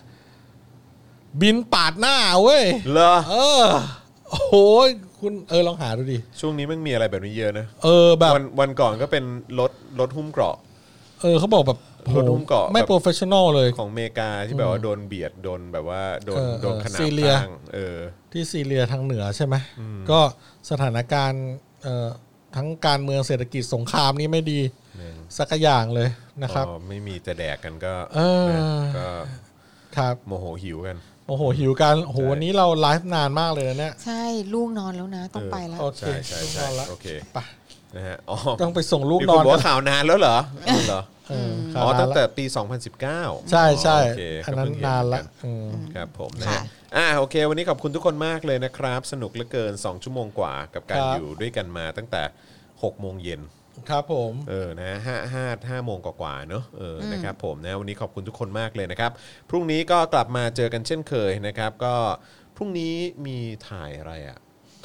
C: บินปาดหน้าเว้ย
A: เหรอ
C: เออ โอ้โหคุณเออลองหาดูดิ
A: ช่วงนี้มันมีอะไรแบบนี้เยอะนะ
C: เออแบบ
A: วันวันก่อนก็เป็นรถรถหุ้มเกราะ
C: เออเขาบอกแบบโอ้โห
A: รถหุ้มเกราะ
C: ไม่
A: แบบ
C: โปรเฟชชั่นอลเลย
A: ของอเมริกาที่แบบว่าโดนเบียดโดนแบบว่าโดน
C: เออ
A: โดนขนาด
C: ซีเรีย
A: ข้างเออ
C: ที่ซีเรียทางเหนือใช่ไหมก็สถานการณ์เอ่อทั้งการเมืองเศรษฐกิจสงครามนี่ไม่ดี
A: แม่ง
C: สักอย่างเลยนะครับ
A: อ๋อไม่มีจะแดกกันก็
C: เออ
A: นะก็
C: ครับ
A: โมโหหิวกัน
C: โอ้โห หิวกันโอ้โห
A: ใช่
C: วันนี้เราไลฟ์นานมากเลยนะเนี่ย
B: ใช่ลูกนอนแล้วนะ ต้องไปแล้ว
C: โอเค
A: ใช่ใช่ใช่
C: ต้องนอนละ
A: โอเค
C: ไป
A: นะฮะอ๋อ
C: ต้องไปส่งลูก
A: มี
C: น
A: คน
C: อ
A: บอก
C: นกัน
A: ว่าข่าวนานแล้วเหรออ๋อเหรอ
C: เออ
A: อ๋
C: ข่า
A: อ
C: วนานละ
A: ตั้งแต่ปี 2019
C: ใช่ใช่
A: โเค
C: อันนั้น
A: ก็เพิ่งเห็
C: นา
A: เห
C: น
A: มือ
C: ละ
A: กั
C: อืม
A: ครับผมนะ
B: ค่ะ
A: ฮะอ่าโอเค วันนี้ขอบคุณทุกคนมากเลยนะครับ สนุกเหลือเกิน 2 ชั่วโมงกว่ากับการ
C: ครับ
A: อยู่ด้วยกันมาตั้งแต่ 6 โมงเย็น
C: ครับผม
A: เออนะฮะห้าห้าห้าโมงกว่าๆเนอะเออนะครับผมนะวันนี้ขอบคุณทุกคนมากเลยนะครับ พรุ่งนี้ก็กลับมาเจอกันเช่นเคยนะครับ ก็พรุ่งนี้มีถ่ายอะไรอะ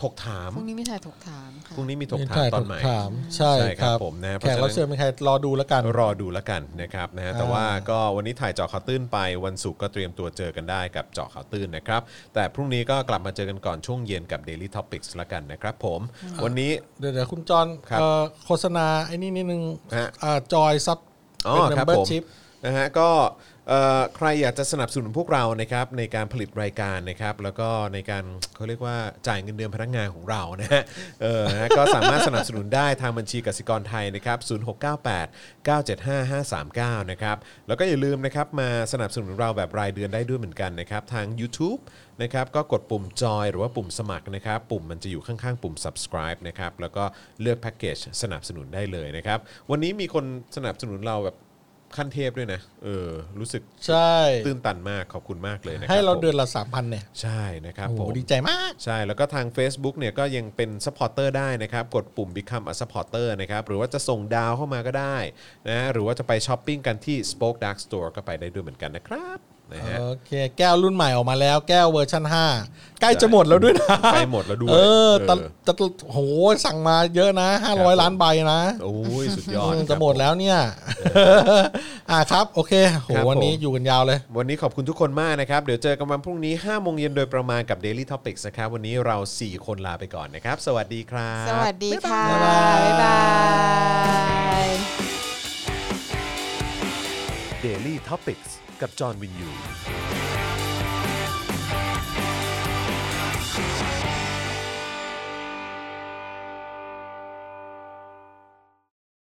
A: ถกถาม
B: พรุ่งนี้ไม่ถ่ายถกถามค่ะ
A: พรุ่งนี้มีถก
C: มี
A: ถาม
C: ถ่าย
A: ตอ
C: ถ
A: น
C: ก
A: ใหม่
C: ถาม ใช่
A: ใช่ค
C: ครับรับ
A: ผมนะเพ
C: แข
A: ราะฉะนั้น
C: กรับเชิญเป็นใครรอดูแล้วกัน
A: รอดูแล้วกันนะครับนะฮะแต่ว่าก็วันนี้ถ่ายเจาะข่าวตื้นไปวันศุกร์ก็เตรียมตัวเจอกันได้กับเจาะข่าวตื้นนะครับ แต่พรุ่งนี้ก็กลับมาเจอกันก่อนช่วงเย็นกับ Daily Topics ละกันนะครับผม วันนี้
C: เดี๋ยวเดี๋ยวคุณจอน
A: ครับ
C: เอ่อโฆษณาไอ้นี่นิดนึง
A: ฮะ
C: อ่าจอยซับ
A: อ๋อ
C: เป็น
A: ครับ
C: member
A: ผม
C: chip
A: นะฮะก็เอ่อใครอยากจะสนับสนุนพวกเรานะครับในการผลิตรายการนะครับ แล้วก็ในการเขาเรียกว่าจ่ายเงินเดือนพนักงานของเรานะฮะเออนะฮะก็สามารถสนับสนุนได้ทางบัญชีกสิกรไทยนะครับ0698 975 539นะครับแล้วก็อย่าลืมนะครับมาสนับสนุนเราแบบรายเดือนได้ด้วยเหมือนกันนะครับทาง YouTube นะครับก็กดปุ่มจอยหรือว่าปุ่มสมัครนะครับ ปุ่มมันจะอยู่ข้างๆ ปุ่ม subscribe นะครับแล้วก็เลือกแพ็กเกจสนับสนุนได้เลยนะครับวันนี้มีคนสนับสนุนเราแบบ ขั้นเทพด้วยนะ เออ รู้สึก
C: ใช่
A: ตื้นตันมาก ขอบคุณมากเลยนะคบ
C: ให้เราเดือน
A: ผม
C: ละสามพันเนี่ย
A: ใช่นะครับ
C: โอ้
A: ผ
C: โห
A: ม
C: ดีใจมาก
A: ใช่ แล้วก็ทาง Facebook เนี่ยก็ยังเป็น supporter ได้นะครับ กดปุ่ม become a supporter นะครับ หรือว่าจะส่งดาวเข้ามาก็ได้นะ หรือว่าจะไปช้อปปิ้งกันที่ Spoke Dark Store ก็ไปได้ด้วยเหมือนกันนะครับนะฮะ
C: โอเคแก้วรุ่นใหม่ออกมาแล้วแก้วเวอร์ชัน5 ใกล้จะหมดแล้วด้วยนะ
A: ใกล้หมดแล้วด้วย
C: เออแต่
A: เออ
C: แต่โหสั่งมาเยอะนะ
A: ครับผม
C: 500 ล้านใบนะ
A: โอ้ย สุดยอด
C: เออ
A: ค
C: จะ
A: รับ
C: หมดแล้วเนี่ย อ่ะครับ โอเคโห
A: ครับผม
C: วันนี้อยู่กันยาวเลย
A: วันนี้ขอบคุณทุกคนมากนะครับ เดี๋ยวเจอกันวันพรุ่งนี้5โมงเย็นโดยประมาณกับ Daily Topics นะครับ วันนี้เรา 4 คนลาไปก่อนนะครับ สวัสดีครับ
B: สวัสดีค่ะ
C: บ๊ายบาย
B: บ๊ายบาย
A: Daily Topics กับจอห์นวินยู